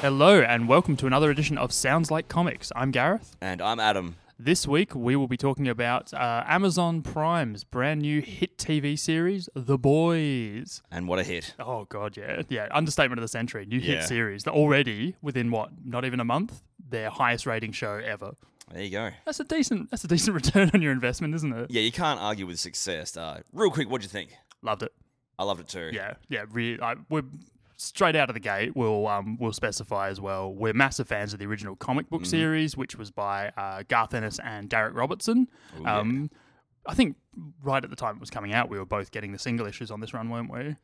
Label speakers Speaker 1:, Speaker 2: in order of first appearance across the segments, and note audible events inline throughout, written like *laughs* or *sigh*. Speaker 1: Hello, and welcome to another edition of Sounds Like Comics. I'm Gareth.
Speaker 2: And I'm Adam.
Speaker 1: This week, we will be talking about uh, Amazon Prime's brand new hit TV series, The Boys.
Speaker 2: And what a hit.
Speaker 1: Oh, God, yeah. Yeah, understatement of the century. New
Speaker 2: Yeah.
Speaker 1: hit series that already, within what, not even a month, their highest rating show ever.
Speaker 2: There you go.
Speaker 1: That's a decent, that's a decent *laughs* return on your investment, isn't it?
Speaker 2: Yeah, you can't argue with success. Uh, real quick, what'd you think?
Speaker 1: Loved it.
Speaker 2: I loved it too.
Speaker 1: Yeah, yeah. Really, I, we're straight out of the gate. We'll um, we'll specify as well. We're massive fans of the original comic book series, which was by uh, Garth Ennis and Derek Robertson. um, I think right at the time it was coming out, we were both getting the single issues on this run, weren't we?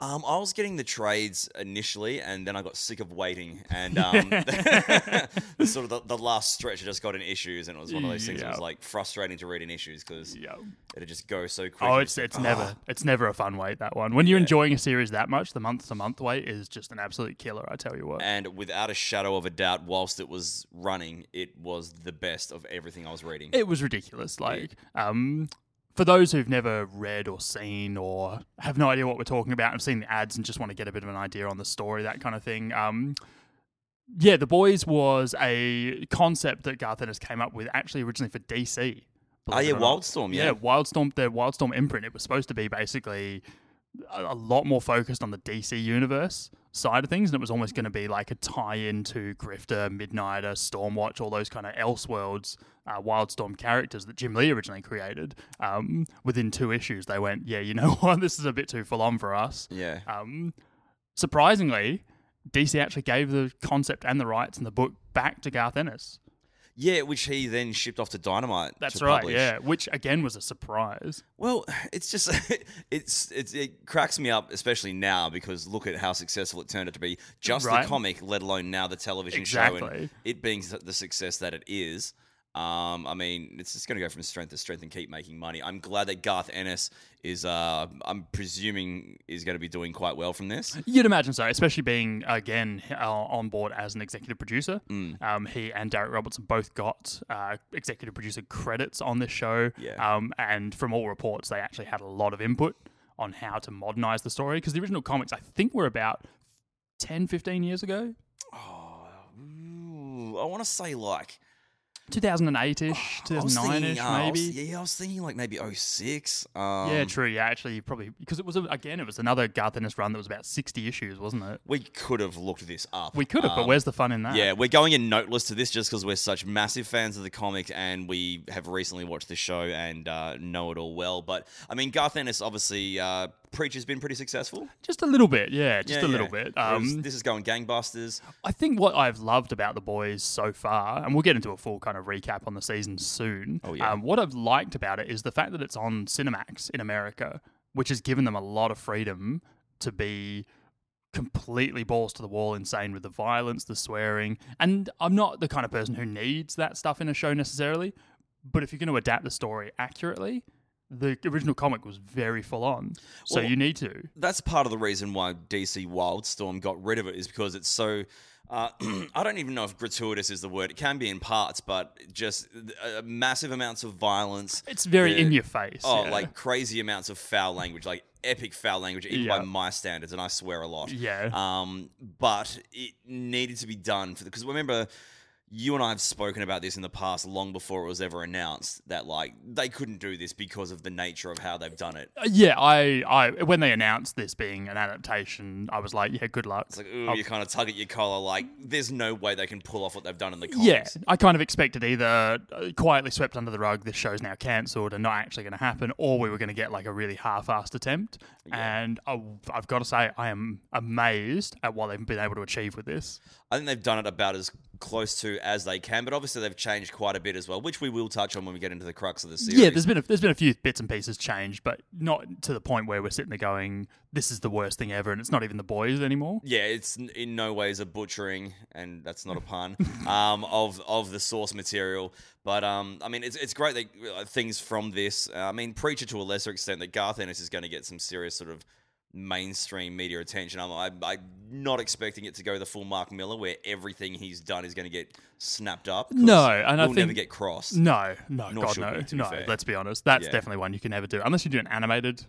Speaker 2: Um, I was getting the trades initially, and then I got sick of waiting.
Speaker 1: *laughs*
Speaker 2: And um, *laughs* the, sort of the, the last stretch, I just got in issues, and it was one of those things that was
Speaker 1: Yeah.
Speaker 2: like frustrating to read in issues because
Speaker 1: Yeah.
Speaker 2: it'd just go so quick.
Speaker 1: Oh,
Speaker 2: and
Speaker 1: it's
Speaker 2: like,
Speaker 1: it's
Speaker 2: "Ah."
Speaker 1: never it's never a fun wait that one. When you're enjoying a series that much, the month to month wait is just an absolute killer. I tell you what.
Speaker 2: Um, And without a shadow of a doubt, whilst it was running, it was the best of everything I was reading.
Speaker 1: It was ridiculous. Like, um, for those who've never read or seen or have no idea what we're talking about and have seen the ads and just want to get a bit of an idea on the story, that kind of thing. Um, yeah, The Boys was a concept that Garth Ennis came up with actually originally for DC.
Speaker 2: oh
Speaker 1: believe
Speaker 2: yeah,
Speaker 1: it or not.
Speaker 2: Wildstorm.
Speaker 1: Yeah, Wildstorm, the Wildstorm imprint. It was supposed to be basically a, a lot more focused on the DC universe side of things, and it was almost going to be like a tie-in to Grifter, Midnighter, Stormwatch, all those kind of Elseworlds, uh, Wildstorm characters that Jim Lee originally created. Um, within two issues, they went, "Yeah, you know *laughs* what? This is a bit too full-on for us."
Speaker 2: yeah.
Speaker 1: Um, surprisingly, DC actually gave the concept and the rights and the book back to Garth Ennis.
Speaker 2: Yeah, which he then shipped off to Dynamite.
Speaker 1: That's
Speaker 2: to
Speaker 1: right,
Speaker 2: publish.
Speaker 1: yeah. Which again was a surprise.
Speaker 2: Well, *sighs* it's just *laughs* it's, it's it cracks me up, especially now because look at how successful it turned out to be. Just
Speaker 1: Right.
Speaker 2: the comic, let alone now the television show, and
Speaker 1: Exactly.
Speaker 2: it being s- the success that it is. Um, I mean, it's just going to go from strength to strength and keep making money. I'm glad that Garth Ennis is. Uh, I'm presuming is going to be doing quite well from this.
Speaker 1: You'd imagine so, especially being again uh, on board as an executive producer.
Speaker 2: Mm.
Speaker 1: Um, he and Derek Robertson both got uh, executive producer credits on this show.
Speaker 2: Yeah.
Speaker 1: Um, and from all reports, they actually had a lot of input on how to modernize the story because the original comics, I think, were about 10, 15 years ago,
Speaker 2: Oh, ooh, I want to say like
Speaker 1: 2008 ish,
Speaker 2: Oh, I was
Speaker 1: 2009 ish,
Speaker 2: thinking, uh, I was-
Speaker 1: maybe.
Speaker 2: yeah, I was thinking like maybe 06. Um,
Speaker 1: yeah, true. Yeah, actually, probably because it was a, again, it was another Garth Ennis run that was about 60 issues, wasn't it?
Speaker 2: We could have looked this up.
Speaker 1: We could have, but
Speaker 2: Um,
Speaker 1: where's the fun in that?
Speaker 2: Yeah, we're going in noteless to this just because we're such massive fans of the comic and we have recently watched the show and uh, know it all well. But I mean, Garth Ennis obviously uh, Preacher's been pretty successful.
Speaker 1: Just a little bit. Yeah, just
Speaker 2: Yeah,
Speaker 1: a little
Speaker 2: yeah.
Speaker 1: bit.
Speaker 2: Whereas
Speaker 1: Um,
Speaker 2: this is going gangbusters.
Speaker 1: I think what I've loved about the boys so far, and we'll get into a full kind of recap on the season soon.
Speaker 2: Oh, yeah.
Speaker 1: Um, what I've liked about it is the fact that it's on Cinemax in America, which has given them a lot of freedom to be completely balls to the wall, insane with the violence, the swearing. And I'm not the kind of person who needs that stuff in a show necessarily, but if you're going to adapt the story accurately, the original comic was very full on. So
Speaker 2: Well-
Speaker 1: you need to.
Speaker 2: That's part of the reason why DC Wildstorm got rid of it is because it's so. Uh, *clears throat* I don't even know if gratuitous is the word. It can be in parts, but just uh, massive amounts of violence.
Speaker 1: It's very
Speaker 2: The-
Speaker 1: in your face.
Speaker 2: Oh,
Speaker 1: yeah.
Speaker 2: like crazy amounts of foul language, like epic foul language, even
Speaker 1: Yeah.
Speaker 2: by my standards, and I swear a lot.
Speaker 1: Yeah.
Speaker 2: *laughs* Um, but it needed to be done for because remember, you and I have spoken about this in the past, long before it was ever announced that like they couldn't do this because of the nature of how they've done it.
Speaker 1: Uh, Yeah, I, I when they announced this being an adaptation, I was like, yeah, good luck.
Speaker 2: It's like ooh, you kind of tug at your collar, like there's no way they can pull off what they've done in the
Speaker 1: yeah,
Speaker 2: comics.
Speaker 1: I kind of expected either uh, quietly swept under the rug, this show's now cancelled and not actually going to happen, or we were going to get like a really half-assed attempt. And I, I've got to say, I am amazed at what they've been able to achieve with this.
Speaker 2: I think they've done it about as close to as they can, but obviously they've changed quite a bit as well, which we will touch on when we get into the crux of the series.
Speaker 1: Yeah, there's been a, there's been a few bits and pieces changed, but not to the point where we're sitting there going, this is the worst thing ever, and it's not even the boys anymore.
Speaker 2: Yeah, it's n- in no ways a butchering, and that's
Speaker 1: *laughs*
Speaker 2: not a pun, um, of of the source material. But um, I mean, it's it's great that uh, things from this. Uh, I mean, preacher to a lesser extent that Garth Ennis is going to get some serious sort of mainstream media attention. I'm I, I'm not expecting it to go the full Mark Miller, where everything he's done is going to get snapped up. 'cause
Speaker 1: No, and I
Speaker 2: we'll never
Speaker 1: think-
Speaker 2: get crossed.
Speaker 1: No, no,
Speaker 2: Nor
Speaker 1: God,
Speaker 2: should
Speaker 1: no,
Speaker 2: we, to be
Speaker 1: no.
Speaker 2: fair.
Speaker 1: Let's be honest, that's
Speaker 2: Yeah.
Speaker 1: definitely one you can never do unless you do an animated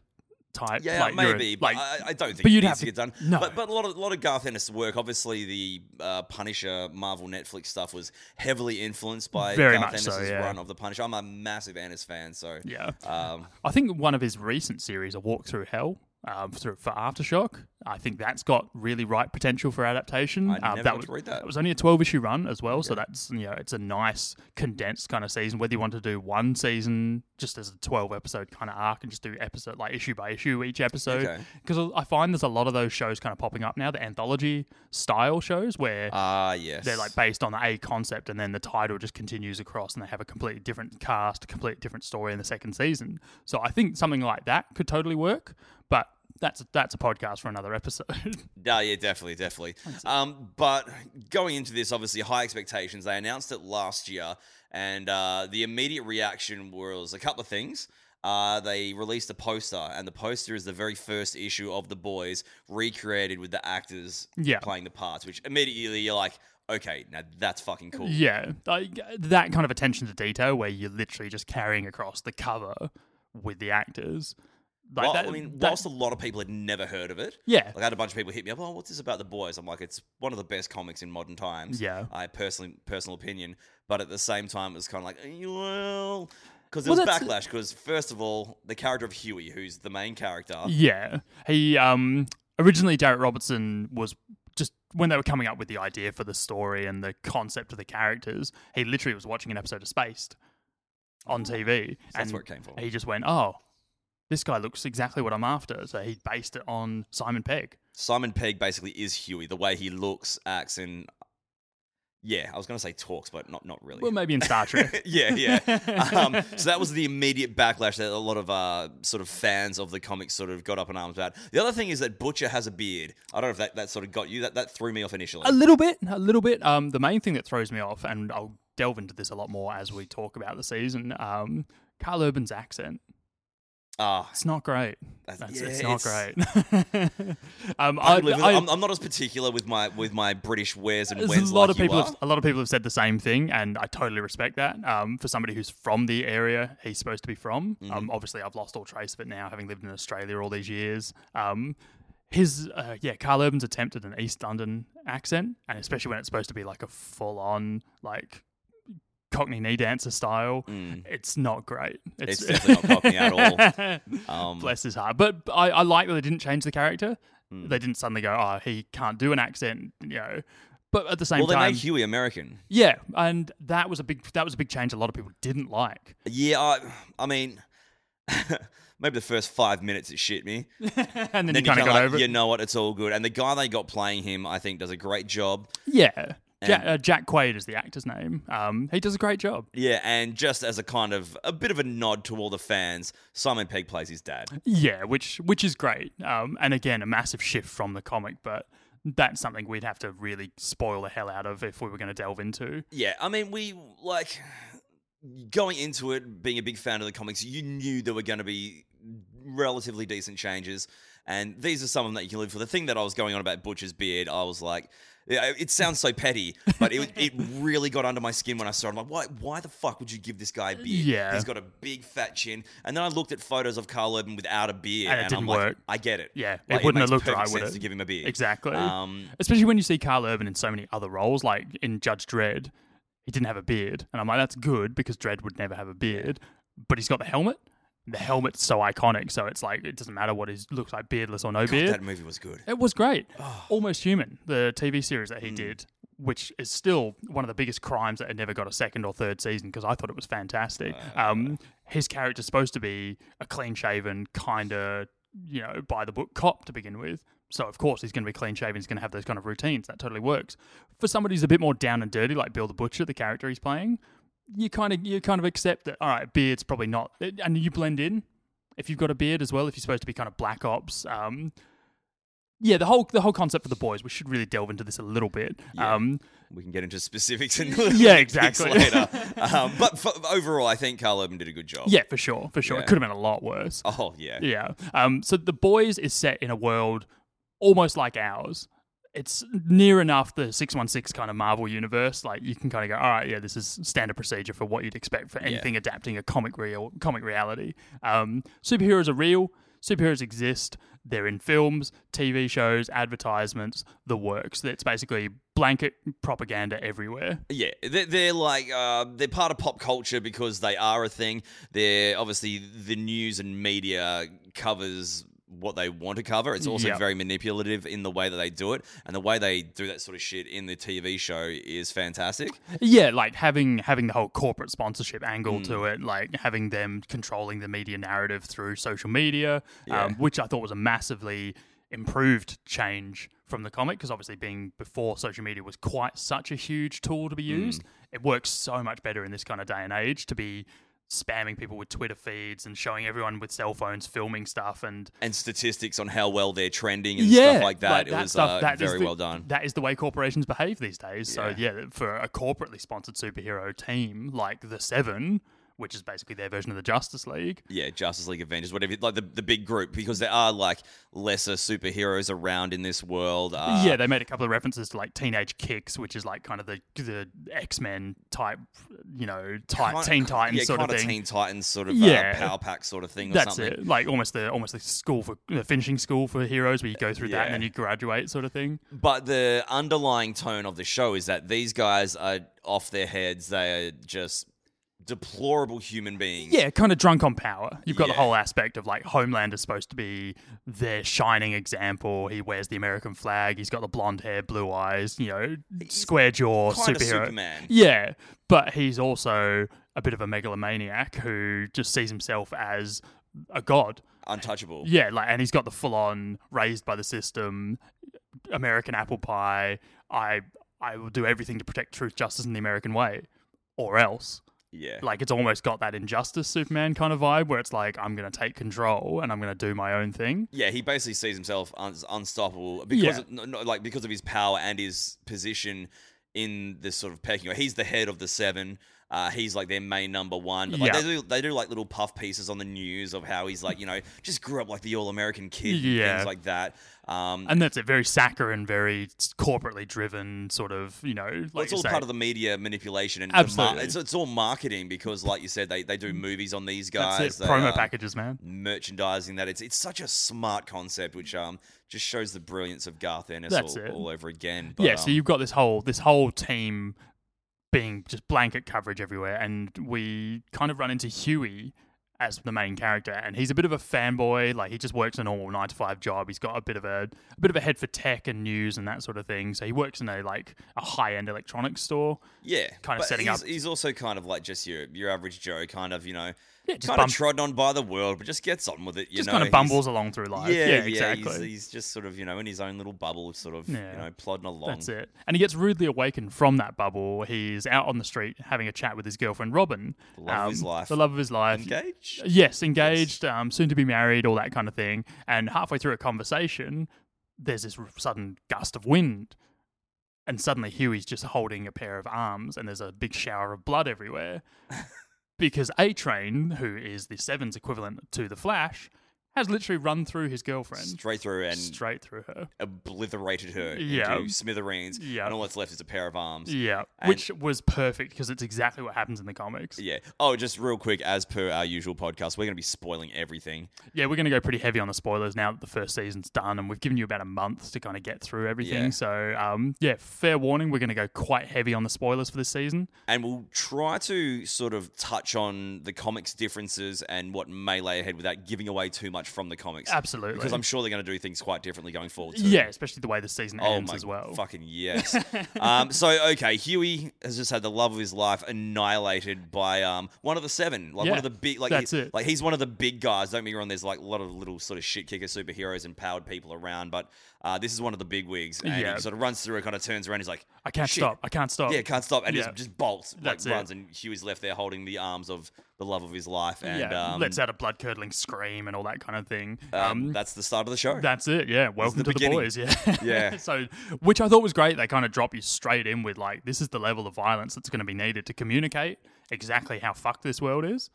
Speaker 1: type.
Speaker 2: Yeah,
Speaker 1: like, you're a-
Speaker 2: maybe, but
Speaker 1: like,
Speaker 2: I, I don't think
Speaker 1: but
Speaker 2: it
Speaker 1: you'd
Speaker 2: needs
Speaker 1: have to-
Speaker 2: to get done.
Speaker 1: no.
Speaker 2: But, but a lot of a lot of Garth Ennis' work, obviously the uh, Punisher Marvel Netflix stuff was heavily influenced by
Speaker 1: Very
Speaker 2: Garth
Speaker 1: much
Speaker 2: Ennis'
Speaker 1: so, yeah.
Speaker 2: run of the Punisher. I'm a massive Ennis fan, so
Speaker 1: yeah.
Speaker 2: um,
Speaker 1: I think one of his recent series, A Walk Through Hell, um, through, for Aftershock, I think that's got really ripe potential for adaptation.
Speaker 2: I
Speaker 1: Um,
Speaker 2: never got
Speaker 1: was,
Speaker 2: to read that.
Speaker 1: was only a 12 issue run as well, so that's, you know, it's a nice condensed kind of season. Whether you want to do one season just as a 12 episode kind of arc and just do episode, like issue by issue each episode.
Speaker 2: Okay.
Speaker 1: Because I find there's a lot of those shows kind of popping up now, the anthology style shows where
Speaker 2: ah yes,
Speaker 1: they're like based on a concept and then the title just continues across and they have a completely different cast, a completely different story in the second season. So I think something like that could totally work, but that's that's a podcast for another episode. *laughs*
Speaker 2: Yeah, yeah, definitely, definitely. Um, but going into this, obviously, high expectations. They announced it last year, and uh, the immediate reaction was a couple of things. Uh, they released a poster, and the poster is the very first issue of The Boys recreated with the actors
Speaker 1: Yeah.
Speaker 2: playing the parts, which immediately you're like, okay, now that's fucking cool.
Speaker 1: yeah, like, that kind of attention to detail where you're literally just carrying across the cover with the actors. Like
Speaker 2: While-
Speaker 1: that,
Speaker 2: I mean,
Speaker 1: that-
Speaker 2: whilst a lot of people had never heard of it,
Speaker 1: yeah,
Speaker 2: Like I had a bunch of people hit me up. Oh, what's this about the boys? I'm like, it's one of the best comics in modern times.
Speaker 1: Yeah.
Speaker 2: I personally personal opinion, but at the same time, it was kind of like, eh, well, because
Speaker 1: Well,
Speaker 2: there
Speaker 1: that's-
Speaker 2: was backlash. Because first of all, the character of Huey, who's the main character,
Speaker 1: Yeah. He um originally Jarrett Robertson was just when they were coming up with the idea for the story and the concept of the characters, he literally was watching an episode of Spaced on TV.
Speaker 2: that's
Speaker 1: and
Speaker 2: where it came from.
Speaker 1: He just went, Oh, this guy looks exactly what I'm after. So he based it on Simon Pegg.
Speaker 2: Simon Pegg basically is Huey. The way he looks, acts, and yeah, I was gonna say talks, but not not really.
Speaker 1: Well maybe in Star
Speaker 2: *laughs*
Speaker 1: Trek.
Speaker 2: yeah, yeah. Um, so that was the immediate backlash that a lot of uh, sort of fans of the comics sort of got up in arms about. The other thing is that Butcher has a beard. I don't know if that, that sort of got you. That that threw me off initially.
Speaker 1: A little bit, a little bit. Um, the main thing that throws me off, and I'll delve into this a lot more as we talk about the season. Um, Carl Urban's accent.
Speaker 2: Ah,
Speaker 1: It's not great.
Speaker 2: That's-
Speaker 1: That's,
Speaker 2: yeah,
Speaker 1: it's not great. *laughs* um,
Speaker 2: I
Speaker 1: I,
Speaker 2: could live with
Speaker 1: I-
Speaker 2: it. I'm, I'm not as particular with my with my British wares and
Speaker 1: there's
Speaker 2: wins
Speaker 1: a lot
Speaker 2: like
Speaker 1: of
Speaker 2: you
Speaker 1: people.
Speaker 2: are.
Speaker 1: Have, a lot of people have said the same thing, and I totally respect that. Um, for somebody who's from the area he's supposed to be from,
Speaker 2: Mm-hmm.
Speaker 1: um, obviously I've lost all trace of it now, having lived in Australia all these years. Um, his uh, yeah, Carl Urban's attempt at an East London accent, and especially when it's supposed to be like a full on like Cockney knee dancer style, it's not great.
Speaker 2: Mm.
Speaker 1: *laughs*
Speaker 2: It's definitely not Cockney at
Speaker 1: all.
Speaker 2: Um,
Speaker 1: Bless his heart. But I, I like that they didn't change the character.
Speaker 2: Mm.
Speaker 1: They didn't suddenly go, oh, he can't do an accent, you know. But at the same
Speaker 2: well, they
Speaker 1: time,
Speaker 2: made Huey American.
Speaker 1: yeah, and that was a big that was a big change. A lot of people didn't
Speaker 2: *laughs*
Speaker 1: like.
Speaker 2: Yeah, I, I mean, *laughs* maybe the first five minutes it shit me.
Speaker 1: and then, you
Speaker 2: Then
Speaker 1: kind of
Speaker 2: kinda
Speaker 1: got
Speaker 2: like,
Speaker 1: over.
Speaker 2: You
Speaker 1: it.
Speaker 2: know what? It's all good. And the guy they got playing him, I think, does a great job.
Speaker 1: Yeah,
Speaker 2: Eh.
Speaker 1: Jack, uh, Jack Quaid is the actor's name. Um, he does a great job.
Speaker 2: Yeah, and just as a kind of a bit of a nod to all the fans, Simon Pegg plays his dad.
Speaker 1: Yeah, which which is great. Um, and again, a massive shift from the comic, but that's something we'd have to really spoil the hell out of if we were going to delve into.
Speaker 2: Yeah, I mean, we like going into it being a big fan of the comics. You knew there were going to be relatively decent changes, and these are some of them that you can live for. The thing that I was going on about Butcher's beard, I was like. Yeah, it sounds so petty, but it, *laughs* it really got under my skin when I saw it. I'm like, why, why the fuck would you give this guy a beard?
Speaker 1: Yeah.
Speaker 2: He's got a big fat chin. And then I looked at photos of Carl Urban without a beard.
Speaker 1: And it
Speaker 2: I'm
Speaker 1: didn't
Speaker 2: like,
Speaker 1: work.
Speaker 2: I get it.
Speaker 1: Yeah, it
Speaker 2: Like,
Speaker 1: wouldn't have
Speaker 2: makes
Speaker 1: looked
Speaker 2: perfect
Speaker 1: right, would
Speaker 2: sense
Speaker 1: it?
Speaker 2: to give him a beard.
Speaker 1: Exactly.
Speaker 2: Um,
Speaker 1: Especially when you see Carl Urban in so many other roles, like in Judge Dredd, he didn't have a beard. And I'm like, that's good because Dredd would never have a beard. But he's got the helmet. The helmet's so iconic. So it's like, it doesn't matter what he looks like, beardless or no beard.
Speaker 2: That movie was good.
Speaker 1: It was great. Almost Human, the TV series that he did, which is still one of the biggest crimes that it never got a second or third season because I thought it was fantastic. um, his character's supposed to be a clean shaven, kind of, you know, by the book cop to begin with. So, of course, he's going to be clean shaven. He's going to have those kind of routines. That totally works. For somebody who's a bit more down and dirty, like Bill the Butcher, the character he's playing, you kind of you kind of accept that all right beard's probably not and you blend in if you've got a beard as well if you're supposed to be kind of black ops um yeah the whole the whole concept for the boys we should really delve into this a little bit um
Speaker 2: we can get into
Speaker 1: *laughs*
Speaker 2: specifics and
Speaker 1: Yeah, exactly. *laughs*
Speaker 2: *laughs* later. Um, but for, overall, I think Carl Urban did a good job.
Speaker 1: yeah for sure for sure
Speaker 2: Yeah.
Speaker 1: it could have been a lot worse
Speaker 2: Oh yeah.
Speaker 1: yeah um so the boys is set in a world almost like ours it's near enough the 616 kind of Marvel universe. Like, you can kind of go, all right, yeah, this is standard procedure for what you'd expect for anything adapting a comic real, comic reality. Um, superheroes are real. superheroes exist. They're in films, TV shows, advertisements, the works. It's basically blanket propaganda everywhere.
Speaker 2: Yeah, they're, they're like uh, they're part of pop culture because they are a thing. They're obviously the news and media covers what they want to cover. It's also
Speaker 1: Yep.
Speaker 2: very manipulative in the way that they do it, and the way they do that sort of shit in the TV show is fantastic.
Speaker 1: Yeah, like having having the whole corporate sponsorship angle to it, like having them controlling the media narrative through social media,
Speaker 2: Yeah.
Speaker 1: um, which I thought was a massively improved change from the comic because obviously being before social media was quite such a huge tool to be used. It works so much better in this kind of day and age to be spamming people with Twitter feeds and showing everyone with cell phones filming stuff and
Speaker 2: And statistics on how well they're trending and stuff like that. it was uh,
Speaker 1: that is
Speaker 2: very
Speaker 1: the-
Speaker 2: well done.
Speaker 1: That is the way corporations behave these days. So
Speaker 2: Yeah.
Speaker 1: yeah, for a corporately sponsored superhero team like the Seven, which is basically their version of the Justice League,
Speaker 2: yeah, Justice League Avengers, whatever, like the, the big group, because there are like lesser superheroes around in this world. Uh,
Speaker 1: yeah, they made a couple of references to like Teenage Kicks, which is like kind of the the X Men type, you know, type
Speaker 2: kind-
Speaker 1: Teen Titans
Speaker 2: yeah,
Speaker 1: sort of
Speaker 2: kinda
Speaker 1: thing.
Speaker 2: Teen Titans sort of
Speaker 1: Yeah.
Speaker 2: uh, power pack sort of thing. Or
Speaker 1: That's
Speaker 2: something.
Speaker 1: it. Like almost the almost the school for the finishing school for heroes, where you go through that
Speaker 2: Yeah.
Speaker 1: and then you graduate, sort of thing.
Speaker 2: But the underlying tone of the show is that these guys are off their heads. They are just deplorable human beings.
Speaker 1: Yeah, kind of drunk on power. You've got
Speaker 2: Yeah.
Speaker 1: the whole aspect of like Homeland is supposed to be their shining example. He wears the American flag. He's got the blonde hair, blue eyes, you know, square jaw,
Speaker 2: kind of
Speaker 1: superhero.
Speaker 2: Superman.
Speaker 1: Yeah, but he's also a bit of a megalomaniac who just sees himself as a god.
Speaker 2: Untouchable.
Speaker 1: Yeah, like, and he's got the full on raised by the system, American apple pie. I I will do everything to protect truth, justice, and the American way, or else
Speaker 2: Yeah.
Speaker 1: like it's almost got that injustice superman kind of vibe where it's like i'm gonna take control and i'm gonna do my own thing
Speaker 2: Yeah, he basically sees himself un- unstoppable because
Speaker 1: Yeah.
Speaker 2: of, no, no, like because of his power and his position in this sort of pecking order. He's the head of the seven. Uh, he's like their main number one. But like
Speaker 1: Yeah.
Speaker 2: they do, they do like little puff pieces on the news of how he's like you know just grew up like the all American kid. and
Speaker 1: Yeah.
Speaker 2: things like that. Um,
Speaker 1: and that's it very saccharine very corporately driven sort of you know like
Speaker 2: Well, it's
Speaker 1: you
Speaker 2: all
Speaker 1: say.
Speaker 2: part of the media manipulation and The mar-
Speaker 1: Absolutely.
Speaker 2: it's, it's all marketing because, like you said, they, they do movies on these guys. uh,
Speaker 1: that's it
Speaker 2: they
Speaker 1: promo
Speaker 2: are
Speaker 1: packages man
Speaker 2: Merchandising that it's it's such a smart concept, which um just shows the brilliance of Garth Ennis
Speaker 1: That's
Speaker 2: all,
Speaker 1: it.
Speaker 2: all over again. But,
Speaker 1: yeah so
Speaker 2: um,
Speaker 1: you've got this whole this whole team being just blanket coverage everywhere and we kind of run into huey as the main character and he's a bit of a fanboy like he just works a normal 9 to 5 job he's got a bit of a, a bit of a head for tech and news and that sort of thing so he works in a like a high end electronics store
Speaker 2: yeah,
Speaker 1: kind of
Speaker 2: but
Speaker 1: setting
Speaker 2: he's,
Speaker 1: up-
Speaker 2: He's also kind of like just your your average Joe, kind of you know,
Speaker 1: Yeah, just
Speaker 2: kind of
Speaker 1: bum-
Speaker 2: trodden on by the world, but just gets on with it. You
Speaker 1: just
Speaker 2: know,
Speaker 1: kind of
Speaker 2: He's-
Speaker 1: bumbles along through life.
Speaker 2: Yeah,
Speaker 1: Yeah,
Speaker 2: yeah,
Speaker 1: exactly.
Speaker 2: He's, he's just sort of you know in his own little bubble, sort of you
Speaker 1: Yeah.
Speaker 2: know plodding along.
Speaker 1: That's it. And he gets rudely awakened from that bubble. He's out on the street having a chat with his girlfriend Robin. The
Speaker 2: love of his life.
Speaker 1: The love of his life.
Speaker 2: Engage.
Speaker 1: Yes, engaged, um, soon to be married, all that kind of thing. And halfway through a conversation, there's this r- sudden gust of wind. And suddenly Huey's just holding a pair of arms and there's a big shower of blood
Speaker 2: *laughs*
Speaker 1: everywhere. because A Train, who is the Seven's equivalent to the Flash, has literally run through his girlfriend
Speaker 2: Straight through and
Speaker 1: straight through her.
Speaker 2: obliterated her
Speaker 1: Yeah.
Speaker 2: into smithereens,
Speaker 1: Yeah.
Speaker 2: and all that's left is a pair of arms.
Speaker 1: Yeah,
Speaker 2: And-
Speaker 1: which was perfect because it's exactly what happens in the comics.
Speaker 2: Yeah. Oh, just real quick, as per our usual podcast, we're going to be spoiling everything.
Speaker 1: Yeah, we're going to go pretty heavy on the spoilers now that the first season's done, and we've given you about a month to kind of get through everything.
Speaker 2: Yeah.
Speaker 1: So, um, yeah, fair warning, we're going to go quite heavy on the spoilers for this season.
Speaker 2: And we'll try to sort of touch on the comics differences and what may lay ahead without giving away too much from the comics.
Speaker 1: Absolutely.
Speaker 2: Because I'm sure they're going to do things quite differently going forward. Too.
Speaker 1: yeah, especially the way the season
Speaker 2: Oh
Speaker 1: ends
Speaker 2: my
Speaker 1: as well.
Speaker 2: fucking
Speaker 1: *laughs*
Speaker 2: yes. um, so okay, Huey has just had the love of his life annihilated by um one of the seven, like one
Speaker 1: Yeah,
Speaker 2: of the big, like
Speaker 1: that's
Speaker 2: he-
Speaker 1: it.
Speaker 2: like he's one of the big guys. Don't get me wrong. There's like a lot of little sort of shit kicker superheroes and powered people around, but uh, this is one of the big wigs, and
Speaker 1: Yeah.
Speaker 2: he sort of runs through it, kind of turns around. He's like,
Speaker 1: I can't
Speaker 2: Shit.
Speaker 1: stop. I can't stop.
Speaker 2: yeah, can't stop, and
Speaker 1: Oh. Yeah.
Speaker 2: just just bolts, like
Speaker 1: That's it.
Speaker 2: runs, and Huey's left there holding the arms of the love of his life, and
Speaker 1: Yeah,
Speaker 2: um,
Speaker 1: lets out a blood curdling scream and all that kind of thing.
Speaker 2: um, that's the start of the show.
Speaker 1: That's it. Yeah. Welcome
Speaker 2: the
Speaker 1: to
Speaker 2: beginning.
Speaker 1: the boys. Yeah. *laughs*
Speaker 2: Yeah.
Speaker 1: so, which I thought was great. They kind of drop you straight in with like, this is the level of violence that's going to be needed to communicate exactly how fucked this world is.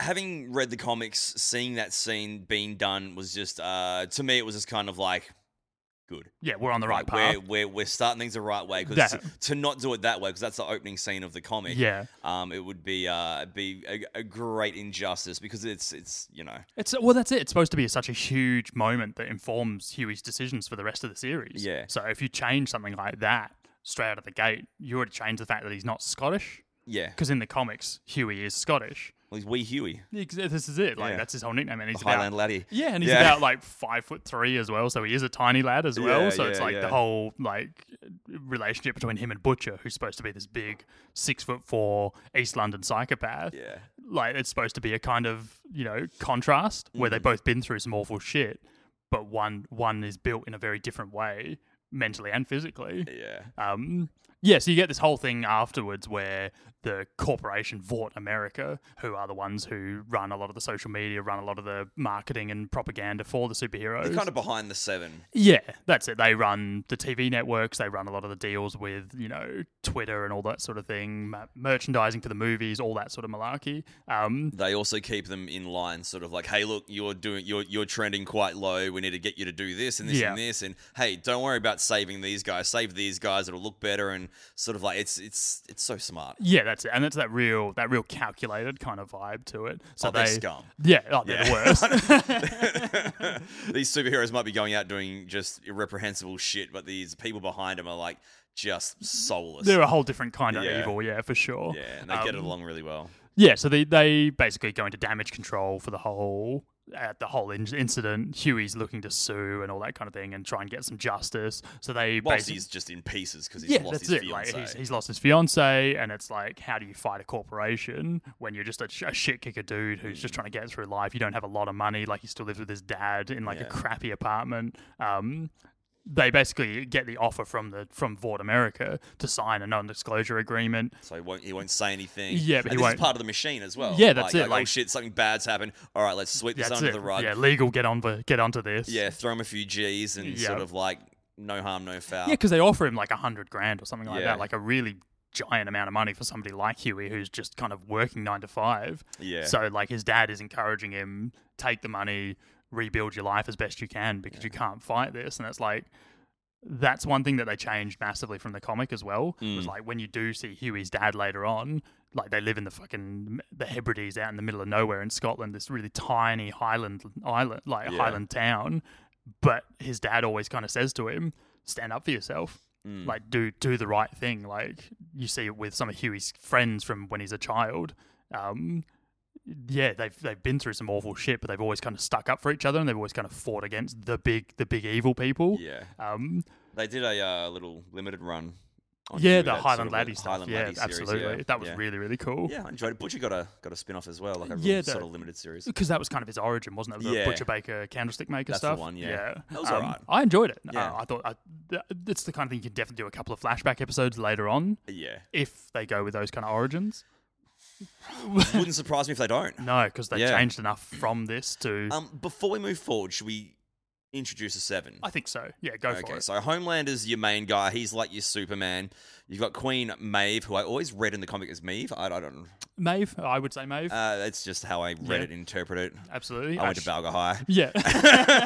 Speaker 2: having read the comics, seeing that scene being done was just uh, to me it was just kind of like good.
Speaker 1: Yeah, we're on the right
Speaker 2: Like,
Speaker 1: path.
Speaker 2: we're, we're we're starting things the right way because
Speaker 1: That-
Speaker 2: to, to not do it that way because that's the opening scene of the comic.
Speaker 1: Yeah.
Speaker 2: Um, it would be uh be a, a great injustice because it's it's you know
Speaker 1: It's well, that's it. It's supposed to be such a huge moment that informs Huey's decisions for the rest of the series.
Speaker 2: Yeah.
Speaker 1: So if you change something like that straight out of the gate, you already change the fact that he's not Scottish
Speaker 2: yeah.
Speaker 1: because in the comics Huey is Scottish.
Speaker 2: Well, he's Wee Huey,
Speaker 1: Ex- This is it. Like
Speaker 2: Yeah.
Speaker 1: that's his whole nickname, and he's
Speaker 2: the
Speaker 1: about
Speaker 2: Highland laddie.
Speaker 1: yeah, and he's
Speaker 2: Yeah.
Speaker 1: about like five foot three as well. So he is a tiny lad as well.
Speaker 2: Yeah,
Speaker 1: so it's
Speaker 2: yeah,
Speaker 1: like
Speaker 2: yeah.
Speaker 1: the whole like relationship between him and Butcher, who's supposed to be this big six foot four East London psychopath
Speaker 2: *laughs* Yeah.
Speaker 1: like it's supposed to be a kind of you know contrast where
Speaker 2: Mm.
Speaker 1: they've both been through some awful shit but one one is built in a very different way mentally and physically
Speaker 2: Yeah.
Speaker 1: um yeah so you get this whole thing afterwards where the corporation vought america who are the ones who run a lot of the social media run a lot of the marketing and propaganda for the superheroes
Speaker 2: They're kind of behind the seven.
Speaker 1: yeah, that's it. They run the TV networks. They run a lot of the deals with you know Twitter and all that sort of thing, ma- merchandising for the movies, all that sort of malarkey. Um,
Speaker 2: They also keep them in line, sort of like, hey, look, you're doing, you're you're trending quite low. We need to get you to do this and this and
Speaker 1: Yeah.
Speaker 2: this, and hey, don't worry about saving these guys. Save these guys; it'll look better, and sort of like it's it's it's so
Speaker 1: *laughs*
Speaker 2: smart. *laughs*
Speaker 1: yeah, that's it. And that's that real that real calculated kind of vibe to it. So
Speaker 2: Oh,
Speaker 1: they
Speaker 2: they're scum.
Speaker 1: Yeah, oh, they're the
Speaker 2: *laughs*
Speaker 1: worst.
Speaker 2: these superheroes might be going out doing just irreprehensible shit, but these people behind them are like just soulless.
Speaker 1: they're a whole different kind of
Speaker 2: Yeah.
Speaker 1: evil. Yeah, for sure.
Speaker 2: yeah, and they get
Speaker 1: Um,
Speaker 2: it along really well.
Speaker 1: Yeah, so they, they basically go into damage control for the whole at the whole in- incident. Huey's looking to sue and all that kind of thing, and try and get some justice. So they
Speaker 2: Whilst
Speaker 1: basically
Speaker 2: he's just in pieces because he's
Speaker 1: yeah,
Speaker 2: lost
Speaker 1: that's
Speaker 2: his
Speaker 1: it.
Speaker 2: fiance.
Speaker 1: Like he's, he's lost his fiance, and it's like, how do you fight a corporation when you're just a, sh- a shit kicker dude who's
Speaker 2: Hmm.
Speaker 1: just trying to get through life? You don't have a lot of money. Like he still lives with his dad in like
Speaker 2: Yeah.
Speaker 1: a crappy apartment. Um, they basically get the offer from the from Vought America to sign a non-disclosure agreement.
Speaker 2: So he won't he won't say anything.
Speaker 1: Yeah, but
Speaker 2: and
Speaker 1: he
Speaker 2: this
Speaker 1: won't-
Speaker 2: is part of the machine as well.
Speaker 1: Yeah, that's
Speaker 2: like,
Speaker 1: it,
Speaker 2: Like, oh
Speaker 1: like-
Speaker 2: shit, something bad's happened. All right, let's sweep this
Speaker 1: That's
Speaker 2: under
Speaker 1: it.
Speaker 2: the rug.
Speaker 1: Yeah,
Speaker 2: Yeah.
Speaker 1: legal. Get on the get onto this.
Speaker 2: throw him a few G's and
Speaker 1: Yeah.
Speaker 2: sort of like no harm, no foul.
Speaker 1: Yeah, because they offer him like a hundred grand or something like
Speaker 2: Yeah.
Speaker 1: that, like a really giant amount of money for somebody like Huey who's just kind of working nine to five.
Speaker 2: Yeah.
Speaker 1: So like his dad is encouraging him take the money, rebuild your life as best you can because you can't fight this, and it's like. That's one thing that they changed massively from the comic as well.
Speaker 2: Mm.
Speaker 1: Was like when you do see Huey's dad later on, like they live in the fucking the Hebrides out in the middle of nowhere in Scotland, this really tiny Highland island, like
Speaker 2: Yeah.
Speaker 1: Highland town, but his dad always kind of says to him, "Stand up for yourself.
Speaker 2: Mm.
Speaker 1: Like do do the right thing." Like you see it with some of Huey's friends from when he's a child. Um, yeah, they've they've been through some awful shit, but they've always kind of stuck up for each other, and they've always kind of fought against the big the big evil people.
Speaker 2: yeah.
Speaker 1: Um,
Speaker 2: They did a uh, little limited run. on
Speaker 1: yeah,
Speaker 2: Huey,
Speaker 1: the
Speaker 2: that
Speaker 1: Highland
Speaker 2: sort of
Speaker 1: Laddie stuff.
Speaker 2: Highland
Speaker 1: yeah,
Speaker 2: Laddie series,
Speaker 1: absolutely.
Speaker 2: yeah.
Speaker 1: That was
Speaker 2: yeah.
Speaker 1: really really cool.
Speaker 2: Yeah, I enjoyed it. Butcher got a got a spin off as well, like a
Speaker 1: Yeah,
Speaker 2: real sort
Speaker 1: that- Mm.
Speaker 2: of limited series.
Speaker 1: because that was kind of his origin, wasn't it? The
Speaker 2: Yeah.
Speaker 1: butcher baker candlestick maker
Speaker 2: That's the
Speaker 1: stuff.
Speaker 2: one, yeah. That was
Speaker 1: Um,
Speaker 2: alright.
Speaker 1: I enjoyed it.
Speaker 2: Yeah.
Speaker 1: Uh, I thought I, th- it's the kind of thing you can definitely do a couple of flashback episodes later on
Speaker 2: Yeah.
Speaker 1: if they go with those kind of origins.
Speaker 2: Wouldn't surprise me if they
Speaker 1: *laughs*
Speaker 2: don't.
Speaker 1: No, because they
Speaker 2: Yeah.
Speaker 1: changed enough from this to.
Speaker 2: Um, before we move forward, should we introduce a seven?
Speaker 1: I think so. Yeah, go for
Speaker 2: Okay,
Speaker 1: it.
Speaker 2: so Homelander's your main guy. He's like your Superman. You've got Queen Maeve, who I always read in the comic as Maeve. I, I don't.
Speaker 1: Maeve, I would say Maeve.
Speaker 2: Uh, that's just how I read
Speaker 1: Yeah.
Speaker 2: it, interpret it.
Speaker 1: Absolutely.
Speaker 2: I went to
Speaker 1: Ash- *laughs*
Speaker 2: Balga High.
Speaker 1: Yeah.
Speaker 2: *laughs*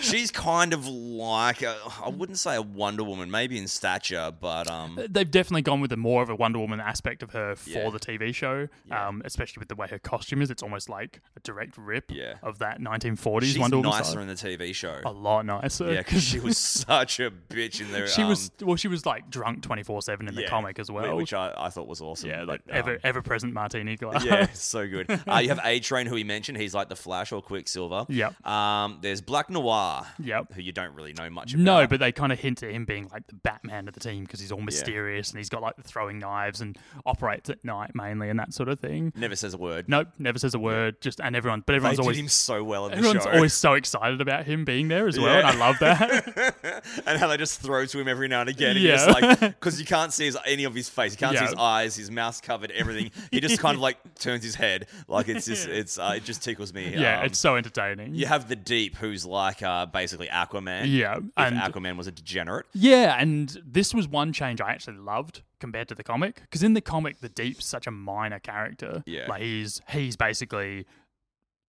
Speaker 2: She's kind of like a, I wouldn't say a Wonder Woman, maybe in stature, but um,
Speaker 1: They've definitely gone with a more of a Wonder Woman aspect of her for
Speaker 2: Yeah.
Speaker 1: the TV show,
Speaker 2: Yeah.
Speaker 1: um, especially with the way her costume is. It's almost like a direct rip
Speaker 2: Yeah.
Speaker 1: of that 1940s
Speaker 2: she's
Speaker 1: Wonder Woman.
Speaker 2: nicer
Speaker 1: style.
Speaker 2: in the TV show.
Speaker 1: a lot nicer.
Speaker 2: yeah, because she
Speaker 1: *laughs*
Speaker 2: was such a bitch in there. um,
Speaker 1: She was well. She was like drunk twenty four seven in the comic as well.
Speaker 2: which I, I thought was awesome.
Speaker 1: yeah, like
Speaker 2: but, um,
Speaker 1: ever ever present martini glass.
Speaker 2: yeah, so good. Uh, you have A Train, who we mentioned. He's like the Flash or Quicksilver.
Speaker 1: Yep.
Speaker 2: Um, there's Black Noir.
Speaker 1: *laughs* Yep.
Speaker 2: Who you don't really know much about.
Speaker 1: No, but they kind of hint at him being like the Batman of the team because he's all mysterious and he's got like the throwing knives and operates at night mainly and that sort of thing.
Speaker 2: never says a word.
Speaker 1: Nope, never says a word. Just and everyone, but
Speaker 2: they
Speaker 1: everyone's
Speaker 2: did
Speaker 1: always
Speaker 2: him so well in the
Speaker 1: everyone's
Speaker 2: show.
Speaker 1: always so excited about him being there as well,
Speaker 2: Yeah.
Speaker 1: and I love
Speaker 2: *laughs*
Speaker 1: that.
Speaker 2: and how they just throw to him every now and again. And
Speaker 1: Yeah.
Speaker 2: just
Speaker 1: *laughs*
Speaker 2: like because you can't see his, any of his face, you can't see
Speaker 1: Yeah.
Speaker 2: his eyes, his mouth's covered, everything. He just kind of like
Speaker 1: *laughs*
Speaker 2: turns his head, like it's just it's uh, it just tickles me.
Speaker 1: yeah,
Speaker 2: Um,
Speaker 1: it's so entertaining.
Speaker 2: you have the deep, who's like uh, basically Aquaman.
Speaker 1: yeah,
Speaker 2: If
Speaker 1: and
Speaker 2: Aquaman was a degenerate,
Speaker 1: Yeah, and this was one change I actually loved compared to the comic because in the comic the Deep's such a minor character.
Speaker 2: Yeah.
Speaker 1: like he's he's basically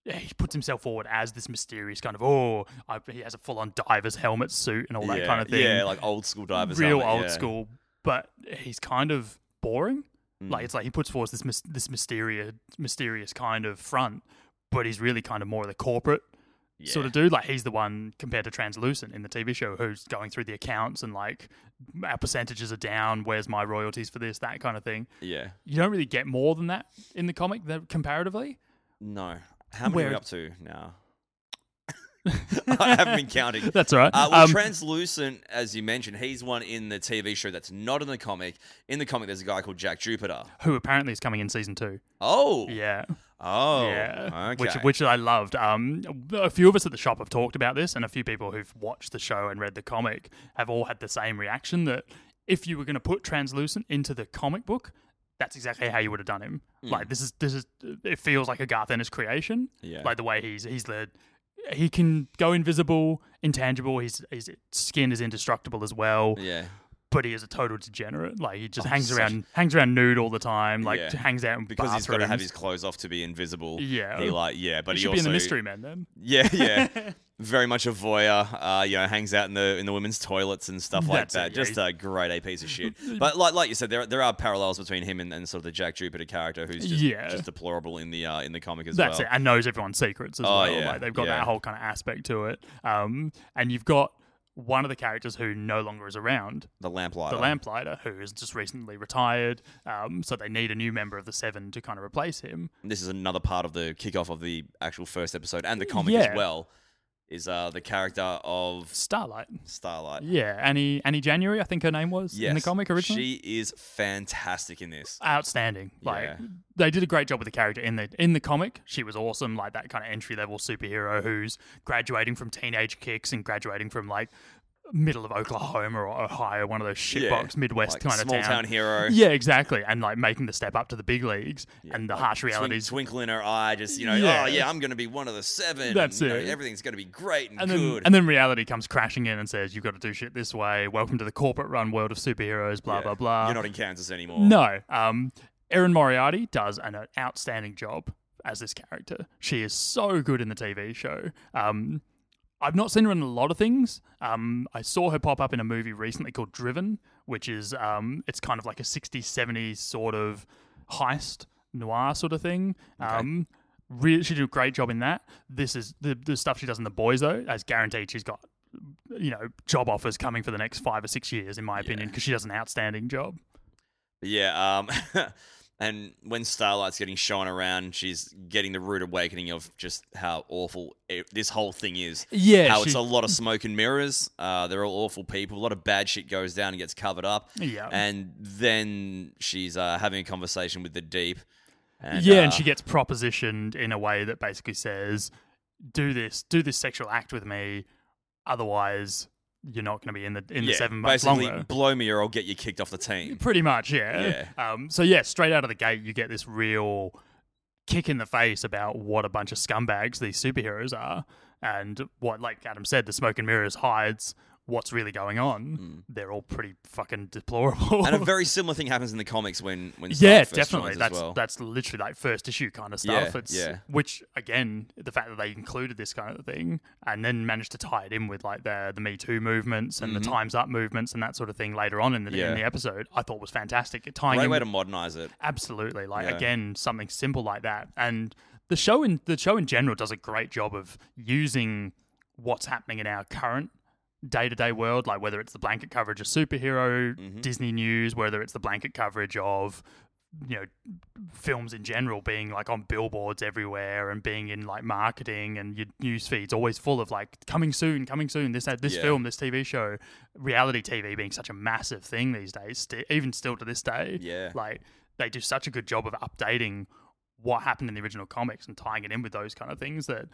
Speaker 1: yeah, he puts himself forward as this mysterious kind of oh I, he has a full on diver's helmet suit and all that
Speaker 2: yeah,
Speaker 1: kind of thing.
Speaker 2: Yeah, like old school divers.
Speaker 1: real
Speaker 2: helmet,
Speaker 1: old
Speaker 2: yeah.
Speaker 1: school, but he's kind of boring.
Speaker 2: Mm.
Speaker 1: Like it's like he puts forth this mys- this mysterious mysterious kind of front, but he's really kind of more of the corporate
Speaker 2: Yeah.
Speaker 1: sort of dude. Like he's the one compared to Translucent in the TV show who's going through the accounts and like our percentages are down. Where's my royalties for this? That kind of thing.
Speaker 2: Yeah.
Speaker 1: You don't really get more than that in the comic that, comparatively.
Speaker 2: No. How many are we
Speaker 1: Where-
Speaker 2: up to now? *laughs* I haven't
Speaker 1: *laughs*
Speaker 2: been counting.
Speaker 1: That's all right.
Speaker 2: Uh, well,
Speaker 1: Um,
Speaker 2: Translucent, as you mentioned, he's one in the TV show that's not in the comic. In the comic, there's a guy called Jack Jupiter.
Speaker 1: who apparently is coming in season two.
Speaker 2: Oh.
Speaker 1: Yeah.
Speaker 2: Oh.
Speaker 1: yeah,
Speaker 2: Okay.
Speaker 1: which which I loved. Um, a few of us at the shop have talked about this, and a few people who've watched the show and read the comic have all had the same reaction that if you were going to put translucent into the comic book, that's exactly how you would have done him.
Speaker 2: Hmm.
Speaker 1: Like this is this is it feels like a Garth Ennis creation.
Speaker 2: Yeah.
Speaker 1: like the way he's he's the he can go invisible, intangible. His his skin is indestructible as well
Speaker 2: yeah.
Speaker 1: but he is a total degenerate. Like he just hangs
Speaker 2: such-
Speaker 1: around, hangs around nude all the time. Like
Speaker 2: Yeah.
Speaker 1: t- hangs out in
Speaker 2: Because he's got to have
Speaker 1: bathrooms.
Speaker 2: his clothes off to be invisible.
Speaker 1: Yeah.
Speaker 2: He like yeah, but
Speaker 1: He
Speaker 2: he,
Speaker 1: should
Speaker 2: also
Speaker 1: be in the mystery man then.
Speaker 2: *laughs* Yeah,
Speaker 1: *laughs*
Speaker 2: yeah. Very much a voyeur. Uh, you know, hangs out in the in the women's toilets and stuff like
Speaker 1: That's it,
Speaker 2: that.
Speaker 1: yeah.
Speaker 2: Just a great A piece of shit.
Speaker 1: *laughs*
Speaker 2: But like like you said, there there are parallels between him and, and sort of the Jack Jupiter character, who's just,
Speaker 1: Yeah.
Speaker 2: just deplorable in the uh, in the comic as
Speaker 1: That's
Speaker 2: well.
Speaker 1: it, and knows everyone's secrets as
Speaker 2: Oh,
Speaker 1: well.
Speaker 2: yeah,
Speaker 1: Like they've got
Speaker 2: yeah.
Speaker 1: that whole kind of aspect to it. Um, and you've got one of the characters who no longer is around,
Speaker 2: The lamplighter.
Speaker 1: the lamplighter, who is just recently retired. Um, so they need a new member of the Seven to kind of replace him.
Speaker 2: This is another part of the kickoff of the actual first episode and the comic
Speaker 1: Yeah.
Speaker 2: as well. Is uh the character of
Speaker 1: Starlight.
Speaker 2: Starlight.
Speaker 1: Yeah, Annie Annie January, I think her name was in the
Speaker 2: Yes.
Speaker 1: comic originally.
Speaker 2: She is fantastic in this.
Speaker 1: outstanding. Like
Speaker 2: Yeah.
Speaker 1: they did a great job with the character in the in the comic. She was awesome, like that kind of entry level superhero who's graduating from teenage kicks and graduating from like middle of Oklahoma or Ohio, one of those shitbox Midwest
Speaker 2: Like,
Speaker 1: kind of
Speaker 2: small town, hero.
Speaker 1: *laughs* Yeah, exactly. And like making the step up to the big leagues and the harsh
Speaker 2: Twin,
Speaker 1: realities.
Speaker 2: twinkle in her eye, just you know,
Speaker 1: Yeah.
Speaker 2: oh yeah, I'm gonna be one of the seven.
Speaker 1: That's
Speaker 2: and, you know,
Speaker 1: it.
Speaker 2: everything's gonna be great and,
Speaker 1: and then,
Speaker 2: good.
Speaker 1: and then reality comes crashing in and says, "You've got to do shit this way. Welcome to the corporate-run world of superheroes." Blah
Speaker 2: Yeah.
Speaker 1: blah blah.
Speaker 2: You're not in Kansas anymore.
Speaker 1: No. Um, Erin Moriarty does an outstanding job as this character. She is so good in the TV show. Um, I've not seen her in a lot of things. Um, I saw her pop up in a movie recently called Driven, which is um, it's kind of like a 60s, 70s sort of heist noir sort of thing. Um, re- she did a great job in that. This is the, the stuff she does in The Boys, though, as guaranteed she's got, you know, job offers coming for the next five or six years, in my opinion, because she does an outstanding job.
Speaker 2: Yeah. Um, *laughs* and when Starlight's getting shown around, she's getting the rude awakening of just how awful e this whole thing is.
Speaker 1: Yeah,
Speaker 2: how
Speaker 1: she-
Speaker 2: it's a lot of smoke and mirrors. Uh, they're all awful people. A lot of bad shit goes down and gets covered up.
Speaker 1: Yeah.
Speaker 2: And then she's uh, having a conversation with the deep. And,
Speaker 1: yeah,
Speaker 2: uh,
Speaker 1: and she gets propositioned in a way that basically says, "Do this, do this sexual act with me, otherwise you're not going to be in the in the seven months
Speaker 2: basically
Speaker 1: longer."
Speaker 2: blow me or I'll get you kicked off
Speaker 1: *laughs*
Speaker 2: the team.
Speaker 1: Pretty much, yeah. Um, so yeah, straight out of the gate, you get this real kick in the face about what a bunch of scumbags these superheroes are, and what, like Adam said, the smoke and mirrors hides what's really going on. They're all pretty fucking deplorable. *laughs*
Speaker 2: Hmm. And a very similar thing happens in the comics when when
Speaker 1: yeah,
Speaker 2: Starlight first
Speaker 1: definitely.
Speaker 2: joins
Speaker 1: That's
Speaker 2: as well.
Speaker 1: that's literally like first issue kind of
Speaker 2: Yeah,
Speaker 1: stuff. it's
Speaker 2: yeah.
Speaker 1: which again, the fact that they included this kind of thing and then managed to tie it in with like the the Me Too movements and the Times Up movements and that sort of thing later on in the
Speaker 2: Mm-hmm. Yeah.
Speaker 1: in the episode, I thought was fantastic. It tying
Speaker 2: great
Speaker 1: in
Speaker 2: way
Speaker 1: with-
Speaker 2: to modernize it.
Speaker 1: absolutely like
Speaker 2: Yeah.
Speaker 1: again something simple like that, and the show in the show in general does a great job of using what's happening in our current day to day world, like whether it's the blanket coverage of superhero
Speaker 2: Mm-hmm.
Speaker 1: Disney news, whether it's the blanket coverage of you know films in general being like on billboards everywhere and being in like marketing and your news feeds always full of like coming soon coming soon this that this
Speaker 2: Yeah.
Speaker 1: film this tv show reality tv being such a massive thing these days sti- even still to this day
Speaker 2: Yeah.
Speaker 1: like they do such a good job of updating what happened in the original comics and tying it in with those kind of things that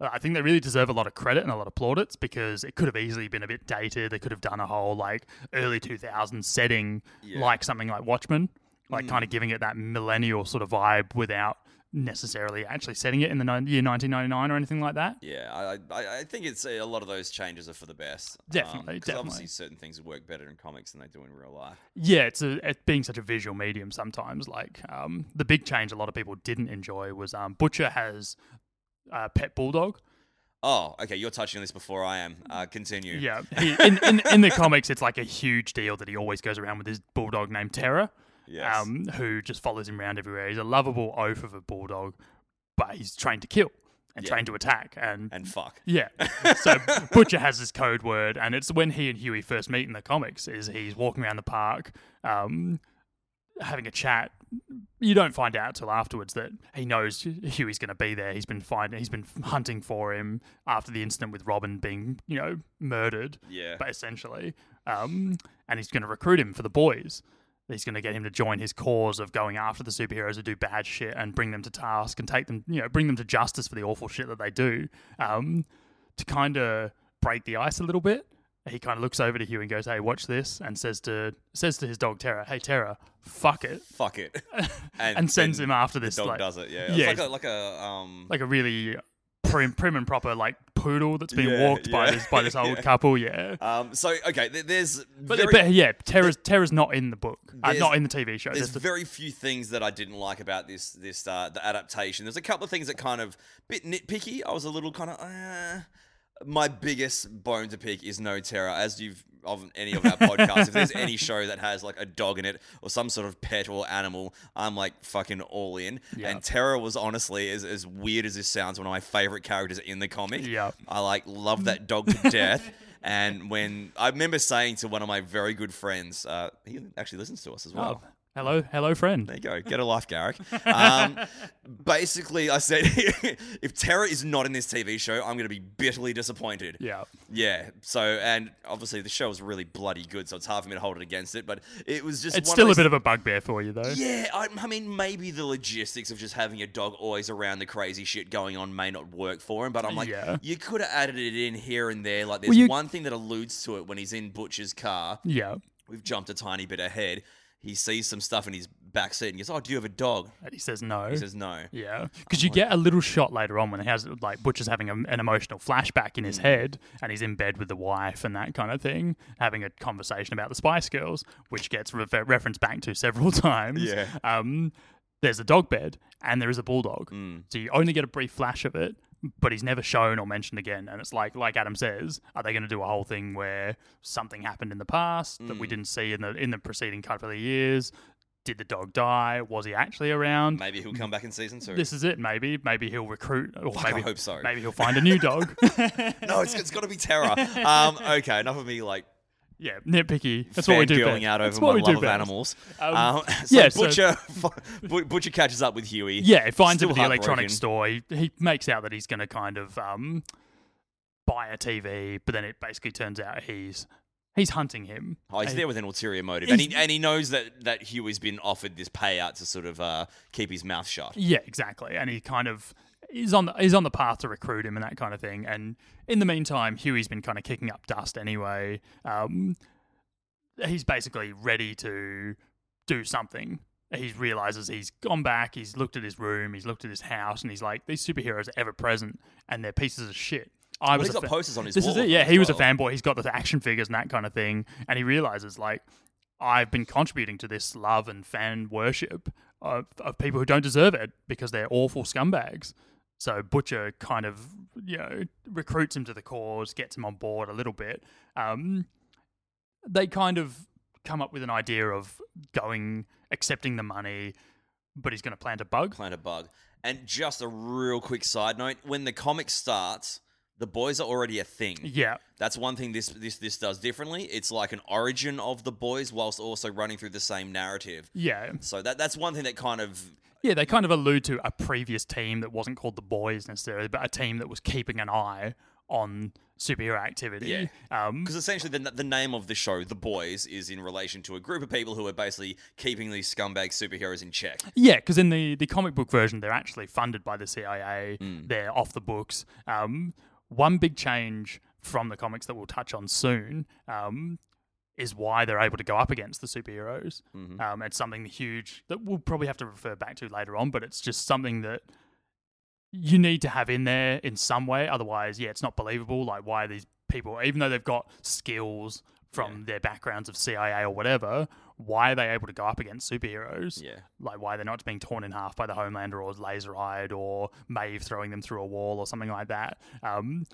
Speaker 1: uh, I think they really deserve a lot of credit and a lot of plaudits because it could have easily been a bit dated. They could have done a whole like early 2000s setting,
Speaker 2: Yeah. Mm.
Speaker 1: like something like Watchmen, like kind of giving it that millennial sort of vibe without necessarily actually setting it in the nin- year 1999 or anything like that.
Speaker 2: Yeah, I, I I think it's uh, a lot of those changes are for the best. Um,
Speaker 1: Definitely,
Speaker 2: 'cause Obviously,
Speaker 1: definitely.
Speaker 2: certain things work better in comics than they do in real life.
Speaker 1: Yeah, it's a, it being such a visual medium sometimes. Like um, the big change a lot of people didn't enjoy was um, Butcher has uh, pet bulldog.
Speaker 2: Oh, okay. You're touching on this before I am. Uh, continue.
Speaker 1: Yeah, he, in, in in the comics, it's like a huge deal that he always goes around with his bulldog named Terra,
Speaker 2: Yes.
Speaker 1: um, who just follows him around everywhere. He's a lovable oaf of a bulldog, but he's trained to kill and
Speaker 2: Yeah.
Speaker 1: trained to attack, and
Speaker 2: and fuck.
Speaker 1: Yeah. So Butcher has his code word, and it's when he and Huey first meet in the comics. Is he's walking around the park, um, having a chat. You don't find out till afterwards that he knows Huey's going to be there. He's been finding, he's been hunting for him after the incident with Robin being, you know, murdered.
Speaker 2: Yeah.
Speaker 1: But essentially, um, and he's going to recruit him for the boys. He's going to get him to join his cause of going after the superheroes who do bad shit and bring them to task and take them, you know, bring them to justice for the awful shit that they do. Um, to kind of break the ice a little bit, he kind of looks over to Hugh and goes, "Hey, watch this," and says to says to his dog Terra, "Hey, Terra, fuck it,"
Speaker 2: Fuck it.
Speaker 1: *laughs* and, sends
Speaker 2: then
Speaker 1: him after this
Speaker 2: Dog
Speaker 1: like
Speaker 2: does it. Yeah.
Speaker 1: Yeah.
Speaker 2: It's like a, like a um.
Speaker 1: like a really prim, prim and proper like poodle that's been
Speaker 2: Yeah,
Speaker 1: walked by
Speaker 2: yeah,
Speaker 1: this by
Speaker 2: *laughs*
Speaker 1: this old
Speaker 2: yeah.
Speaker 1: couple. Yeah,
Speaker 2: um. So okay, th- there's
Speaker 1: But,
Speaker 2: very,
Speaker 1: but yeah, Terra's, Terra's not in the book, uh,
Speaker 2: There's-
Speaker 1: not in the TV show.
Speaker 2: there's
Speaker 1: just the-
Speaker 2: very few things that I didn't like about this this uh, the adaptation. There's a couple of things that kind of bit nitpicky. I was a little kind of. Uh, my biggest bone to pick is no terror, as you've of any of our podcasts. if there's
Speaker 1: *laughs*
Speaker 2: any show that has like a dog in it or some sort of pet or animal, I'm like fucking all in.
Speaker 1: Yeah.
Speaker 2: And Terror was honestly, as, as weird as this sounds, one of my favorite characters in the comic.
Speaker 1: Yeah.
Speaker 2: I like love that dog to death. And when I remember saying to one of my very good friends, uh, he actually listens to us as well.
Speaker 1: Oh, hello, hello, friend.
Speaker 2: There you go. Get a life, Garrick. Um, *laughs* basically, I said *laughs* if Terra is not in this TV show, I'm going to be bitterly disappointed.
Speaker 1: Yeah,
Speaker 2: Yeah. So, and obviously, the show is really bloody good, so it's hard for me to hold it against it. But it was just
Speaker 1: it's
Speaker 2: one
Speaker 1: still a
Speaker 2: of those-
Speaker 1: bit of a bugbear for you though.
Speaker 2: yeah, I, I mean, maybe the logistics of just having a dog always around the crazy shit going on may not work for him, but I'm like,
Speaker 1: Yeah.
Speaker 2: you could have added it in here and there. Like, there's
Speaker 1: you-
Speaker 2: one thing that alludes to it when he's in Butcher's car.
Speaker 1: Yeah,
Speaker 2: We've jumped a tiny bit ahead. He sees some stuff in his backseat and goes, Oh, do you have a dog?
Speaker 1: and he says no.
Speaker 2: He
Speaker 1: *laughs*
Speaker 2: says, No.
Speaker 1: yeah, because you get a little shot later on when he has like Butcher's having a, an emotional flashback
Speaker 2: Mm.
Speaker 1: in his head, and he's in bed with the wife and that kind of thing, having a conversation about the Spice Girls, which gets re- referenced back to several *laughs* times.
Speaker 2: Yeah.
Speaker 1: Um, there's a dog bed and there is a bulldog,
Speaker 2: Mm.
Speaker 1: so you only get a brief flash of it, but he's never shown or mentioned again. And it's like, like Adam says, are they going to do a whole thing where something happened in the past that
Speaker 2: Mm.
Speaker 1: we didn't see in the in the preceding couple of years? Did the dog die? Was he actually around?
Speaker 2: Maybe he'll come back in season
Speaker 1: *laughs*
Speaker 2: two.
Speaker 1: this is it. Maybe, maybe he'll recruit, or
Speaker 2: I
Speaker 1: maybe
Speaker 2: hope so.
Speaker 1: Maybe he'll find a new
Speaker 2: *laughs*
Speaker 1: dog.
Speaker 2: no, it's, it's got to be Terra. Um, okay, enough of me like
Speaker 1: yeah, nitpicky. That's what we do.
Speaker 2: fangirling
Speaker 1: best.
Speaker 2: out
Speaker 1: That's
Speaker 2: over
Speaker 1: what
Speaker 2: my
Speaker 1: we do
Speaker 2: love of
Speaker 1: best.
Speaker 2: animals.
Speaker 1: Um,
Speaker 2: Um, *laughs* so
Speaker 1: *laughs* yeah, so-
Speaker 2: Butcher, Bu- Butcher catches up with Huey.
Speaker 1: Yeah, he finds
Speaker 2: Still
Speaker 1: him at the electronic
Speaker 2: heartbroken.
Speaker 1: store. He, he makes out that he's going to kind of um, buy a TV, but then it basically turns out he's he's hunting him.
Speaker 2: Oh, he's
Speaker 1: Hey.
Speaker 2: there with an ulterior motive,
Speaker 1: He's-
Speaker 2: and he and he knows that that Huey's been offered this payout to sort of uh, keep his mouth shut.
Speaker 1: Yeah, exactly. And he kind of is on the, he's on the path to recruit him and that kind of thing. And in the meantime, Huey's been kind of kicking up dust anyway. Um, he's basically ready to do something. He realizes he's gone back. He's looked at his room. He's looked at his house, and he's like, "These superheroes are ever present, and they're pieces of shit." I
Speaker 2: Well,
Speaker 1: was
Speaker 2: he's
Speaker 1: a
Speaker 2: got
Speaker 1: fa-
Speaker 2: posters on his
Speaker 1: this
Speaker 2: wall.
Speaker 1: is it.
Speaker 2: of
Speaker 1: Yeah,
Speaker 2: them
Speaker 1: he
Speaker 2: as
Speaker 1: was a
Speaker 2: well.
Speaker 1: fanboy. He's got the action figures and that kind of thing, and he realizes like I've been contributing to this love and fan worship of, of people who don't deserve it because they're awful scumbags. So Butcher kind of you know recruits him to the cause, gets him on board a little bit. Um, they kind of come up with an idea of going accepting the money, but he's going to plant a bug.
Speaker 2: Plant a bug. And just a real quick side note: when the comic starts, the boys are already a thing.
Speaker 1: Yeah,
Speaker 2: That's one thing this this this does differently. It's like an origin of the boys, whilst also running through the same narrative.
Speaker 1: yeah.
Speaker 2: So that that's one thing that kind of
Speaker 1: Yeah, they kind of allude to a previous team that wasn't called the Boys necessarily, but a team that was keeping an eye on superhero activity. Yeah. Um,
Speaker 2: because essentially the the name of the show, The Boys, is in relation to a group of people who are basically keeping these scumbag superheroes in check.
Speaker 1: yeah, because in the, the comic book version, they're actually funded by the CIA, they're off the books. Um, one big change from the comics that we'll touch on soon um, is why they're able to go up against the superheroes. Um, it's something huge that we'll probably have to refer back to later on, but it's just something that you need to have in there in some way. Otherwise, yeah, it's not believable. Like, why are these people, even though they've got skills from their backgrounds of CIA or whatever, why are they able to go up against superheroes?
Speaker 2: Yeah.
Speaker 1: Like why they're not being torn in half by the Homelander or Laser Eyed or Maeve throwing them through a wall or something like that. Um,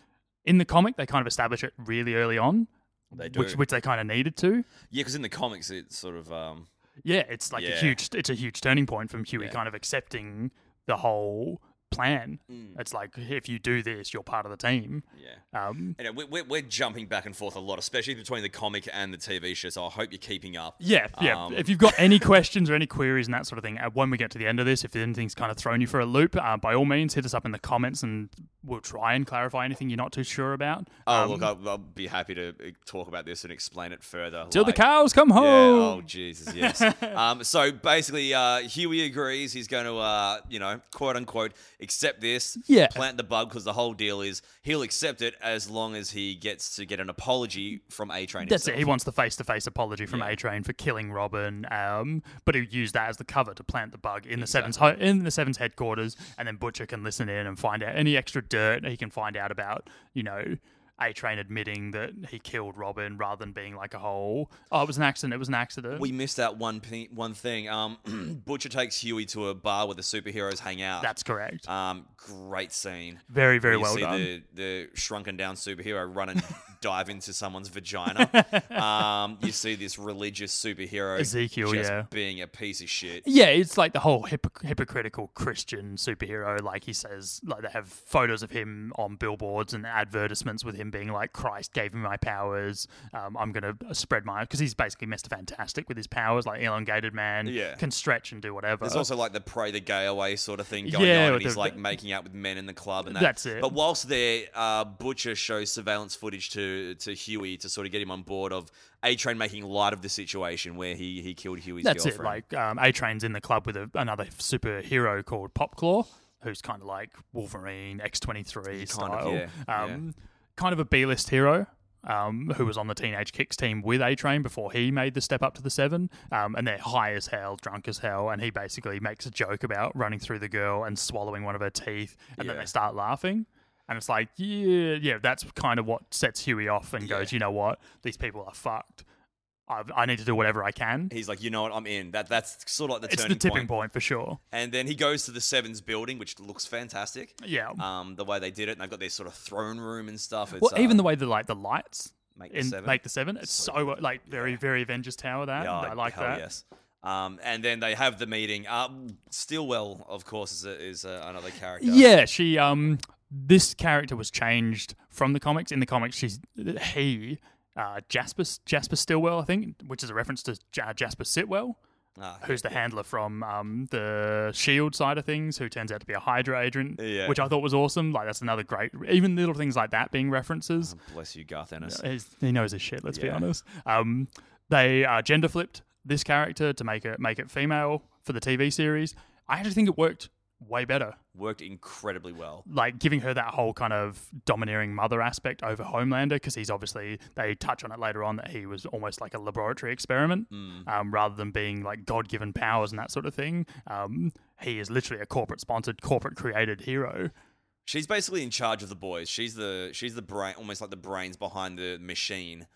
Speaker 1: in the comic, they kind of establish it really early on,
Speaker 2: They do.
Speaker 1: which which they kind of needed to.
Speaker 2: yeah, because in the comics, it's sort of um,
Speaker 1: Yeah, it's like a
Speaker 2: Yeah.
Speaker 1: huge. It's a huge turning point from Huey
Speaker 2: Yeah.
Speaker 1: kind of accepting the whole plan.
Speaker 2: mm,
Speaker 1: It's like if you do this, you're part of the team.
Speaker 2: yeah.
Speaker 1: Um,
Speaker 2: And we- we're, we're jumping back and forth a lot, especially between the comic and the TV show. So I hope you're keeping up.
Speaker 1: yeah, yeah.
Speaker 2: Um,
Speaker 1: if you've got
Speaker 2: *laughs*
Speaker 1: any questions or any queries and that sort of thing, uh, when we get to the end of this, if anything's kind of thrown you for a loop, uh, by all means, hit us up in the comments and we'll try and clarify anything you're not too sure about.
Speaker 2: Oh,
Speaker 1: Um,
Speaker 2: look, I'll, I'll be happy to uh, talk about this and explain it further.
Speaker 1: till
Speaker 2: like-
Speaker 1: the cows come
Speaker 2: Yeah, oh
Speaker 1: home. *laughs*
Speaker 2: Jesus, yes. um, so basically, uh, Huey agrees he's going to, uh, you know, quote unquote, accept this,
Speaker 1: Yeah.
Speaker 2: plant the bug, because the whole deal is he'll accept it as long as he gets to get an apology from A Train.
Speaker 1: That's it.
Speaker 2: himself.
Speaker 1: He wants the face-to-face apology from
Speaker 2: Yeah.
Speaker 1: A Train for killing Robin, um, but he used that as the cover to plant the bug in the Seven's ho- in the Seven's headquarters, and then Butcher can listen in and find out any extra dirt he can find out about, you know, A Train admitting that he killed Robin rather than being like a whole, oh, it was an accident, it was an accident.
Speaker 2: We missed that one pe- one thing. Um, *clears throat* Butcher takes Huey to a bar where the superheroes hang out.
Speaker 1: That's correct.
Speaker 2: um, great scene.
Speaker 1: very, very
Speaker 2: you
Speaker 1: well
Speaker 2: see
Speaker 1: done.
Speaker 2: The, the shrunken down superhero run
Speaker 1: *laughs*
Speaker 2: and dive into someone's vagina. Um, you see this religious superhero
Speaker 1: Ezekiel,
Speaker 2: just
Speaker 1: yeah.
Speaker 2: being a piece of shit.
Speaker 1: Yeah, it's like the whole hypoc- hypocritical Christian superhero. Like he says, like they have photos of him on billboards and advertisements with him being like, "Christ gave me my powers. Um, I'm gonna spread my." Because he's basically Mister Fantastic with his powers, like elongated man,
Speaker 2: Yeah.
Speaker 1: can stretch and do whatever.
Speaker 2: There's also like the pray the gay away sort of thing going
Speaker 1: Yeah,
Speaker 2: on, and
Speaker 1: with
Speaker 2: he's
Speaker 1: the-
Speaker 2: like making out with men in the club and that.
Speaker 1: That's it.
Speaker 2: But whilst there, uh, Butcher shows surveillance footage to to Huey to sort of get him on board of A Train making light of the situation where he he killed Huey's
Speaker 1: That's it.
Speaker 2: girlfriend.
Speaker 1: Like um, A Train's in the club with a, another superhero called Popclaw, who's kind of like Wolverine X twenty three
Speaker 2: Kind of,
Speaker 1: style,
Speaker 2: yeah, yeah.
Speaker 1: um, kind of a B list hero. Um, who was on the Teenage Kicks team with A Train before he made the step up to the seven? Um, and they're high as hell, drunk as hell, and he basically makes a joke about running through the girl and swallowing one of her teeth, and then
Speaker 2: Yeah.
Speaker 1: they start laughing. And it's like, yeah, yeah, that's kind of what sets Huey off and
Speaker 2: Yeah.
Speaker 1: goes, you know what, these people are fucked. i I need to do whatever I can
Speaker 2: He's like, you know what, I'm in. That that's sort of like the
Speaker 1: it's
Speaker 2: turning
Speaker 1: the tipping
Speaker 2: point.
Speaker 1: point. for sure.
Speaker 2: And then he goes to the Sevens building, which looks fantastic.
Speaker 1: Yeah.
Speaker 2: Um, the way they did it, and they've got their sort of throne room and stuff. It's,
Speaker 1: well, even the
Speaker 2: uh,
Speaker 1: way the like the lights
Speaker 2: make the
Speaker 1: in
Speaker 2: seven.
Speaker 1: make the seven, it's so,
Speaker 2: So good.
Speaker 1: like very
Speaker 2: Yeah.
Speaker 1: very Avengers Tower. That
Speaker 2: Yeah,
Speaker 1: I like
Speaker 2: hell
Speaker 1: that.
Speaker 2: Yes. Um, and then they have the meeting. Uh, Stillwell, of course, is, a, is a, another character.
Speaker 1: Yeah, she um this character was changed from the comics. In the comics, she's he uh Jasper Jasper Stillwell, I think, which is a reference to Ja- Jasper Sitwell.
Speaker 2: Ah,
Speaker 1: who's the handler from um, the Shield side of things, who turns out to be a Hydra agent,
Speaker 2: Yeah.
Speaker 1: which I thought was awesome. Like that's another great, even little things like that being references.
Speaker 2: bless you, Garth Ennis.
Speaker 1: He's- he knows his shit. Let's be
Speaker 2: Yeah.
Speaker 1: honest. Um, they uh, gender flipped this character to make it make it female for the TV series. I actually think it worked way better.
Speaker 2: Worked incredibly well.
Speaker 1: Like giving her that whole kind of domineering mother aspect over Homelander, because he's obviously they touch on it later on that he was almost like a laboratory experiment,
Speaker 2: Mm.
Speaker 1: um, rather than being like God given powers and that sort of thing. Um, he is literally a corporate sponsored, corporate created hero.
Speaker 2: She's basically in charge of the boys. She's the she's the brain, almost like the brains behind the machine.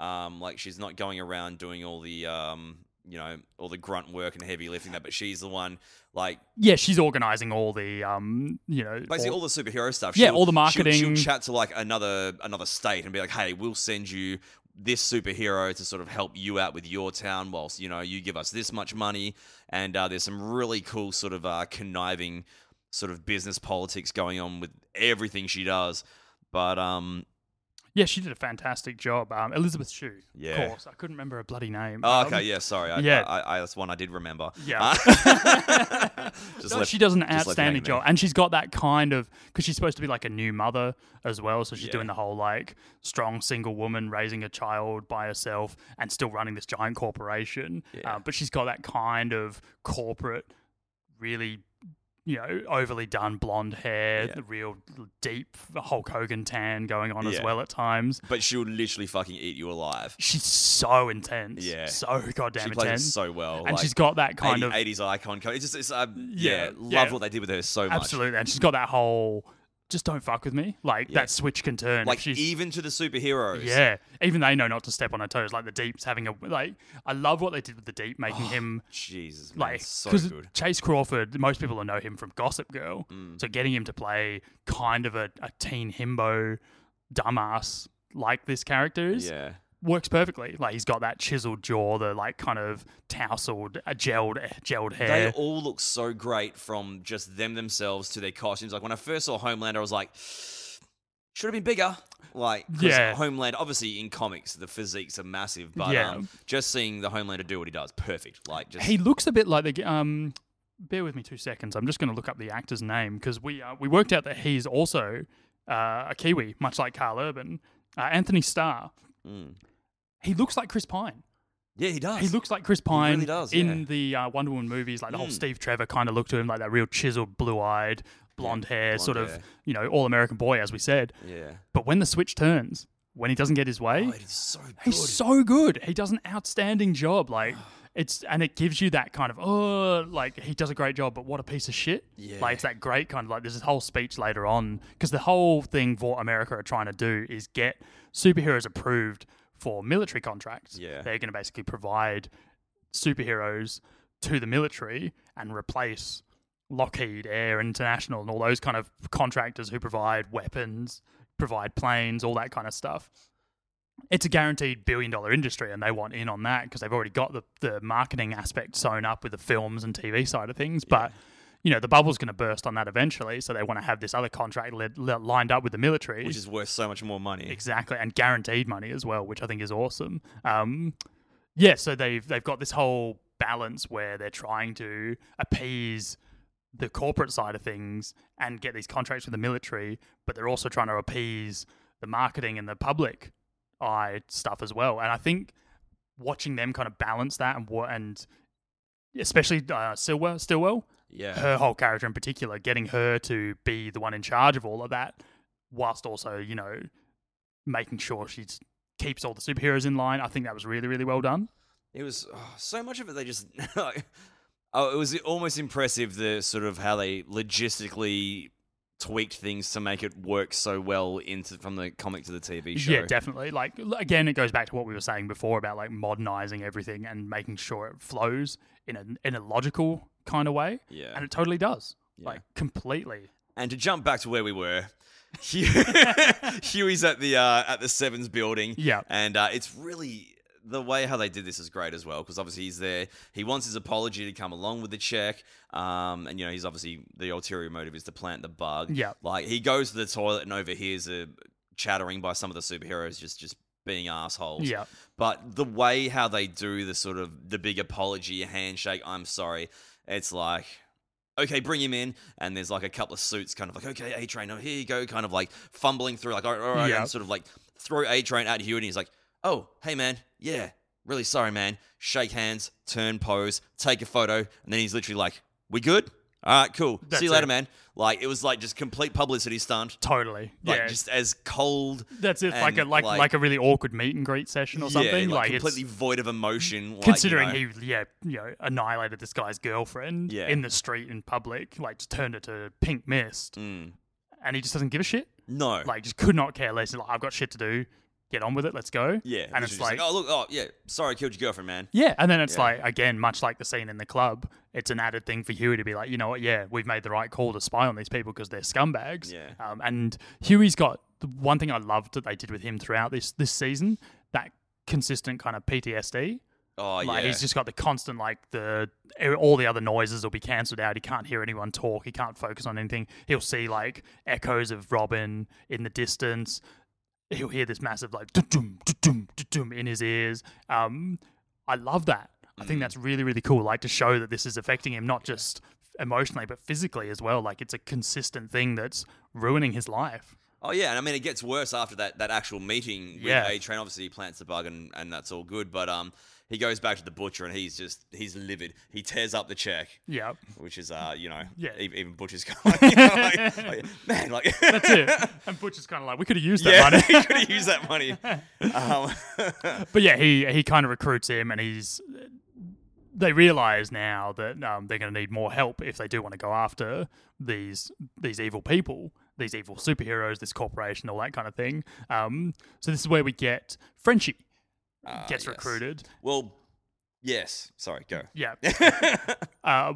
Speaker 2: Um, like she's not going around doing all the um, you know, all the grunt work and heavy lifting that, but she's the one like
Speaker 1: Yeah, she's organizing all the um, you know,
Speaker 2: basically
Speaker 1: all-
Speaker 2: all, the superhero stuff.
Speaker 1: Yeah,
Speaker 2: She'll-
Speaker 1: all the
Speaker 2: she'll- She'll,
Speaker 1: marketing.
Speaker 2: chat to like another another state and be like, "Hey, we'll send you this superhero to sort of help you out with your town, whilst you know you give us this much money." And uh, there's some really cool sort of uh, conniving sort of business politics going on with everything she does. But um,
Speaker 1: Yeah, she did a fantastic job. Um, Elizabeth Shue,
Speaker 2: Yeah.
Speaker 1: of course. I couldn't remember her bloody name.
Speaker 2: oh, okay,
Speaker 1: Um,
Speaker 2: yeah, sorry, I,
Speaker 1: yeah.
Speaker 2: I, I, that's one I did remember.
Speaker 1: Yeah. *laughs*
Speaker 2: Uh, *laughs* just
Speaker 1: No,
Speaker 2: left-
Speaker 1: she does an
Speaker 2: just left it
Speaker 1: outstanding
Speaker 2: hanging there.
Speaker 1: job, and she's got that kind of because she's supposed to be like a new mother as well. So she's
Speaker 2: Yeah.
Speaker 1: doing the whole like strong single woman raising a child by herself and still running this giant corporation.
Speaker 2: Yeah.
Speaker 1: Uh, but she's got that kind of corporate, really, you know, overly done blonde hair,
Speaker 2: Yeah.
Speaker 1: the real deep Hulk Hogan tan going on as
Speaker 2: Yeah.
Speaker 1: well at times.
Speaker 2: But she'll literally fucking eat you alive.
Speaker 1: She's so intense,
Speaker 2: Yeah.
Speaker 1: so goddamn
Speaker 2: She plays it
Speaker 1: intense,
Speaker 2: so well,
Speaker 1: and
Speaker 2: like-
Speaker 1: she's got that kind
Speaker 2: 80,
Speaker 1: of
Speaker 2: 80s icon. co- It's just, it's, um, yeah,
Speaker 1: Yeah,
Speaker 2: loved
Speaker 1: yeah.
Speaker 2: what they did with her so much.
Speaker 1: Absolutely. And she's got that whole just don't fuck with me. Like
Speaker 2: Yeah.
Speaker 1: that switch can turn. If
Speaker 2: Like
Speaker 1: she's-
Speaker 2: even to the superheroes.
Speaker 1: yeah, even they know not to step on her toes. Like the deep's having a like. I love what they did with the deep, making him
Speaker 2: Jesus, Oh, man,
Speaker 1: like
Speaker 2: so
Speaker 1: because
Speaker 2: good. Mm.
Speaker 1: Chase Crawford, most people will know him from Gossip Girl. So getting him to play kind of a, a teen himbo dumbass like this character is
Speaker 2: Yeah.
Speaker 1: works perfectly. Like he's got that chiseled jaw, the like kind of tousled, uh, gelled, gelled
Speaker 2: They
Speaker 1: hair.
Speaker 2: all look so great from just them themselves to their costumes. Like when I first saw Homelander, I was like, should have been bigger. Like, 'cause
Speaker 1: Yeah.
Speaker 2: Homelander, obviously in comics, the physiques are massive, but
Speaker 1: Yeah.
Speaker 2: um, just seeing the Homelander do what he does, perfect. Like, just
Speaker 1: he looks a bit like the g- um. Bear with me two seconds. I'm just going to look up the actor's name because we uh, we worked out that he's also uh, a Kiwi, much like Carl Urban. Uh, Anthony Starr.
Speaker 2: Mm.
Speaker 1: He looks like Chris Pine.
Speaker 2: yeah, he does.
Speaker 1: He looks like Chris Pine
Speaker 2: really does,
Speaker 1: in
Speaker 2: yeah.
Speaker 1: the uh, Wonder Woman movies. Like the whole
Speaker 2: Mm.
Speaker 1: Steve Trevor kind of looked to him like that real chiseled, blue-eyed, blonde hair,
Speaker 2: blonde
Speaker 1: sort of
Speaker 2: hair.
Speaker 1: you know all American boy, as we said.
Speaker 2: yeah.
Speaker 1: But when the switch turns, when he doesn't get his way,
Speaker 2: Oh, it is so good.
Speaker 1: He's so good. He does an outstanding job. Like
Speaker 2: *sighs*
Speaker 1: it's and it gives you that kind of oh, like he does a great job, but what a piece of shit.
Speaker 2: Yeah.
Speaker 1: Like it's that great kind of like there's this whole speech later on because the whole thing what America are trying to do is get superheroes approved for military contracts.
Speaker 2: Yeah.
Speaker 1: they're going to basically provide superheroes to the military and replace Lockheed, Air International, and all those kind of contractors who provide weapons, provide planes, all that kind of stuff. It's a guaranteed billion dollar industry, and they want in on that because they've already got the, the marketing aspect sewn up with the films and TV side of things. But you know the bubble's going to burst on that eventually, so they want to have this other contract led, li- lined up with the military,
Speaker 2: Which is worth so much more money.
Speaker 1: Exactly, and guaranteed money as well, which I think is awesome. Um, yeah, so they've they've got this whole balance where they're trying to appease the corporate side of things and get these contracts with the military, but they're also trying to appease the marketing and the public eye stuff as well. And I think watching them kind of balance that and what and especially uh, Silwell, Stillwell,
Speaker 2: yeah.
Speaker 1: her whole character in particular, getting her to be the one in charge of all of that, whilst also, you know, making sure she keeps all the superheroes in line. I think that was really, really well done.
Speaker 2: It was oh, so much of it. They just *laughs* like, oh, it was almost impressive the sort of how they logistically tweaked things to make it work so well into from the comic to the TV show.
Speaker 1: Yeah, definitely. Like l- again, it goes back to what we were saying before about like modernizing everything and making sure it flows in a in a logical kind of way,
Speaker 2: Yeah.
Speaker 1: and it totally does.
Speaker 2: Yeah.
Speaker 1: Like completely.
Speaker 2: And to jump back to where we were, *laughs*
Speaker 1: *laughs*
Speaker 2: Hugh- Huey's at the uh, at the Sevens building.
Speaker 1: Yeah.
Speaker 2: and uh, it's really the way how they did this is great as well because obviously he's there. He wants his apology to come along with the check, um, and you know he's obviously the ulterior motive is to plant the bug.
Speaker 1: Yeah.
Speaker 2: like he goes to the toilet and overhears a chattering by some of the superheroes just just being assholes.
Speaker 1: Yeah.
Speaker 2: But the way how they do the sort of the big apology handshake, I'm sorry, it's like, okay, bring him in. And there's like a couple of suits kind of like, okay, A Train, oh, here you go, kind of like fumbling through, like, all right, all right,
Speaker 1: Yeah.
Speaker 2: and sort of like throw A Train at Hugh. And he's like, oh, hey, man, yeah, really sorry, man. Shake hands, turn pose, take a photo. And then he's literally like, we good? All right, cool.
Speaker 1: That's
Speaker 2: See you later,
Speaker 1: it.
Speaker 2: man. Like, it was like just complete publicity stunt.
Speaker 1: Totally.
Speaker 2: Like,
Speaker 1: yeah.
Speaker 2: just as cold.
Speaker 1: that's it. Like a
Speaker 2: and,
Speaker 1: like,
Speaker 2: like-
Speaker 1: like a really awkward meet and great session or
Speaker 2: Yeah,
Speaker 1: something.
Speaker 2: like,
Speaker 1: like it's
Speaker 2: completely void of emotion. like, you
Speaker 1: considering
Speaker 2: know.
Speaker 1: he yeah you know annihilated this guy's girlfriend
Speaker 2: Yeah.
Speaker 1: in the street in public like just turned her to pink mist
Speaker 2: Mm.
Speaker 1: and he just doesn't give a shit
Speaker 2: No.
Speaker 1: like just could not care less He's like i've got shit to do get on with it let's go
Speaker 2: yeah.
Speaker 1: and
Speaker 2: literally
Speaker 1: it's
Speaker 2: just
Speaker 1: like,
Speaker 2: oh, look, oh, yeah, sorry, I killed your girlfriend, man.
Speaker 1: yeah and then it's
Speaker 2: Yeah.
Speaker 1: like again much like the scene in the club it's an added thing for huey to be like you know what yeah we've made the right call to spy on these people because they're scumbags
Speaker 2: Yeah.
Speaker 1: um, and huey's got the one thing i loved that they did with him throughout this this season that consistent kind of ptsd
Speaker 2: Oh,
Speaker 1: Like
Speaker 2: yeah.
Speaker 1: he's just got the constant like the e, all the other noises will be cancelled out. He can't hear anyone talk. He can't focus on anything. He'll see like echoes of Robin in the distance. He'll hear this massive like dum dum dum in his ears. Um, I love that. I
Speaker 2: Mm.
Speaker 1: think that's really really cool. Like to show that this is affecting him not just emotionally but physically as well. Like it's a consistent thing that's ruining his life.
Speaker 2: oh, yeah. And I mean, it gets worse after that, that actual meeting with
Speaker 1: Yeah.
Speaker 2: A Train. Obviously, he plants the bug and, and that's all good. But um, he goes back to the butcher and he's just, he's livid. He tears up the check, *laughs*
Speaker 1: Yeah,
Speaker 2: which is, uh, you know,
Speaker 1: Yeah.
Speaker 2: e- even Butcher's *laughs* kind of like, you know,
Speaker 1: *laughs*
Speaker 2: like, like, man, like,
Speaker 1: that's it. And Butcher's kind of like we could have used that
Speaker 2: *laughs* yeah,
Speaker 1: money.
Speaker 2: he could have used
Speaker 1: *laughs*
Speaker 2: that money. Um, *laughs*
Speaker 1: But yeah, he he kind of recruits him, and he's. They realize now that um, they're going to need more help if they do want to go after these these evil people. these evil superheroes, this corporation, all that kind of thing. Um, so this is where we get Frenchie
Speaker 2: Ah,
Speaker 1: gets
Speaker 2: yes.
Speaker 1: recruited.
Speaker 2: Well, yes. Sorry, go.
Speaker 1: *laughs* Yeah. uh,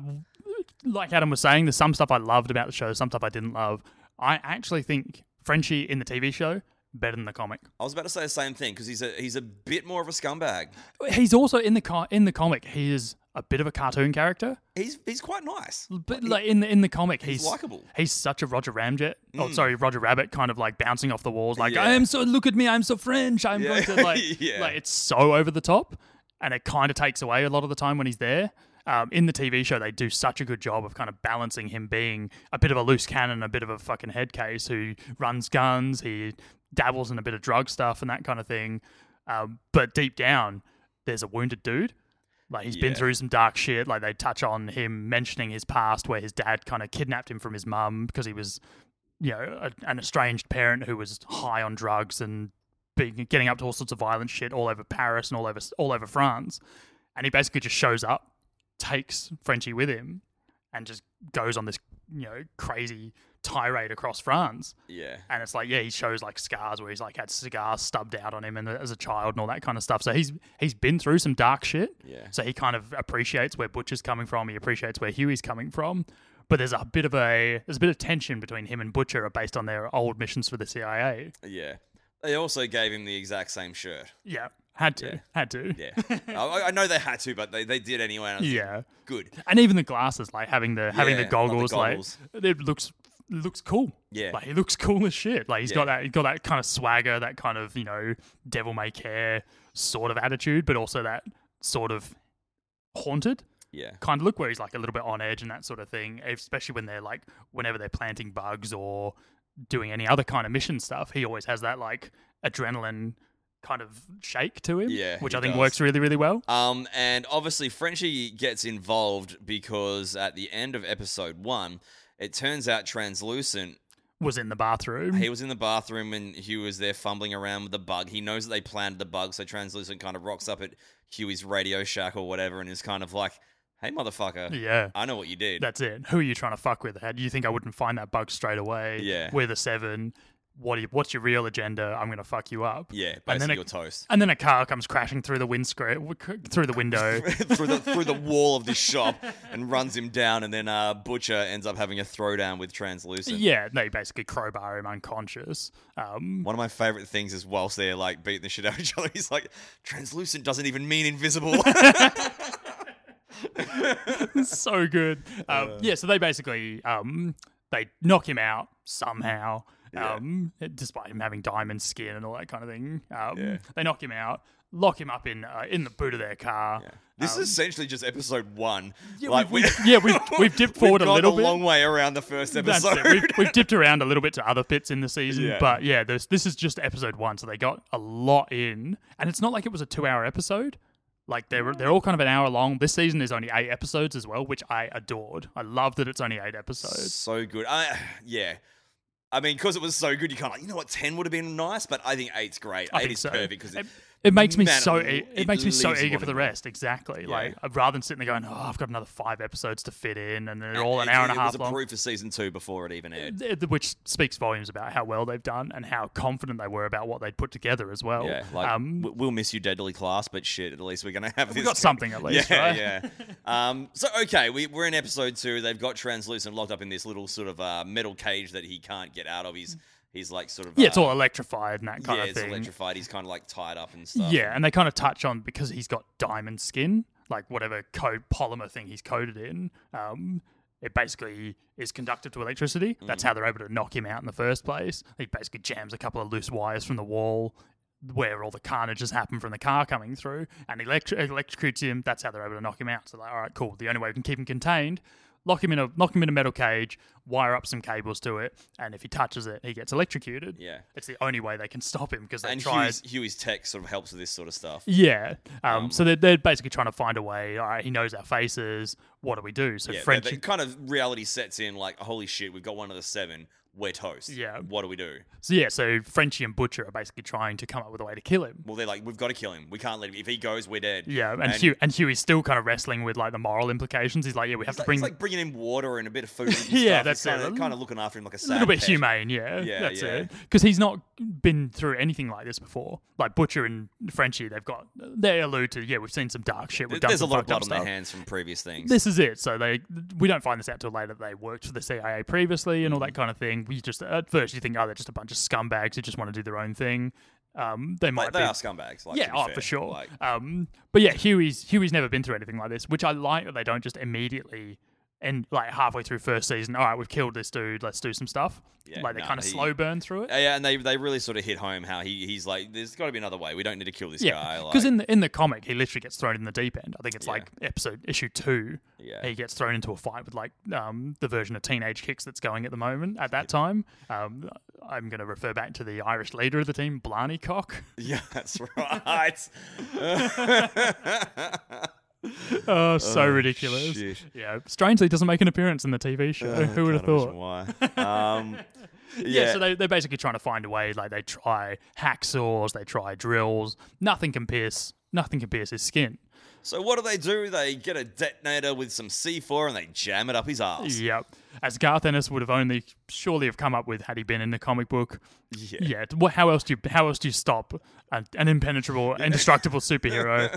Speaker 1: like Adam was saying, there's some stuff I loved about the show, some stuff I didn't love. I actually think Frenchie in the TV show better than the comic.
Speaker 2: I was about to say the same thing because he's a he's a bit more of a scumbag.
Speaker 1: He's also in the co- in the comic. He is a bit of a cartoon character,
Speaker 2: He's he's quite nice.
Speaker 1: but like in the in the comic,
Speaker 2: He's
Speaker 1: he's
Speaker 2: likable. Mm.
Speaker 1: He's such a Roger Ramjet. Oh, sorry, Roger Rabbit, kind of like bouncing off the walls, like
Speaker 2: Yeah.
Speaker 1: I am so. Look at me, I'm so French. I'm
Speaker 2: Yeah.
Speaker 1: going to like,
Speaker 2: *laughs* Yeah.
Speaker 1: like it's so over the top, and it kind of takes away a lot of the time when he's there. Um, in the TV show, they do such a good job of kind of balancing him being a bit of a loose cannon, a bit of a fucking head case who runs guns, he dabbles in a bit of drug stuff and that kind of thing. Um, but deep down, there's a wounded dude. Like he's been
Speaker 2: Yeah.
Speaker 1: through some dark shit. Like they touch on him mentioning his past, where his dad kind of kidnapped him from his mum because he was, you know, a, an estranged parent who was high on drugs and being, getting up to all sorts of violent shit all over Paris and all over all over France. And he basically just shows up, takes Frenchie with him, and just goes on this you know crazy tirade across France.
Speaker 2: Yeah.
Speaker 1: And it's like, yeah, he shows like scars where he's like had cigars stubbed out on him and uh, as a child and all that kind of stuff. So he's he's been through some dark shit.
Speaker 2: Yeah.
Speaker 1: So he kind of appreciates where Butcher's coming from. He appreciates where Huey's coming from. But there's a bit of a there's a bit of tension between him and Butcher based on their old missions for the CIA.
Speaker 2: Yeah. They also gave him the exact same shirt.
Speaker 1: Yeah, had to,
Speaker 2: Yeah.
Speaker 1: had to. *laughs*
Speaker 2: Yeah. I, I know they had to, but they, they did anyway. And I was like,
Speaker 1: Yeah.
Speaker 2: Good.
Speaker 1: and even the glasses, like having the having
Speaker 2: Yeah,
Speaker 1: the
Speaker 2: like the
Speaker 1: goggles,
Speaker 2: goggles.
Speaker 1: like it looks looks cool.
Speaker 2: Yeah.
Speaker 1: like he looks cool as shit. Like he's got
Speaker 2: Yeah.
Speaker 1: that he's got that kind of swagger, that kind of you know devil may care sort of attitude, but also that sort of haunted
Speaker 2: Yeah.
Speaker 1: kind of look where he's like a little bit on edge and that sort of thing. Especially when they're like whenever they're planting bugs or doing any other kind of mission stuff, he always has that like adrenaline kind of shake to him,
Speaker 2: Yeah,
Speaker 1: which
Speaker 2: he
Speaker 1: I think
Speaker 2: does.
Speaker 1: works really really well.
Speaker 2: Um, and obviously Frenchie gets involved because at the end of episode one, it turns out translucent.
Speaker 1: Was in the bathroom.
Speaker 2: He was in the bathroom and Hugh was there fumbling around with the bug. He knows that they planted the bug, so translucent kind of rocks up at Huey's Radio Shack or whatever, and is kind of like, "Hey, motherfucker,
Speaker 1: yeah.
Speaker 2: I know what you did."
Speaker 1: That's it. Who are you trying to fuck with? How do you think I wouldn't find that bug straight away?
Speaker 2: Yeah.
Speaker 1: We're the seven. What are you, what's your real agenda? I'm going to fuck you up.
Speaker 2: yeah,
Speaker 1: And then
Speaker 2: basically
Speaker 1: it-
Speaker 2: your toast
Speaker 1: And then a car comes crashing through the windscreen, through the window.
Speaker 2: *laughs* through the through the wall of this shop and runs him down, and then uh, Butcher ends up having a throwdown with translucent.
Speaker 1: yeah, they basically crowbar him unconscious. Um, *laughs*
Speaker 2: One of my favorite things is whilst they're like beating the shit out of each other, he's like, translucent doesn't even mean invisible.
Speaker 1: *laughs* so good.
Speaker 2: Uh.
Speaker 1: Um, yeah, so they basically um, they knock him out somehow,
Speaker 2: Yeah.
Speaker 1: um, despite him having diamond skin and all that kind of thing. Um,
Speaker 2: Yeah.
Speaker 1: They knock him out, lock him up in uh, in the boot of their car.
Speaker 2: this is essentially just episode one.
Speaker 1: Um, Yeah,
Speaker 2: like
Speaker 1: we've,
Speaker 2: we,
Speaker 1: we've- yeah, we've, we've dipped forward
Speaker 2: *laughs*
Speaker 1: a
Speaker 2: we've gone
Speaker 1: little
Speaker 2: a
Speaker 1: bit.
Speaker 2: long way around the first
Speaker 1: That's
Speaker 2: episode.
Speaker 1: it. We've, we've dipped around a little bit to other bits in the season,
Speaker 2: Yeah.
Speaker 1: but yeah, this this is just episode one, so they got a lot in, and it's not like it was a two-hour episode. Like
Speaker 2: Mm.
Speaker 1: they're they're all kind of an hour long. This season is only eight episodes as well, which I adored. I love that it's only eight episodes.
Speaker 2: *laughs* so good. I, *sighs* yeah. I mean, because it was so good, you kind of like, you know what, 10 would have been nice, but I think eight's great.
Speaker 1: I
Speaker 2: Eight
Speaker 1: think
Speaker 2: is
Speaker 1: so.
Speaker 2: perfect because
Speaker 1: it, it makes me
Speaker 2: man,
Speaker 1: so
Speaker 2: it
Speaker 1: e- it,
Speaker 2: l- it
Speaker 1: makes me so
Speaker 2: leaves
Speaker 1: eager
Speaker 2: wanting
Speaker 1: for the
Speaker 2: more.
Speaker 1: rest. Exactly. Like
Speaker 2: Yeah.
Speaker 1: rather than sitting there going, "Oh, I've got another five episodes to fit in," and they're all an hour and a half
Speaker 2: It was
Speaker 1: long.
Speaker 2: approved for season two before it even aired.
Speaker 1: Th- which speaks volumes about how well they've done and how confident they were about what they'd put together as well.
Speaker 2: Yeah, like
Speaker 1: um,
Speaker 2: w- we'll miss you, deadly class, but shit, at least we're gonna have
Speaker 1: we
Speaker 2: this
Speaker 1: got something at least,
Speaker 2: *laughs* yeah,
Speaker 1: right?
Speaker 2: yeah. Um, so okay, we, we're in episode two. They've got translucent locked up in this little sort of uh, metal cage that he can't get out of. He's he's like sort of
Speaker 1: yeah, it's
Speaker 2: uh,
Speaker 1: all electrified and that kind
Speaker 2: yeah,
Speaker 1: of
Speaker 2: it's
Speaker 1: thing.
Speaker 2: electrified. He's kind of like tied up and stuff.
Speaker 1: Yeah, and they kind of touch on because he's got diamond skin, like whatever coat polymer thing he's coated in. Um, it basically is conductive to electricity.
Speaker 2: Mm.
Speaker 1: That's how they're able to knock him out in the first place. He basically jams a couple of loose wires from the wall where all the carnage has happened from the car coming through and electro- electrocutes him. That's how they're able to knock him out. So like, all right, cool. The only way we can keep him contained, lock him in a lock him in a metal cage, wire up some cables to it, and if he touches it, he gets electrocuted.
Speaker 2: Yeah.
Speaker 1: It's the only way they can stop him because they
Speaker 2: and
Speaker 1: tried
Speaker 2: Huey's, Huey's tech sort of helps with this sort of stuff.
Speaker 1: yeah. Um, so they're, they're basically trying to find a way. All right, he knows our faces. What do we do? So
Speaker 2: Yeah,
Speaker 1: French.
Speaker 2: that- that kind of reality sets in. Like, holy shit, we've got one of the seven. we're toast.
Speaker 1: Yeah.
Speaker 2: What do we do?
Speaker 1: So yeah, so Frenchie and Butcher are basically trying to come up with a way to kill him.
Speaker 2: Well, they're like, we've got to kill him. We can't let him. If he goes, we're dead.
Speaker 1: Yeah, and,
Speaker 2: And-
Speaker 1: Hugh and Huey's still kind of wrestling with like the moral implications. He's like, yeah, we have
Speaker 2: It's
Speaker 1: to
Speaker 2: like,
Speaker 1: bring
Speaker 2: it's like bringing in water and a bit of food.
Speaker 1: *laughs*
Speaker 2: And
Speaker 1: Yeah,
Speaker 2: stuff.
Speaker 1: that's
Speaker 2: kind
Speaker 1: it.
Speaker 2: of, kind of looking after him like a,
Speaker 1: a little bit
Speaker 2: pet.
Speaker 1: humane. Yeah,
Speaker 2: Yeah,
Speaker 1: that's
Speaker 2: yeah.
Speaker 1: it. Because he's not been through anything like this before. Like Butcher and Frenchie, they've got they allude to yeah, we've seen some dark shit.
Speaker 2: There-
Speaker 1: We've done
Speaker 2: There's a
Speaker 1: some
Speaker 2: lot of
Speaker 1: fucked up
Speaker 2: blood on their
Speaker 1: stuff.
Speaker 2: hands from previous things.
Speaker 1: This is it. So they we don't find this out till later. that They worked for the CIA previously and all
Speaker 2: Mm.
Speaker 1: that kind of thing. We just at first you think oh they're just a bunch of scumbags who just want to do their own thing. Um, they might
Speaker 2: Like, they
Speaker 1: be
Speaker 2: are scumbags. Like, to
Speaker 1: yeah,
Speaker 2: be
Speaker 1: oh,
Speaker 2: fair.
Speaker 1: for sure.
Speaker 2: Like,
Speaker 1: um, but yeah, Huey's Huey's never been through anything like this, which I like that they don't just immediately and like halfway through first season. All right, we've killed this dude. Let's do some stuff.
Speaker 2: Yeah,
Speaker 1: like they
Speaker 2: nah,
Speaker 1: kind of
Speaker 2: he-
Speaker 1: slow burn through it.
Speaker 2: Uh, Yeah, and they they really sort of hit home how he he's like, there's got to be another way. We don't need to kill this guy.
Speaker 1: yeah,
Speaker 2: Like, *laughs*
Speaker 1: because in the in the comic, he literally gets thrown in the deep end. I think it's
Speaker 2: Yeah.
Speaker 1: like episode issue two.
Speaker 2: Yeah.
Speaker 1: he gets thrown into a fight with like um, the version of Teenage Kicks that's going at the moment. At that time, um, I'm going to refer back to the Irish leader of the team, Blarney Cock. *laughs*
Speaker 2: yeah, that's right.
Speaker 1: oh, so ridiculous.
Speaker 2: shit. Uh,
Speaker 1: Yeah, strangely doesn't make an appearance in the TV show. Who would have
Speaker 2: Can't imagine
Speaker 1: thought? *laughs*
Speaker 2: Why? Um, yeah,
Speaker 1: Yeah, so they, they're basically trying to find a way. Like they try hacksaws, they try drills. Nothing can pierce. Nothing can pierce his skin.
Speaker 2: So what do they do? They get a detonator with some C4 and they jam it up his ass.
Speaker 1: Yep. As Garth Ennis would have only surely have come up with had he been in the comic book.
Speaker 2: Yeah.
Speaker 1: Yeah. What? How else do you? How else do you stop an, an impenetrable, indestructible superhero?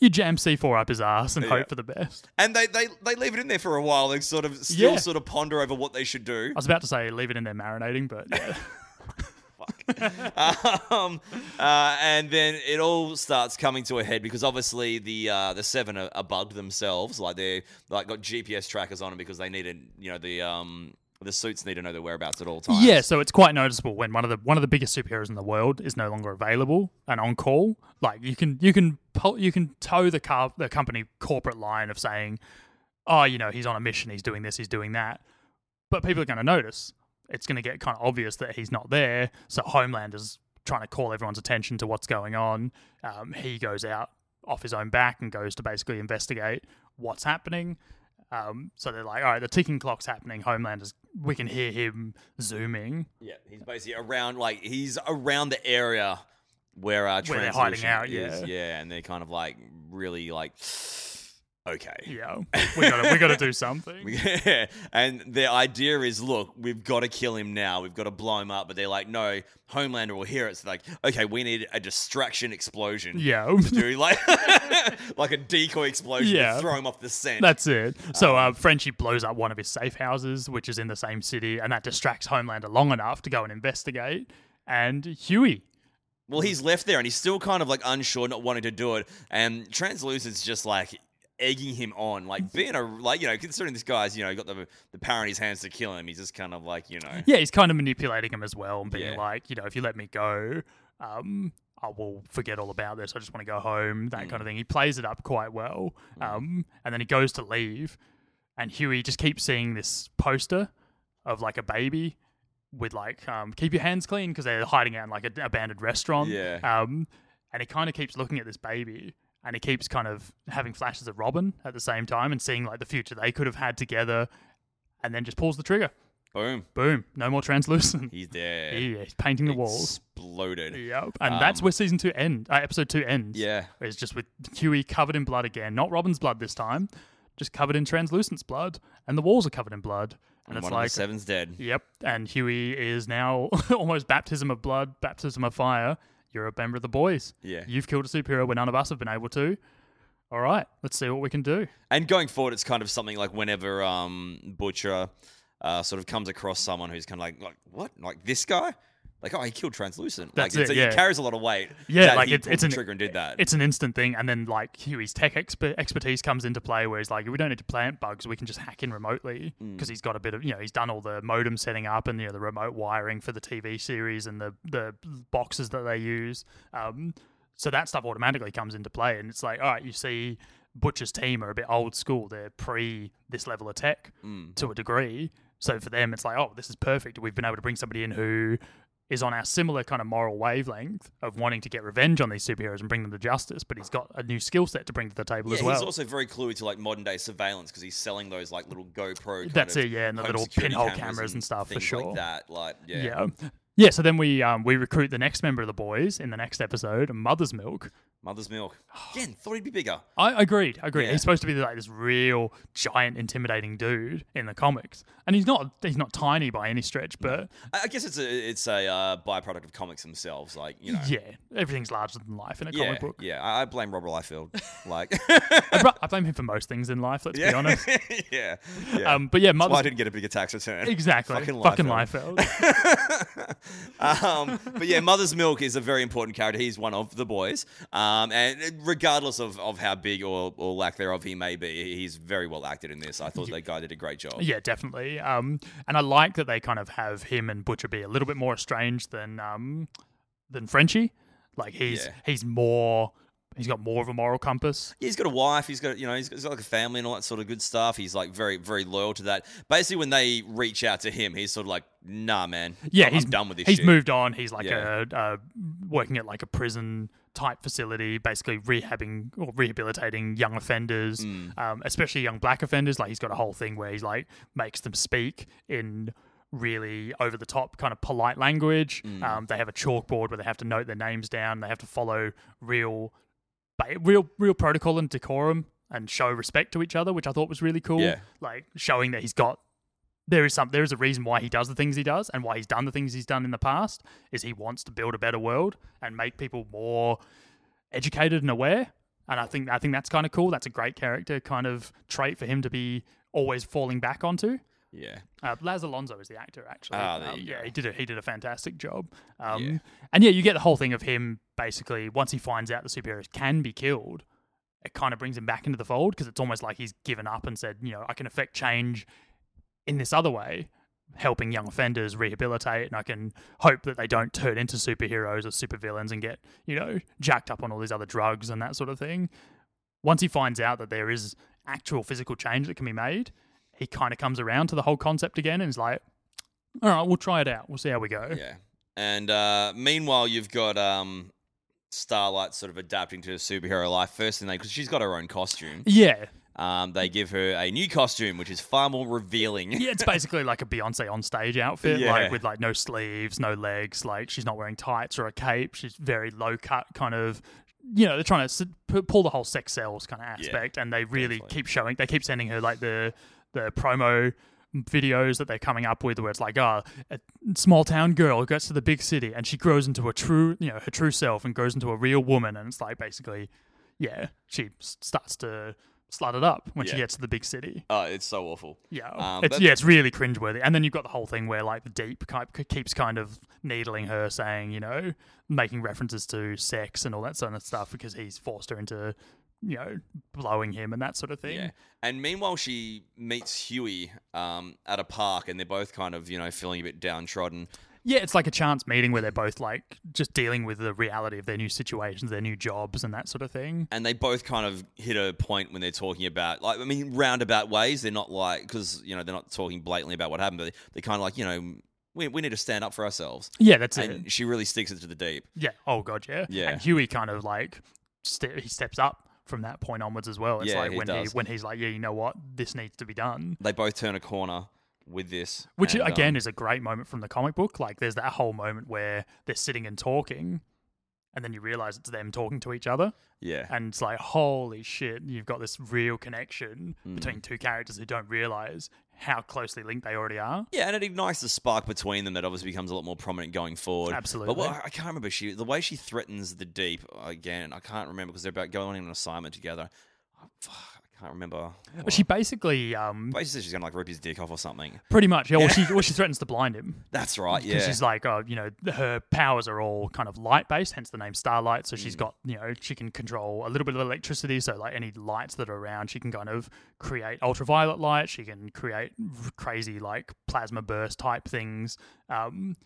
Speaker 1: you jam C four up his ass and hope for the best.
Speaker 2: And they, they they leave it in there for a while. They sort of still
Speaker 1: Yeah.
Speaker 2: sort of ponder over what they should do.
Speaker 1: I was about to say leave it in there marinating, but yeah.
Speaker 2: um, uh, and then it all starts coming to a head because obviously the uh, the seven are, are bugged themselves, like they like got GPS trackers on them because they needed, you know, the um the suits need to know their whereabouts at all times.
Speaker 1: Yeah, so it's quite noticeable when one of the one of the biggest superheroes in the world is no longer available and on call. Like you can you can pull, you can tow the car the company corporate line of saying, oh, you know, he's on a mission, he's doing this, he's doing that, but people are going to notice. It's going to get kind of obvious that he's not there. So Homelander's trying to call everyone's attention to what's going on. Um, he goes out off his own back and goes to basically investigate what's happening. Um, so they're like, all right, the ticking clock's happening. Homelander's, we can hear him zooming
Speaker 2: yeah. He's basically around, like he's around the area where uh,
Speaker 1: Where they're hiding
Speaker 2: translation
Speaker 1: out,
Speaker 2: is.
Speaker 1: yeah.
Speaker 2: yeah, and they're kind of like really like okay.
Speaker 1: yeah, we gotta we gotta do something.
Speaker 2: Yeah. *laughs* And the idea is, look, we've got to kill him now. We've got to blow him up. But they're like, no, Homelander will hear it. It's like, okay, we need a distraction explosion. *laughs*
Speaker 1: Yeah, *laughs*
Speaker 2: Do like, like a decoy explosion
Speaker 1: Yeah.
Speaker 2: to throw him off the scent.
Speaker 1: that's it. So uh, Frenchie blows up one of his safe houses, which is in the same city, and that distracts Homelander long enough to go and investigate. And Huey,
Speaker 2: well, he's left there and he's still kind of like unsure, not wanting to do it. And Translucent's just like egging him
Speaker 1: *laughs*
Speaker 2: on, like being a, like, you know, considering this guy's, you know, got the, the power in his hands to kill him, he's just kind of like, you
Speaker 1: *laughs*
Speaker 2: know.
Speaker 1: yeah, he's kind of manipulating him as well, and being
Speaker 2: Yeah.
Speaker 1: like, you know, if you let me go, um, I will forget all about this. I just want to go home, that
Speaker 2: Mm.
Speaker 1: kind of thing. He plays it up quite well, um, and then he goes to leave, and Huey just keeps seeing this poster of like a baby with like um, keep your hands clean because they're hiding out in like an abandoned restaurant.
Speaker 2: Yeah.
Speaker 1: Um, and he kind of keeps looking at this baby. And he keeps kind of having flashes of Robin at the same time and seeing like the future they could have had together, and then just pulls the trigger
Speaker 2: Boom.
Speaker 1: boom, no more
Speaker 2: *laughs*
Speaker 1: translucent. *laughs*
Speaker 2: He's there.
Speaker 1: Yeah, he's painting the walls.
Speaker 2: Exploded.
Speaker 1: Yep. And that's where season two end, uh, episode two ends.
Speaker 2: um, Yeah.
Speaker 1: It's just with Huey covered in blood again, not Robin's blood this time, just covered in translucent's blood, and the walls are covered in blood. And,
Speaker 2: And
Speaker 1: it's
Speaker 2: one
Speaker 1: like,
Speaker 2: of the seven's
Speaker 1: *laughs*
Speaker 2: dead.
Speaker 1: yep. And Huey is now *laughs* almost baptism of blood, baptism of fire. You're a member of the boys.
Speaker 2: Yeah.
Speaker 1: You've killed a superhero when none of us have been able to. All right, let's see what we can do.
Speaker 2: And going forward, it's kind of something like whenever um, Butcher uh, sort of comes across someone who's kind of like, like what, like this guy, like oh, he killed Translucent.
Speaker 1: That's
Speaker 2: like, it's-
Speaker 1: it, yeah.
Speaker 2: It carries a lot of weight.
Speaker 1: Yeah,
Speaker 2: that
Speaker 1: like,
Speaker 2: he
Speaker 1: it's-
Speaker 2: pulled
Speaker 1: it's
Speaker 2: the
Speaker 1: an-
Speaker 2: trigger and did that.
Speaker 1: it's an instant thing, and then like Huey's tech exper- expertise comes into play, where he's like, we don't need to plant bugs, we can just hack in remotely because he's got a bit of you know he's done all the modem setting up and you know the remote wiring for the TV series and the the boxes that they use. Um, so that stuff automatically comes into play, and it's like, all right, you see, Butcher's team are a bit old school; they're pre this level of tech to a degree. So for them, it's like, oh, this is perfect. We've been able to bring somebody in who is on our similar kind of moral wavelength of wanting to get revenge on these superheroes and bring them to justice, but he's got a new skill set to bring to the table
Speaker 2: Yeah,
Speaker 1: as well.
Speaker 2: he's also very cluey to like modern day surveillance because he's selling those like little GoPro. Kind
Speaker 1: That's
Speaker 2: of
Speaker 1: it, yeah, and the
Speaker 2: home
Speaker 1: little
Speaker 2: security
Speaker 1: pinhole cameras and stuff, for
Speaker 2: things
Speaker 1: sure.
Speaker 2: Like that, like yeah.
Speaker 1: yeah. yeah. so then we um, we recruit the next member of the boys in the next episode, Mother's Milk.
Speaker 2: Mother's milk. Again, thought he'd be bigger.
Speaker 1: I agreed, I agreed.
Speaker 2: Yeah.
Speaker 1: He's supposed to be like this real giant, intimidating dude in the comics, and he's not. He's not tiny by any stretch, but
Speaker 2: I, I guess it's a it's a uh, byproduct of comics themselves. Like you know,
Speaker 1: yeah, everything's larger than life in a
Speaker 2: yeah,
Speaker 1: comic book.
Speaker 2: yeah. I, I blame Robert Liefeld. Like, *laughs*
Speaker 1: I, bl- I blame him for most things in life. Let's
Speaker 2: yeah.
Speaker 1: be honest.
Speaker 2: yeah, *laughs* yeah.
Speaker 1: Um, but yeah,
Speaker 2: That's why I
Speaker 1: Mother's
Speaker 2: didn't get a bigger tax return.
Speaker 1: exactly
Speaker 2: Fucking
Speaker 1: fucking
Speaker 2: Liefeld.
Speaker 1: Liefeld.
Speaker 2: *laughs* um, but yeah, Mother's Milk is a very important character. He's one of the boys. Um, and regardless of, of how big or, or lack thereof he may be, he's very well acted in this. I thought that guy did a great job.
Speaker 1: Yeah, definitely. Um, and I like that they kind of have him and Butcher be a little bit more estranged than um, than Frenchie. Like he's
Speaker 2: Yeah.
Speaker 1: he's more he's got more of a moral compass.
Speaker 2: Yeah, he's got a wife. He's got you know he's got, he's got like a family and all that sort of good stuff. He's like very very loyal to that. Basically, when they reach out to him, he's sort of like, nah, man.
Speaker 1: Yeah,
Speaker 2: I'm,
Speaker 1: he's
Speaker 2: I'm done with this.
Speaker 1: He's
Speaker 2: shit.
Speaker 1: moved on. He's like
Speaker 2: Yeah.
Speaker 1: a, a working at like a prison type facility, basically rehabbing or rehabilitating young offenders,
Speaker 2: Hmm.
Speaker 1: um, especially young black offenders. Like he's got a whole thing where he's like makes them speak in really over the top kind of polite language.
Speaker 2: Hmm.
Speaker 1: Um, they have a chalkboard where they have to note their names down. They have to follow real, ba- real, real protocol and decorum and show respect to each other, which I thought was really cool.
Speaker 2: Yeah.
Speaker 1: Like showing that he's got there is some there is a reason why he does the things he does and why he's done the things he's done in the past is he wants to build a better world and make people more educated and aware and i think i think that's kind of cool that's a great character kind of trait for him to be always falling back onto
Speaker 2: Yeah,
Speaker 1: uh, Laz Alonso is the actor, actually.
Speaker 2: Ah, there
Speaker 1: Um,
Speaker 2: you
Speaker 1: yeah,
Speaker 2: go.
Speaker 1: he did a he did a fantastic job. Um,
Speaker 2: Yeah.
Speaker 1: And yeah, you get the whole thing of him basically once he finds out the superheroes can be killed, it kind of brings him back into the fold because it's almost like he's given up and said, you know, I can affect change in this other way, helping young offenders rehabilitate, and I can hope that they don't turn into superheroes or supervillains and get you know jacked up on all these other drugs and that sort of thing. Once he finds out that there is actual physical change that can be made, he kind of comes around to the whole concept again and is like, all right, we'll try it out. We'll see how we go.
Speaker 2: yeah. And uh, meanwhile, you've got um, Starlight sort of adapting to superhero life. First thing they because she's got her own costume.
Speaker 1: Yeah.
Speaker 2: Um, they give her a new costume, which is far more revealing.
Speaker 1: *laughs* Yeah, it's basically like a Beyonce on stage outfit,
Speaker 2: Yeah.
Speaker 1: like with like no sleeves, no legs. Like she's not wearing tights or a cape. She's very low cut, kind of. You know, they're trying to s- pu- pull the whole sex cells kind of aspect, and they really
Speaker 2: definitely.
Speaker 1: keep showing. They keep sending her like the the promo videos that they're coming up with, where it's like, ah, a small town girl goes to the big city, and she grows into a true, you know, her true self, and grows into a real woman, and it's like basically, yeah, she s- starts to slut it up when she
Speaker 2: Yeah.
Speaker 1: gets to the big city.
Speaker 2: *laughs* Oh, it's so awful.
Speaker 1: Yeah,
Speaker 2: Um,
Speaker 1: it's
Speaker 2: but-
Speaker 1: yeah, it's really cringeworthy. And then you've got the whole thing where like the deep ki- keeps kind of needling her, saying you know, making references to sex and all that sort of stuff because he's forced her into you know blowing him and that sort of thing.
Speaker 2: Yeah. And meanwhile, she meets Huey um, at a park, and they're both kind of, you know, feeling a bit downtrodden.
Speaker 1: Yeah, it's like a chance meeting where they're both like just dealing with the reality of their new situations, their new jobs, and that sort of thing.
Speaker 2: And they both kind of hit a point when they're talking about, like, I mean, roundabout ways. They're not like, because, you know, they're not talking blatantly about what happened, but they're kind of like, you know, we, we need to stand up for ourselves.
Speaker 1: Yeah, that's it.
Speaker 2: And she really sticks it to the deep.
Speaker 1: Yeah. Oh god, yeah.
Speaker 2: Yeah.
Speaker 1: And Huey kind of like ste- he steps up from that point onwards as well. It's
Speaker 2: Yeah,
Speaker 1: like
Speaker 2: he
Speaker 1: when he
Speaker 2: does.
Speaker 1: when he's like, yeah, you know what, this needs to be done.
Speaker 2: They both turn a corner with this.
Speaker 1: Which
Speaker 2: and, um,
Speaker 1: again is a great moment from the comic book. Like there's that whole moment where they're sitting and talking, and then you realize it's them talking to each other,
Speaker 2: yeah.
Speaker 1: and it's like, holy shit, you've got this real connection
Speaker 2: Hmm.
Speaker 1: between two characters who don't realize how closely linked they already are.
Speaker 2: Yeah, and it ignites the spark between them that obviously becomes a lot more prominent going forward.
Speaker 1: Absolutely.
Speaker 2: But what, I can't remember she the way she threatens the deep again. I can't remember because they're about going on an assignment together. I, fuck, I can't remember. what-
Speaker 1: She basically, um,
Speaker 2: basically says she's gonna like rip his dick off or something.
Speaker 1: pretty much, yeah, well, she, well, she threatens to blind him. *laughs*
Speaker 2: That's right. Yeah.
Speaker 1: because she's like, oh, you know, her powers are all kind of light based, hence the name Starlight. So
Speaker 2: Mm.
Speaker 1: she's got, you know, she can control a little bit of electricity. So like any lights that are around, she can kind of create ultraviolet light. She can create r- crazy like plasma burst type things. Um,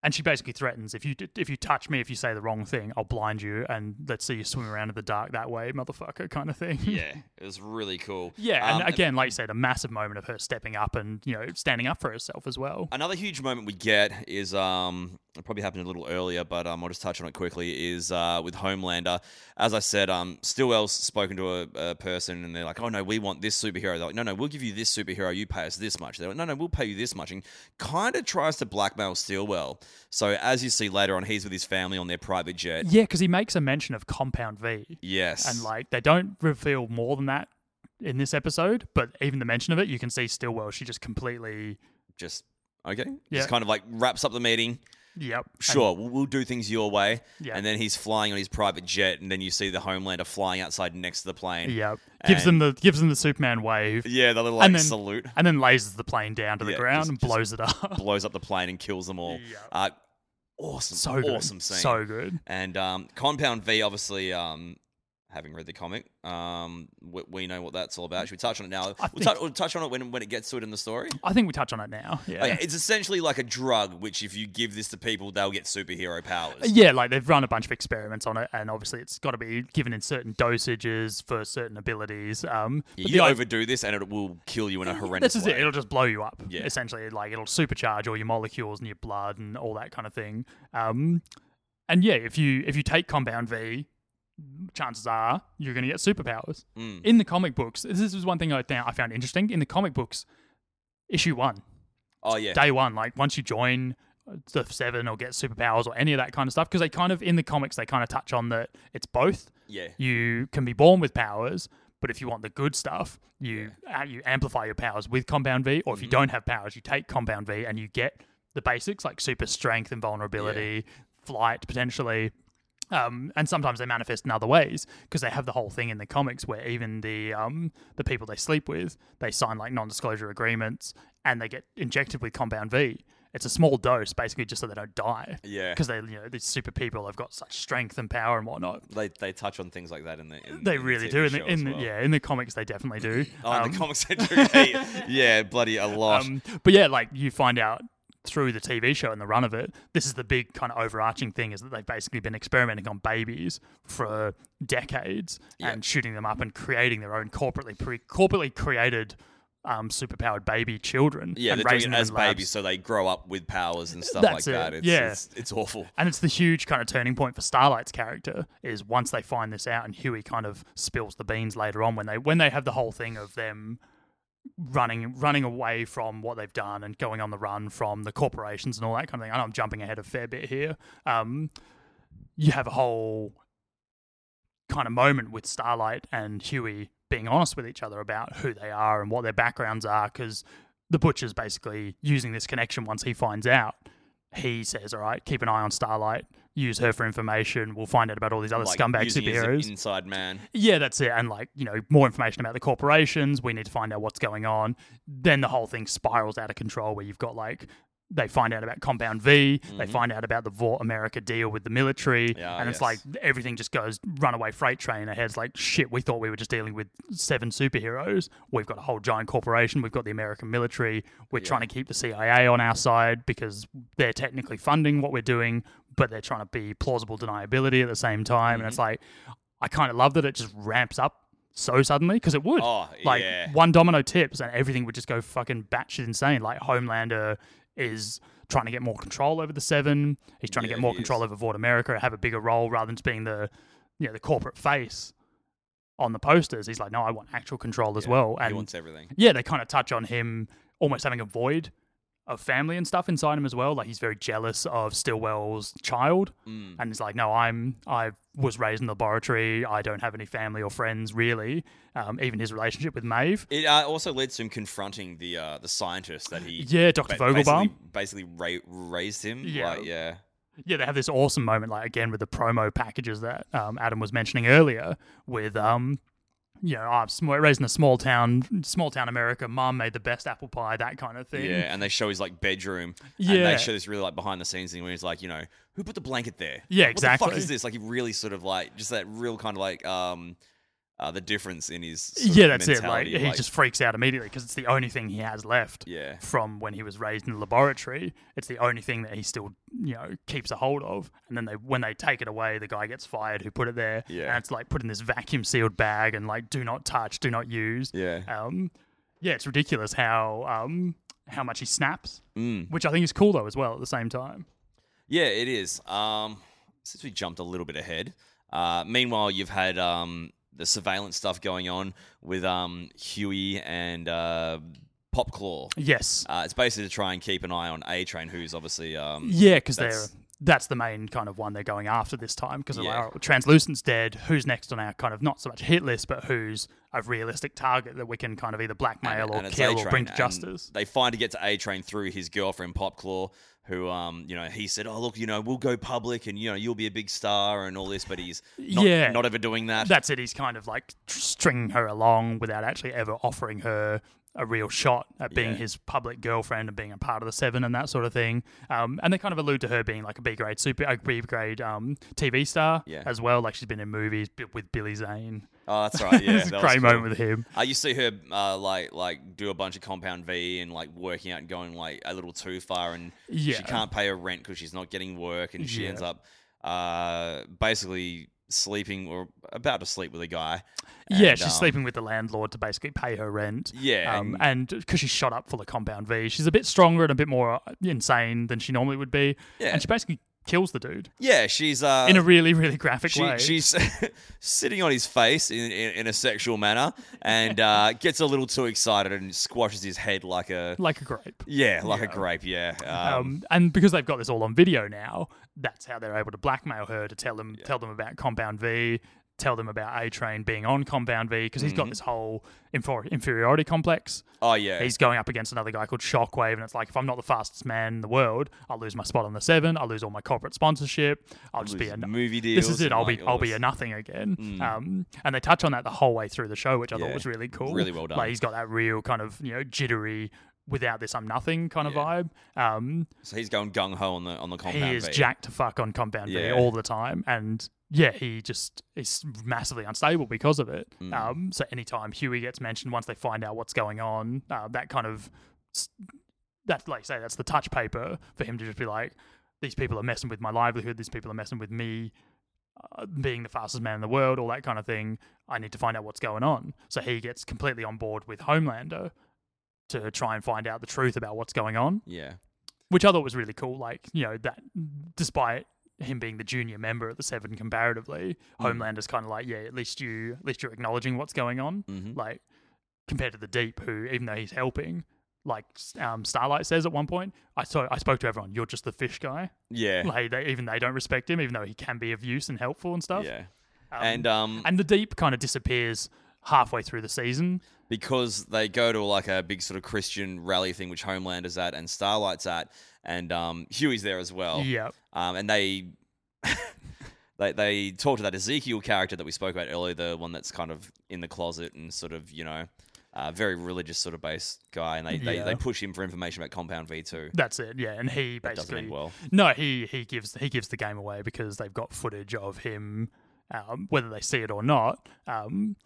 Speaker 1: and she basically threatens if you d- if you touch me, if you say the wrong thing, I'll blind you, and let's see you swim around in the dark that way, motherfucker, *laughs* kind of thing.
Speaker 2: yeah, it was really cool.
Speaker 1: Yeah,
Speaker 2: Um,
Speaker 1: and again, like you said, a massive moment of her stepping up and you know standing up for herself as well.
Speaker 2: Another huge moment we get is um it probably happened a little earlier, but um I'll just touch on it quickly. Is uh with Homelander, as I said, um Stillwell's spoken to a, a person and they're like, oh no, we want this superhero. They're like, no, no, we'll give you this superhero. You pay us this much. They're like, no, no, we'll pay you this much, and kind of tries to blackmail Stillwell. So as you see later on, he's with his family on their private jet.
Speaker 1: Yeah, because he makes a mention of Compound V,
Speaker 2: Yes,
Speaker 1: and like they don't reveal more than that in this episode, but even the mention of it, you can see Stillwell, she just completely,
Speaker 2: just okay.
Speaker 1: Yeah.
Speaker 2: Just kind of like wraps up the meeting.
Speaker 1: yep, and-
Speaker 2: sure, we'll, we'll do things your way.
Speaker 1: Yeah.
Speaker 2: And then he's flying on his private jet, and then you see the Homelander flying outside next to the plane.
Speaker 1: yep, gives them the gives them the Superman wave,
Speaker 2: Yeah, the little like,
Speaker 1: And then-
Speaker 2: salute
Speaker 1: and then lasers the plane down to the
Speaker 2: Yeah,
Speaker 1: ground
Speaker 2: just-
Speaker 1: and
Speaker 2: just-
Speaker 1: blows it up.
Speaker 2: blows up the plane and kills them all.
Speaker 1: Yeah.
Speaker 2: Uh,
Speaker 1: *laughs*
Speaker 2: awesome,
Speaker 1: so good.
Speaker 2: awesome scene.
Speaker 1: so good.
Speaker 2: and um, Compound V, obviously, um, having read the comic, um, we, we know what that's all about. Should we touch on it now?
Speaker 1: I
Speaker 2: We'll,
Speaker 1: think-
Speaker 2: tou- we'll touch on it when when it gets to it in the story.
Speaker 1: I think we touch on it now. Yeah.
Speaker 2: Oh, yeah, it's essentially like a drug, which if you give this to people, they'll get superhero powers.
Speaker 1: Uh, Yeah, like they've run a bunch of experiments on it, and obviously it's got to be given in certain dosages for certain abilities. Um, but
Speaker 2: You
Speaker 1: the i- Uh,
Speaker 2: overdo this, and it will kill you in a horrendous
Speaker 1: this is
Speaker 2: way.
Speaker 1: it; it'll just blow you up.
Speaker 2: Yeah.
Speaker 1: Essentially, like it'll supercharge all your molecules in your blood and all that kind of thing. Um, and yeah, if you if you take Compound V, chances are you're going to get superpowers.
Speaker 2: Mm.
Speaker 1: In the comic books, this is one thing I found, I found interesting. In the comic books, issue one,
Speaker 2: Oh yeah,
Speaker 1: day one, like once you join the seven or get superpowers or any of that kind of stuff, because they kind of in the comics they kind of touch on that it's both.
Speaker 2: yeah.
Speaker 1: You can be born with powers, but if you want the good stuff, you uh, you amplify your powers with Compound V, or if you don't have powers, you take Compound V and you get the basics like super strength and vulnerability, flight potentially. Um, and sometimes they manifest in other ways because they have the whole thing in the comics where even the um, the people they sleep with they sign like non-disclosure agreements and they get injected with compound V. It's a small dose, basically, just so they don't die.
Speaker 2: Yeah.
Speaker 1: because they you know these super people have got such strength and power and whatnot.
Speaker 2: They they touch on things like that in the in,
Speaker 1: They
Speaker 2: in the
Speaker 1: really
Speaker 2: TV
Speaker 1: do. In the,
Speaker 2: show
Speaker 1: in
Speaker 2: as
Speaker 1: the,
Speaker 2: well.
Speaker 1: yeah, in the comics they definitely do.
Speaker 2: *laughs* Oh, in
Speaker 1: um,
Speaker 2: the
Speaker 1: *laughs*
Speaker 2: comics they do. yeah, yeah, bloody a lot.
Speaker 1: um, but yeah, like you find out through the TV show and the run of it, this is the big kind of overarching thing is that they've basically been experimenting on babies for decades and shooting them up and creating their own corporately pre- corporately created um, superpowered baby children.
Speaker 2: yeah,
Speaker 1: and
Speaker 2: they're doing
Speaker 1: raising
Speaker 2: it
Speaker 1: them
Speaker 2: as
Speaker 1: in labs.
Speaker 2: babies, so they grow up with powers and stuff
Speaker 1: That's
Speaker 2: like that.
Speaker 1: it,
Speaker 2: It's,
Speaker 1: yeah.
Speaker 2: it's, it's awful.
Speaker 1: And it's the huge kind of turning point for Starlight's character is once they find this out, and Huey kind of spills the beans later on when they when they have the whole thing of them running running away from what they've done and going on the run from the corporations and all that kind of thing. I know I'm jumping ahead a fair bit here. Um, you have a whole kind of moment with Starlight and Huey being honest with each other about who they are and what their backgrounds are because the Butcher's basically using this connection once he finds out. He says, All right, keep an eye on Starlight, use her for information. We'll find out about all these other
Speaker 2: Like,
Speaker 1: scumbag
Speaker 2: using it as an
Speaker 1: superheroes.
Speaker 2: inside man.
Speaker 1: Yeah, that's it. And like, you know, more information about the corporations. We need to find out what's going on. Then the whole thing spirals out of control where you've got like, they find out about Compound V. They find out about the Vought America deal with the military.
Speaker 2: Mm-hmm. Yeah,
Speaker 1: and it's
Speaker 2: yes.
Speaker 1: like everything just goes runaway freight train ahead. It's like, shit, we thought we were just dealing with seven superheroes. We've got a whole giant corporation. We've got the American military. We're trying to keep the CIA on our side because they're technically funding what we're doing, but they're trying to be plausible deniability at the same time. And
Speaker 2: Mm-hmm.
Speaker 1: it's like, I kind of love that it just ramps up so suddenly because it would.
Speaker 2: Oh,
Speaker 1: like
Speaker 2: yeah.
Speaker 1: one domino tips and everything would just go fucking batshit insane. Like Homelander is trying to get more control over the Seven. He's trying to
Speaker 2: Yeah,
Speaker 1: get more
Speaker 2: he
Speaker 1: control over Vought America, have a bigger role rather than just being the you know the corporate face on the posters. He's like, no, I want actual control as well.
Speaker 2: he
Speaker 1: And
Speaker 2: wants everything.
Speaker 1: yeah, they kind of touch on him almost having a void of family and stuff inside him as well. Like he's very jealous of Stillwell's child,
Speaker 2: Mm.
Speaker 1: and it's like, no, I'm I was raised in the laboratory. I don't have any family or friends really. Um, even his relationship with Maeve,
Speaker 2: It uh, also leads to him confronting the uh, the scientist that he
Speaker 1: yeah, Doctor
Speaker 2: ba-
Speaker 1: Vogelbaum,
Speaker 2: basically, basically ra- raised him.
Speaker 1: Yeah.
Speaker 2: like, yeah.
Speaker 1: yeah, they have this awesome moment, like again with the promo packages that um, Adam was mentioning earlier, with um, you know, I'm sm- raised in a small town, small town America. Mom made the best apple pie, that kind of thing.
Speaker 2: Yeah, and they show his like bedroom. and
Speaker 1: Yeah.
Speaker 2: they show this really like behind the scenes thing where he's like, you know, who put the blanket there?
Speaker 1: Yeah,
Speaker 2: What the
Speaker 1: exactly.
Speaker 2: fuck is this? Like, he really sort of like just that real kind of like um, uh, the difference in his sort of
Speaker 1: yeah, that's it. Like
Speaker 2: mentality,
Speaker 1: he just freaks out immediately because it's the only thing he has left
Speaker 2: yeah
Speaker 1: from when he was raised in the laboratory. It's the only thing that he still, you know, keeps a hold of. And then they, when they take it away, the guy gets fired who put it there.
Speaker 2: Yeah.
Speaker 1: and it's like put in this vacuum sealed bag and like do not touch, do not use.
Speaker 2: yeah
Speaker 1: Um, yeah, it's ridiculous how um how much he snaps,
Speaker 2: mm.
Speaker 1: which I think is cool though as well at the same time.
Speaker 2: Yeah, it is. Um, since we jumped a little bit ahead, uh, meanwhile you've had um, the surveillance stuff going on with um, Huey and uh, Popclaw.
Speaker 1: Yes.
Speaker 2: Uh, it's basically to try and keep an eye on A Train, who's obviously um,
Speaker 1: Yeah, because they're
Speaker 2: That's-
Speaker 1: that's the main kind of one they're going after this time because
Speaker 2: Yeah.
Speaker 1: translucent's dead. Who's next on our kind of not so much hit list, but who's a realistic target that we can kind of either blackmail
Speaker 2: and-
Speaker 1: or
Speaker 2: and it's
Speaker 1: kill
Speaker 2: A-Train,
Speaker 1: or bring to
Speaker 2: and
Speaker 1: justice?
Speaker 2: They finally get to A Train through his girlfriend Popclaw, who um, you know, he said, "Oh look, you know, we'll go public, and you know, you'll be a big star and all this," but he's not,
Speaker 1: Yeah.
Speaker 2: not ever doing that.
Speaker 1: That's it. He's kind of like tr- stringing her along without actually ever offering her a real shot at being
Speaker 2: Yeah.
Speaker 1: his public girlfriend and being a part of the Seven and that sort of thing. Um, and they kind of allude to her being like a B grade super, a B grade um, TV star
Speaker 2: Yeah.
Speaker 1: as well. Like she's been in movies bi- with Billy Zane.
Speaker 2: oh, that's right. Yeah,
Speaker 1: *laughs* it's a
Speaker 2: that was
Speaker 1: great
Speaker 2: cool.
Speaker 1: moment with him.
Speaker 2: Uh, you see her uh, like like do a bunch of compound V and like working out and going like a little too far, and
Speaker 1: Yeah.
Speaker 2: she can't pay her rent because she's not getting work, and she
Speaker 1: Yeah.
Speaker 2: ends up uh, basically sleeping or about to sleep with a guy.
Speaker 1: yeah,
Speaker 2: And,
Speaker 1: she's
Speaker 2: um,
Speaker 1: sleeping with the landlord to basically pay her rent.
Speaker 2: Yeah,
Speaker 1: Um,
Speaker 2: and-
Speaker 1: and because she's shot up full of compound V, she's a bit stronger and a bit more uh, insane than she normally would be.
Speaker 2: Yeah.
Speaker 1: And she basically kills the dude
Speaker 2: Yeah, she's uh,
Speaker 1: in a really, really graphic
Speaker 2: she,
Speaker 1: way.
Speaker 2: she's *laughs* sitting on his face in, in, in a sexual manner and
Speaker 1: *laughs*
Speaker 2: uh, gets a little too excited and squashes his head like a
Speaker 1: like a grape.
Speaker 2: yeah like a
Speaker 1: Yeah.
Speaker 2: grape. Yeah, um,
Speaker 1: Um, and because they've got this all on video now, that's how they're able to blackmail her to tell them tell them about Compound V, tell them about A Train being on Compound V because he's
Speaker 2: Mm-hmm.
Speaker 1: got this whole infor- inferiority complex.
Speaker 2: oh yeah,
Speaker 1: He's going up against another guy called Shockwave, and it's like, if I'm not the fastest man in the world, I'll lose my spot on the seven. I'll lose all my corporate sponsorship. I'll just be a
Speaker 2: Loses movie deals.
Speaker 1: this is it.
Speaker 2: and,
Speaker 1: I'll
Speaker 2: like,
Speaker 1: be
Speaker 2: all
Speaker 1: I'll be
Speaker 2: this-
Speaker 1: a nothing again. Um, and they touch on that the whole way through the show, which I
Speaker 2: Yeah.
Speaker 1: thought was really cool.
Speaker 2: Really well done.
Speaker 1: Like he's got that real kind of you know jittery. Without this, I'm nothing kind of
Speaker 2: Yeah.
Speaker 1: vibe. Um,
Speaker 2: So he's going gung ho on the on the
Speaker 1: he
Speaker 2: compound.
Speaker 1: is
Speaker 2: V.
Speaker 1: jacked to fuck on Compound
Speaker 2: Yeah.
Speaker 1: V all the time, and yeah, he just is massively unstable because of it.
Speaker 2: Mm.
Speaker 1: Um, so anytime Huey gets mentioned, once they find out what's going on, uh, that kind of that's like say that's the touch paper for him to just be like, these people are messing with my livelihood. These people are messing with me. Uh, being the fastest man in the world, all that kind of thing, I need to find out what's going on. So he gets completely on board with Homelander to try and find out the truth about what's going on
Speaker 2: Yeah.
Speaker 1: which I thought was really cool. Like, you know, that despite him being the junior member at the seven comparatively,
Speaker 2: Hmm.
Speaker 1: Homelander's kind of like, yeah, at least you, at least you're acknowledging what's going on.
Speaker 2: Mm-hmm.
Speaker 1: Like, compared to the Deep, who even though he's helping, like um, Starlight says at one point, I saw, I spoke to everyone. You're just the fish guy.
Speaker 2: Yeah.
Speaker 1: Like, they, even they don't respect him, even though he can be of use and helpful and stuff.
Speaker 2: yeah. and um,
Speaker 1: And the Deep kind of disappears halfway through the season.
Speaker 2: because they go to like a big sort of Christian rally thing, which Homeland is at and Starlight's at, and um, Huey's there as well.
Speaker 1: Yeah.
Speaker 2: Um, and they. *laughs* They, they talk to that Ezekiel character that we spoke about earlier, the one that's kind of in the closet and sort of, you know, uh, very religious sort of based guy. And they, they,
Speaker 1: Yeah.
Speaker 2: they push him for information about Compound V2.
Speaker 1: That's it. Yeah, and he
Speaker 2: doesn't
Speaker 1: basically *laughs*
Speaker 2: end well.
Speaker 1: No, he he gives he gives the game away because they've got footage of him, um, whether they see it or not. Um,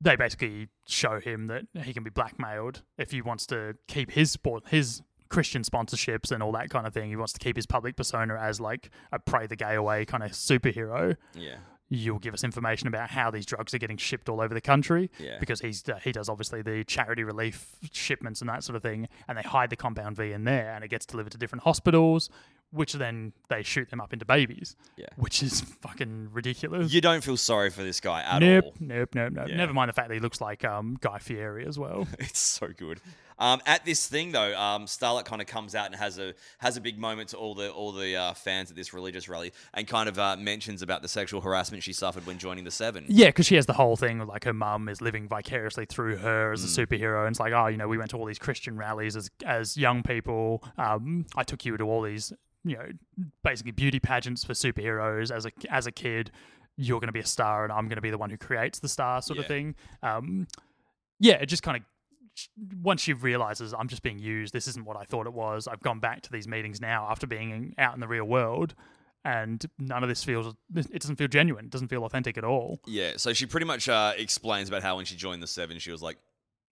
Speaker 1: they basically show him that he can be blackmailed if he wants to keep his sport his Christian sponsorships and all that kind of thing. He wants to keep his public persona as like a pray the gay away kind of superhero
Speaker 2: Yeah.
Speaker 1: you'll give us information about how these drugs are getting shipped all over the country
Speaker 2: Yeah.
Speaker 1: because he's uh, he does obviously the charity relief shipments and that sort of thing and they hide the compound V in there and it gets delivered to different hospitals which then they shoot them up into babies
Speaker 2: Yeah.
Speaker 1: which is *laughs* fucking ridiculous
Speaker 2: You don't feel sorry for this guy at all. *laughs*
Speaker 1: nope, nope nope nope
Speaker 2: Yeah.
Speaker 1: never mind the fact that he looks like um Guy Fieri as
Speaker 2: *laughs*
Speaker 1: well
Speaker 2: It's so good. Um, at this thing though, um, Starlet kind of comes out and has a has a big moment to all the all the uh, fans at this religious rally, and kind of uh, mentions about the sexual harassment she suffered when joining the Seven.
Speaker 1: Yeah, because she has the whole thing of, like her mum is living vicariously through her as a superhero, and it's like, oh, you know, we went to all these Christian rallies as as young people. Um, I took you to all these, you know, basically beauty pageants for superheroes as a as a kid. You're going to be a star, and I'm going to be the one who creates the star, sort
Speaker 2: Yeah.
Speaker 1: of thing. Um, yeah, it just kind of once she realizes I'm just being used, this isn't what I thought it was. I've gone back to these meetings now after being in, out in the real world, and none of this feels it doesn't feel genuine. It doesn't feel authentic at all.
Speaker 2: Yeah, so she pretty much uh, explains about how when she joined the Seven, she was like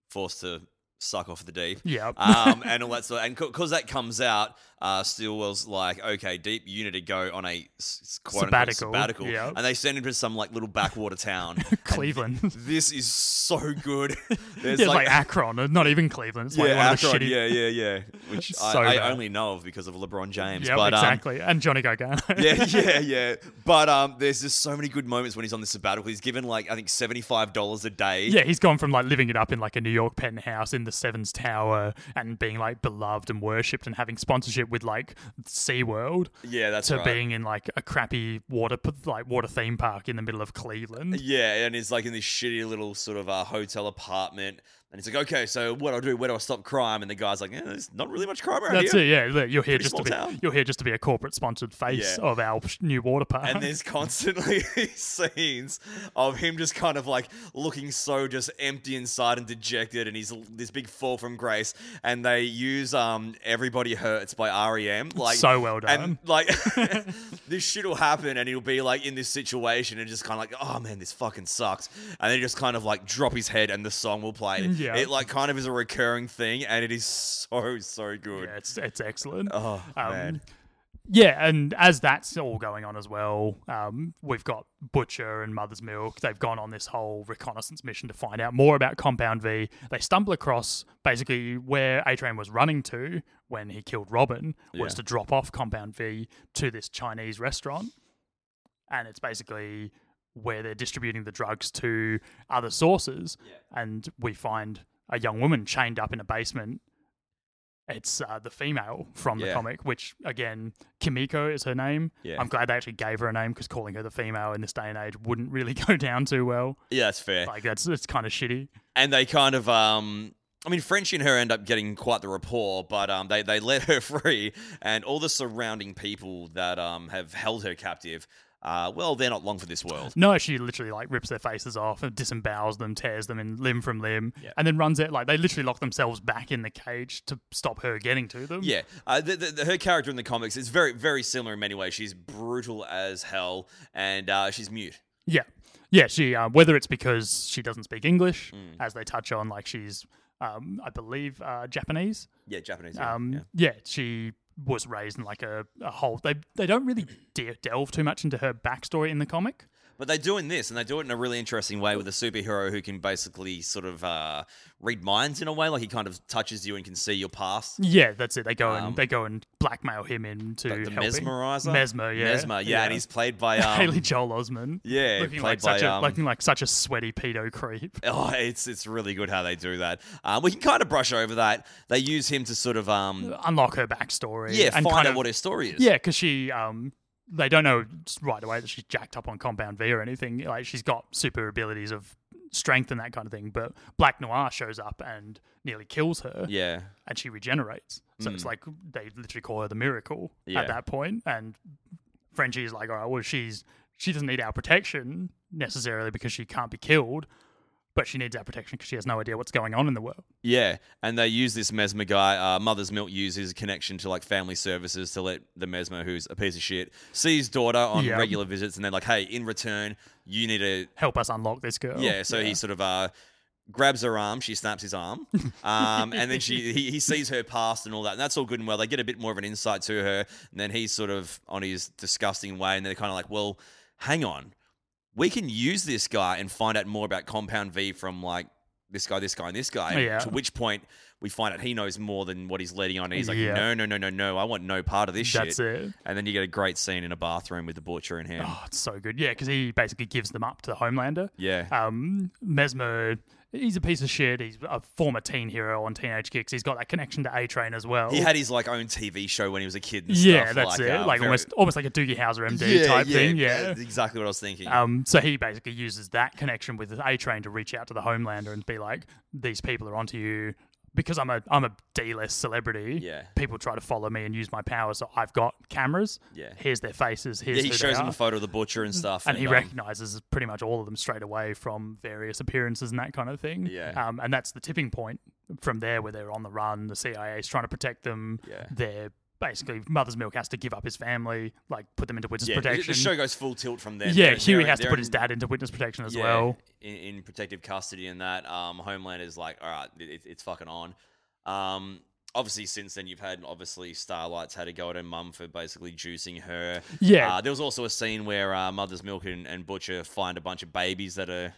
Speaker 2: forced to suck off the deep.
Speaker 1: Yeah.
Speaker 2: um, and all that sort. Of, and because that comes out, uh, Stillwell's like, okay, Deep, you need to go on a s- s- quote
Speaker 1: Sabbatical,
Speaker 2: Unquote, sabbatical.
Speaker 1: yeah.
Speaker 2: And they send him to some like little backwater town.
Speaker 1: *laughs* Cleveland.
Speaker 2: this is so
Speaker 1: *laughs*
Speaker 2: good. There's
Speaker 1: It's like, Akron, and not even Cleveland. It's like one of the
Speaker 2: Akron,
Speaker 1: shitty.
Speaker 2: yeah, yeah, yeah.
Speaker 1: *laughs*
Speaker 2: Which
Speaker 1: It's
Speaker 2: I,
Speaker 1: so
Speaker 2: I
Speaker 1: bad.
Speaker 2: only know of because of LeBron James.
Speaker 1: Yeah,
Speaker 2: but, um,
Speaker 1: exactly. and Johnny Gargano. *laughs*
Speaker 2: *laughs* yeah, yeah, yeah. But um, there's just so many good moments when he's on the sabbatical. He's given like I think seventy five dollars a day.
Speaker 1: Yeah, he's gone from like living it up in like a New York penthouse in the Sevens Tower and being like beloved and worshipped and having sponsorship with like SeaWorld
Speaker 2: yeah, that's
Speaker 1: to
Speaker 2: right.
Speaker 1: being in like a crappy water p- like water theme park in the middle of Cleveland.
Speaker 2: yeah, and he's like in this shitty little sort of uh, hotel apartment, and he's like, okay, so what do I do? Where do I stop crime? And the guy's like, eh, there's not really much crime around
Speaker 1: That's
Speaker 2: here.
Speaker 1: it. Yeah, look, you're here just to
Speaker 2: small
Speaker 1: be
Speaker 2: town.
Speaker 1: you're here just to be a corporate sponsored face
Speaker 2: Yeah.
Speaker 1: of our sh- new water park.
Speaker 2: And there's constantly *laughs* scenes of him just kind of like looking so just empty inside and dejected, and he's l- this big fall from grace. And they use um "Everybody Hurts" by REM, like
Speaker 1: so well done.
Speaker 2: And
Speaker 1: *laughs*
Speaker 2: like *laughs* this shit will happen, and he'll be like in this situation, and just kind of like, oh man, this fucking sucks. And then he just kind of like drop his head, and the song will play.
Speaker 1: Mm, Yeah.
Speaker 2: It like kind of is a recurring thing, and it is so so
Speaker 1: *laughs*
Speaker 2: good.
Speaker 1: yeah, Um, it's it's excellent.
Speaker 2: Oh man,
Speaker 1: Yeah, and as that's all going on as well, um, we've got Butcher and Mother's Milk. They've gone on this whole reconnaissance mission to find out more about Compound V. They stumble across basically where A Train was running to when he killed Robin was
Speaker 2: Yeah.
Speaker 1: to drop off Compound V to this Chinese restaurant, and it's basically where they're distributing the drugs to other sources. And we find a young woman chained up in a basement it's uh, the female from the
Speaker 2: Yeah.
Speaker 1: comic, which again, Kimiko is her name.
Speaker 2: Yeah.
Speaker 1: I'm glad they actually gave her a name because calling her the female in this day and age wouldn't really *laughs* go down too
Speaker 2: *laughs*
Speaker 1: well.
Speaker 2: yeah, that's fair.
Speaker 1: Like that's it's kind of shitty.
Speaker 2: and they kind of um I mean, Frenchie and her end up getting quite the rapport, but um, they, *laughs* they let her free, and all the surrounding people that um, have held her captive, uh, well, they're not long for this world.
Speaker 1: No, she literally like rips their faces off and disembowels them, tears them in limb from limb,
Speaker 2: Yeah.
Speaker 1: and then runs it like they literally lock themselves back in the cage to stop her getting to them.
Speaker 2: Yeah, uh, the, the, the- her character in the comics is very, very similar in many ways. She's brutal as hell, and uh, she's mute.
Speaker 1: Yeah, yeah. She uh, whether it's because she doesn't speak English,
Speaker 2: Mm.
Speaker 1: as they touch on, like she's um, I believe uh, Japanese.
Speaker 2: Yeah, Japanese. yeah,
Speaker 1: Um,
Speaker 2: yeah.
Speaker 1: yeah. she was raised in like a, a whole. They they don't really de- delve too much into her backstory in the comic.
Speaker 2: But they're doing this, and they do it in a really interesting way with a superhero who can basically sort of uh, read minds in a way. Like he kind of touches you and can see your past.
Speaker 1: Yeah, that's it. They go
Speaker 2: Um,
Speaker 1: and they go and blackmail him into
Speaker 2: Like the
Speaker 1: helping.
Speaker 2: mesmerizer,
Speaker 1: Mesmer, yeah,
Speaker 2: mesmer,
Speaker 1: *laughs*
Speaker 2: yeah, and he's played by um,
Speaker 1: Haley Joel Osment.
Speaker 2: Yeah,
Speaker 1: looking
Speaker 2: played
Speaker 1: like
Speaker 2: by
Speaker 1: such a
Speaker 2: um,
Speaker 1: looking like such a sweaty pedo creep.
Speaker 2: *laughs* Oh, it's it's really good how they do that. Um, we can kind of brush over that. They use him to sort of um,
Speaker 1: Unlock her backstory.
Speaker 2: yeah,
Speaker 1: and
Speaker 2: find
Speaker 1: kind
Speaker 2: out
Speaker 1: of,
Speaker 2: what his story is.
Speaker 1: Yeah, because she um they don't know right away that she's jacked up on Compound V or anything. Like she's got super abilities of strength and that kind of thing. But Black Noir shows up and nearly kills her,
Speaker 2: yeah,
Speaker 1: and she regenerates. So it's like they literally call her the miracle
Speaker 2: Hmm. Yeah.
Speaker 1: at that point. And Frenchie's like, all right, well she's she doesn't need our protection necessarily because she can't be killed. But she needs our protection because she has no idea what's going on in the world.
Speaker 2: yeah. And they use this mesmer guy. Uh, Mother's Milk uses his connection to like family services to let the mesmer, who's a piece of shit, see his daughter on
Speaker 1: Yeah.
Speaker 2: regular visits, and they're like, hey, in return, you need to
Speaker 1: Help us unlock this girl.
Speaker 2: Yeah, so he sort of uh, grabs her arm, she snaps
Speaker 1: *laughs*
Speaker 2: his arm, um, and then she he, he sees her past and all that, and that's all good and well. They get a bit more of an insight to her, and then he's sort of on his disgusting way, and they're kind of like, well, hang on, we can use this guy and find out more about Compound V from like this guy, this guy, and this guy.
Speaker 1: Yeah.
Speaker 2: To which point we find out he knows more than what he's letting on. And he's like,
Speaker 1: Yeah.
Speaker 2: no, no, no, no, no, I want no part of this
Speaker 1: *laughs* That's
Speaker 2: shit.
Speaker 1: it.
Speaker 2: And then you get a great scene in a bathroom with the butcher in him.
Speaker 1: Oh, it's so good. Yeah, because he basically gives them up to the Homelander.
Speaker 2: Yeah.
Speaker 1: Um, Mesmer, he's a piece of shit. He's a former teen hero on Teenage Kicks. He's got that connection to A Train as well.
Speaker 2: He had his like own TV show when he was a kid. And
Speaker 1: Oh. yeah,
Speaker 2: stuff,
Speaker 1: that's it.
Speaker 2: uh,
Speaker 1: like
Speaker 2: very-
Speaker 1: almost, almost like a Doogie Howser MD type thing. Yeah.
Speaker 2: that's exactly what I was thinking.
Speaker 1: Um, so he basically uses that connection with A Train to reach out to the Homelander and be like, "These people are onto you." Because I'm a I'm a D-list celebrity.
Speaker 2: Yeah.
Speaker 1: People try to follow me and use my powers. So I've got cameras.
Speaker 2: Yeah.
Speaker 1: Here's their faces. Here's
Speaker 2: yeah, he
Speaker 1: who
Speaker 2: shows
Speaker 1: they
Speaker 2: him
Speaker 1: are
Speaker 2: a photo of the butcher and stuff,
Speaker 1: Mm. and he
Speaker 2: um,
Speaker 1: recognizes pretty much all of them straight away from various appearances and that kind of thing.
Speaker 2: Yeah.
Speaker 1: Um, and that's the tipping point from there where they're on the run. The CIA is trying to protect them.
Speaker 2: Yeah.
Speaker 1: They're basically mother's milk has to give up his family, like put them into witness
Speaker 2: Yeah, the-
Speaker 1: protection.
Speaker 2: the show goes full tilt from there.
Speaker 1: yeah,
Speaker 2: They're-
Speaker 1: Huey
Speaker 2: they're-
Speaker 1: has to
Speaker 2: they're
Speaker 1: put
Speaker 2: in-
Speaker 1: his dad into witness protection as
Speaker 2: yeah,
Speaker 1: well.
Speaker 2: in, in protective custody and that. Um, Homeland is like, all right, it, it's fucking on. Um, obviously, since then you've had obviously Starlight's had a go at her mum for basically juicing her.
Speaker 1: Yeah.
Speaker 2: Uh, there was also a scene where uh, Mother's Milk and, and Butcher find a bunch of babies that are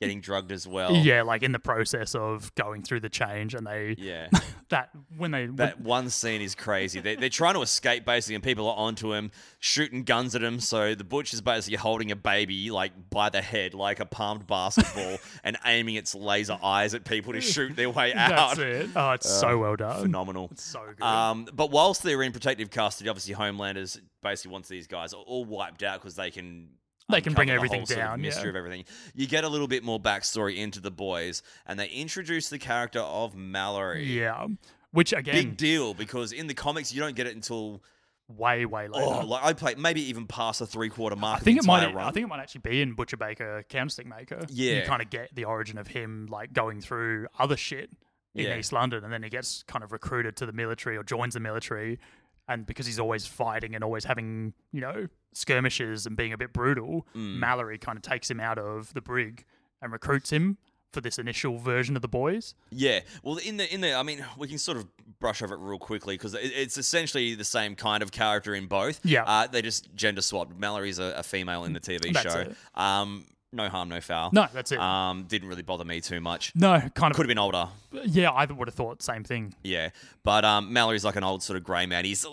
Speaker 2: getting drugged as well.
Speaker 1: Yeah, like in the process of going through the change, and they
Speaker 2: Yeah.
Speaker 1: that when they
Speaker 2: That one scene is crazy. They, they're trying to escape, basically, and people are onto him, shooting guns at him. So the butcher's basically holding a baby, like, by the head, like a
Speaker 1: *laughs*
Speaker 2: palmed basketball, and aiming its laser eyes at people to shoot their way out. Uh,
Speaker 1: that's it. Oh, it's so well done.
Speaker 2: Phenomenal.
Speaker 1: So good.
Speaker 2: Um, but whilst they're in protective custody, obviously, Homelanders basically wants these guys all wiped out because they can.
Speaker 1: They can
Speaker 2: uncover
Speaker 1: bring
Speaker 2: the
Speaker 1: everything
Speaker 2: whole sort of
Speaker 1: down, yeah.
Speaker 2: mystery of everything. You get a little bit more backstory into the boys, and they introduce the character of Mallory.
Speaker 1: yeah, which again,
Speaker 2: big deal because in the comics you don't get it until
Speaker 1: way way later.
Speaker 2: oh, like I play maybe even past the three quarter mark.
Speaker 1: I think it
Speaker 2: of the
Speaker 1: might. e-
Speaker 2: entire Run.
Speaker 1: I think it might actually be in Butcher Baker Candlestick Maker. you
Speaker 2: Yeah.
Speaker 1: kind of get the origin of him like going through other shit in
Speaker 2: Yeah.
Speaker 1: East London, and then he gets kind of recruited to the military or joins the military, and because he's always fighting and always having you know skirmishes and being a bit brutal,
Speaker 2: Mm.
Speaker 1: Mallory kind of takes him out of the brig and recruits him for this initial version of the boys.
Speaker 2: yeah. Well, in the in the I mean we can sort of brush over it real quickly because it, it's essentially the same kind of character in both.
Speaker 1: Yeah.
Speaker 2: uh, they just gender swapped. Mallory's a, a female in the TV
Speaker 1: That's
Speaker 2: show.
Speaker 1: it.
Speaker 2: Um, no harm, no foul.
Speaker 1: No, that's it.
Speaker 2: Um, didn't really bother me too much.
Speaker 1: no, kind of.
Speaker 2: Could have been older.
Speaker 1: Yeah, I would have thought same thing.
Speaker 2: Yeah, but um, Mallory's like an old sort of grey man. He's.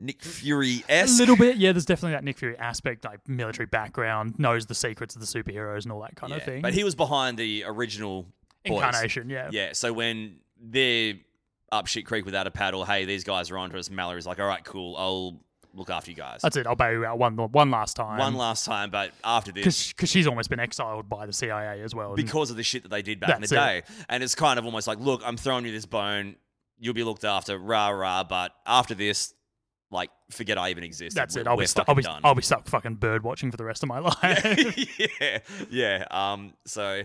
Speaker 2: Nick Fury esque.
Speaker 1: A little bit, yeah. There's definitely that Nick Fury aspect, like military background, knows the secrets of the superheroes and all that kind of
Speaker 2: Yeah,
Speaker 1: thing.
Speaker 2: But he was behind the original boys.
Speaker 1: incarnation, yeah.
Speaker 2: Yeah. So when they're up shit creek without a paddle, hey, these guys are onto us. Mallory's like, all right, cool, I'll look after you guys
Speaker 1: That's it. I'll bail you out one one last time.
Speaker 2: one last time. But after this,
Speaker 1: because she's almost been exiled by the CIA as well. and-
Speaker 2: because of the shit that they did back in the
Speaker 1: That's
Speaker 2: day, and it's kind of almost like, look, I'm throwing you this bone. You'll be looked after, rah rah. But after this, like, forget I even existed.
Speaker 1: that's
Speaker 2: We're-
Speaker 1: it. I'll
Speaker 2: we're
Speaker 1: be, stu-
Speaker 2: fucking
Speaker 1: I'll, be,
Speaker 2: done.
Speaker 1: I'll *laughs* be stuck fucking bird watching for the rest of my *laughs* life.
Speaker 2: *laughs* yeah, yeah. Um, so,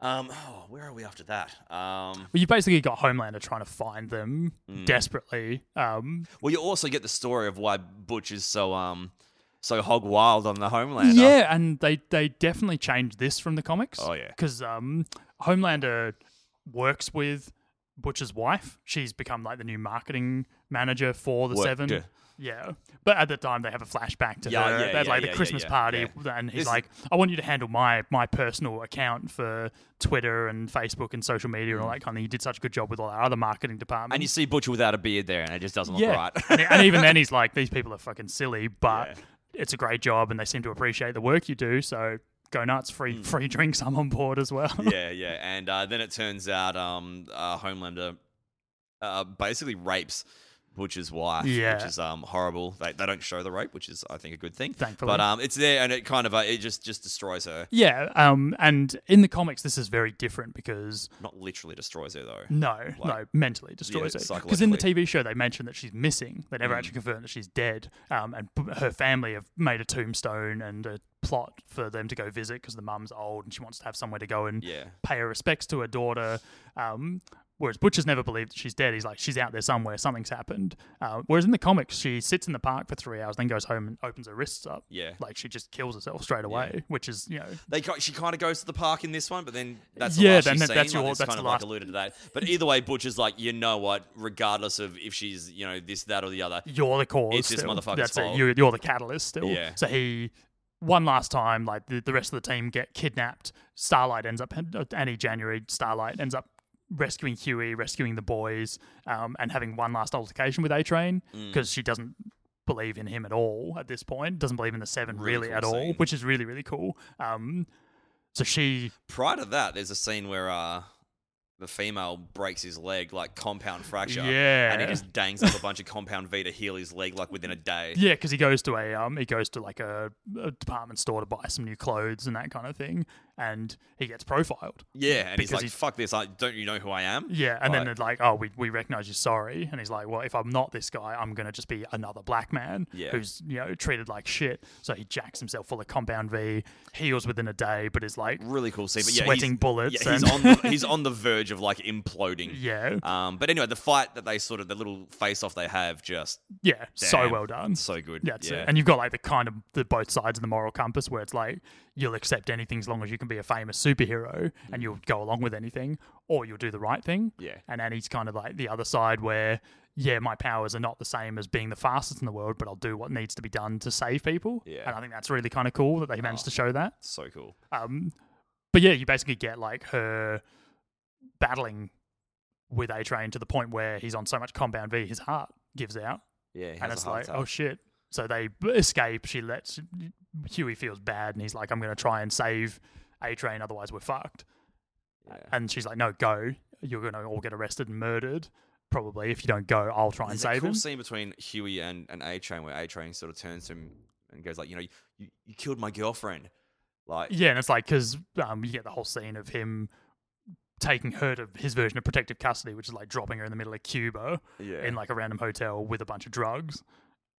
Speaker 2: um, oh, where are we after that? Um,
Speaker 1: But you basically got Homelander trying to find them
Speaker 2: Hmm.
Speaker 1: desperately. Um,
Speaker 2: Well, you also get the story of why Butch is so um so hog wild on the homeland.
Speaker 1: yeah, and they, they definitely changed this from the comics.
Speaker 2: Oh, yeah.
Speaker 1: Because um, Homelander works with Butcher's wife. She's become like the new marketing manager for the
Speaker 2: What
Speaker 1: Seven.
Speaker 2: the-
Speaker 1: Yeah, but at the time they have a flashback to
Speaker 2: Yeah,
Speaker 1: her.
Speaker 2: yeah,
Speaker 1: they had
Speaker 2: yeah,
Speaker 1: like
Speaker 2: yeah,
Speaker 1: the
Speaker 2: yeah,
Speaker 1: Christmas
Speaker 2: yeah,
Speaker 1: party,
Speaker 2: yeah.
Speaker 1: and he's
Speaker 2: This is-
Speaker 1: like, "I want you to handle my my personal account for Twitter and Facebook and social media
Speaker 2: Mm.
Speaker 1: and all that kind of thing." You did such a good job with all our other marketing department.
Speaker 2: And you see Butcher without a beard there, and it just doesn't look
Speaker 1: yeah, *laughs*
Speaker 2: right.
Speaker 1: and, and even
Speaker 2: *laughs*
Speaker 1: then he's like, "These people are fucking silly, but it's a great job, and they seem to appreciate the work you do." So go nuts, free free drinks. I'm on board as well.
Speaker 2: Hmm. yeah, yeah. And uh, then it turns out um uh, Homelander uh, basically rapes Butcher's wife, which
Speaker 1: Yeah.
Speaker 2: is um horrible. They, they don't show the rape, which is I think a good thing.
Speaker 1: Thankfully.
Speaker 2: but um it's there, and it kind of uh, it just just destroys her.
Speaker 1: *laughs* Yeah, um, and in the comics, this is very different because
Speaker 2: Not literally destroys her though.
Speaker 1: No, no, mentally destroys it. Because in the
Speaker 2: psychologically. Hmm.
Speaker 1: TV show, they mention that she's missing. They never actually confirm that she's dead. Um, and p- her family have made a tombstone and a plot for them to go visit because the mum's old and she wants to have somewhere to go and
Speaker 2: Yeah.
Speaker 1: pay her respects to her daughter. Um, whereas Butcher's never believed that she's dead. He's like, she's out there somewhere. Something's happened. Uh, whereas in the comics, she sits in the park for three hours, then goes home and opens her wrists up.
Speaker 2: Yeah.
Speaker 1: Like she just kills herself straight away, which is, you know,
Speaker 2: They ki- she kind of goes to the park in this one, but then that's
Speaker 1: Yeah,
Speaker 2: the last
Speaker 1: then
Speaker 2: she's
Speaker 1: that-
Speaker 2: seen.
Speaker 1: that's
Speaker 2: like,
Speaker 1: your-
Speaker 2: it's
Speaker 1: that's
Speaker 2: kind
Speaker 1: the
Speaker 2: of like
Speaker 1: last-
Speaker 2: alluded to that. But either way, Butcher's like, you know what? Regardless of if she's you know this, that, or the other,
Speaker 1: you're the cause.
Speaker 2: It's this
Speaker 1: still.
Speaker 2: motherfucker's
Speaker 1: That's
Speaker 2: fault.
Speaker 1: it. You're, you're the catalyst still.
Speaker 2: Yeah.
Speaker 1: So he, one last time, like the, the rest of the team get kidnapped. Starlight ends up, Annie January, Starlight ends up rescuing Huey, rescuing the boys, um, and having one last altercation with A Train
Speaker 2: Mm.
Speaker 1: because she doesn't believe in him at all at this point, doesn't believe in the Seven really,
Speaker 2: Really cool
Speaker 1: at all,
Speaker 2: scene.
Speaker 1: which is really, really cool. Um, so she
Speaker 2: prior to that, there's a scene where uh, the female breaks his leg, like compound fracture.
Speaker 1: Yeah.
Speaker 2: And he just dangs up a bunch of compound V to heal his leg, like within a day.
Speaker 1: Yeah, because he goes to a um, he goes to like a, a department store to buy some new clothes and that kind of thing, and he gets profiled.
Speaker 2: Yeah, and he's
Speaker 1: Because
Speaker 2: like,
Speaker 1: he's-
Speaker 2: "Fuck this! I don't you know who I am?"
Speaker 1: Yeah, and then
Speaker 2: Right.
Speaker 1: they're like, "Oh, we we recognize you're sorry," and he's like, "Well, if I'm not this guy, I'm gonna just be another black man
Speaker 2: Yeah.
Speaker 1: who's you know treated like shit." So he jacks himself full of compound V, heals within a day, but is like,
Speaker 2: Really cool scene. But yeah,
Speaker 1: Sweating
Speaker 2: he's,
Speaker 1: bullets
Speaker 2: Yeah, he's
Speaker 1: and-
Speaker 2: on
Speaker 1: *laughs*
Speaker 2: the, he's on the verge of like imploding.
Speaker 1: "Yeah,
Speaker 2: Um, but anyway, the fight that they sort of the little face off they have just
Speaker 1: yeah, so
Speaker 2: damn,
Speaker 1: well done."
Speaker 2: so good.
Speaker 1: That's
Speaker 2: yeah.
Speaker 1: it. And you've got like the kind of the both sides of the moral compass where it's like you'll accept anything as long as you can be a famous superhero and you'll go along with anything or you'll do the right thing.
Speaker 2: Mm. Yeah.
Speaker 1: And Annie's kind of like the other side where yeah, my powers are not the same as being the fastest in the world, but I'll do what needs to be done to save people.
Speaker 2: Yeah. Oh.
Speaker 1: And I think that's really kind of cool that they managed to show that.
Speaker 2: so cool.
Speaker 1: Um, but yeah, you basically get like her battling with A Train to the point where he's on so much compound V, his heart gives out
Speaker 2: Yeah,
Speaker 1: and
Speaker 2: he has
Speaker 1: it's
Speaker 2: a heart
Speaker 1: like,
Speaker 2: attack.
Speaker 1: oh shit. So they b- escape. She lets Huey feels bad, and he's like, I'm going to try and save A Train, otherwise we're fucked.
Speaker 2: Yeah.
Speaker 1: And she's like, No, go. You're going to all get arrested and murdered, probably. If you don't go, I'll try and
Speaker 2: There's a
Speaker 1: save
Speaker 2: cool
Speaker 1: him.
Speaker 2: scene between Huey and, and A Train where A Train sort of turns to him and goes like, you know, you, you killed my girlfriend. Like,
Speaker 1: Yeah, and it's like because um, you get the whole scene of him taking her to his version of protective custody, which is like dropping her in the middle of Cuba
Speaker 2: yeah,
Speaker 1: in like a random hotel with a bunch of drugs.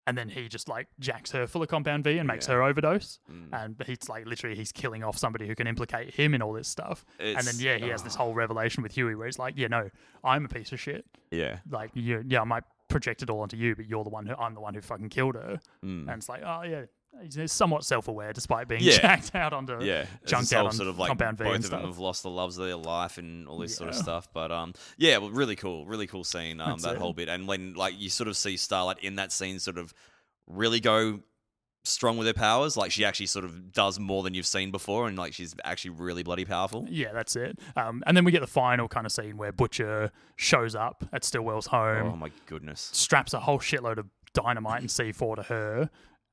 Speaker 1: And then he just like jacks her full of compound V and makes
Speaker 2: Yeah.
Speaker 1: her overdose.
Speaker 2: Mm.
Speaker 1: and he's like literally he's killing off somebody who can implicate him in all this stuff. and then
Speaker 2: It's-
Speaker 1: yeah, he has this whole revelation with Huey where he's like, yeah, no, I'm a piece of shit.
Speaker 2: yeah,
Speaker 1: Like you, yeah, I might project it all onto you, but you're the one who I'm the one who fucking killed her.
Speaker 2: Mm.
Speaker 1: And it's like, oh yeah, he's he's somewhat self-aware despite being
Speaker 2: Yeah.
Speaker 1: *laughs* jacked out onto
Speaker 2: yeah.
Speaker 1: junked
Speaker 2: It's
Speaker 1: out
Speaker 2: all
Speaker 1: on
Speaker 2: sort of like
Speaker 1: compound V
Speaker 2: both
Speaker 1: and
Speaker 2: of them
Speaker 1: stuff.
Speaker 2: have lost the loves of their life and all this sort of
Speaker 1: Yeah.
Speaker 2: stuff. But um, yeah, well, really cool, really cool scene. Um,
Speaker 1: That's
Speaker 2: that
Speaker 1: it.
Speaker 2: whole bit, and when like you sort of see Starlight in that scene, sort of really go strong with her powers. Like she actually sort of does more than you've seen before, and like she's actually really bloody powerful.
Speaker 1: Yeah, that's it. Um, and then we get the final kind of scene where Butcher shows up at Stillwell's home,
Speaker 2: Oh my goodness.
Speaker 1: straps a whole shitload of dynamite and C4 to her,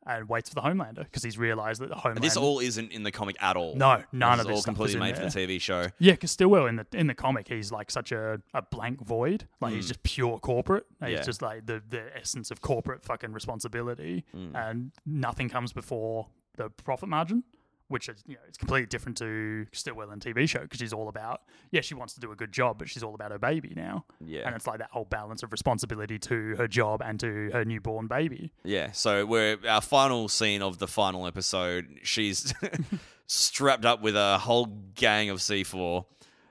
Speaker 1: and waits for the Homelander because he's realized that the Homelander.
Speaker 2: And this all isn't in the comic at all.
Speaker 1: No, none of
Speaker 2: this
Speaker 1: this
Speaker 2: is
Speaker 1: stuff
Speaker 2: all
Speaker 1: is
Speaker 2: completely
Speaker 1: in
Speaker 2: made
Speaker 1: there.
Speaker 2: for the TV show.
Speaker 1: Yeah, because Stillwell in the in the comic, he's like such a, a blank void. Like he's just pure corporate. Like,
Speaker 2: Mm. Yeah.
Speaker 1: He's just like the the essence of corporate fucking responsibility,
Speaker 2: Mm.
Speaker 1: and nothing comes before the profit margin, which is you know it's completely different to Stillwell in TV show because she's all about yeah she wants to do a good job, but she's all about her baby now,
Speaker 2: Yeah.
Speaker 1: and it's like that whole balance of responsibility to her job and to her newborn baby.
Speaker 2: Yeah, so we're our final scene of the final episode. She's *laughs* strapped up with a whole gang of C4.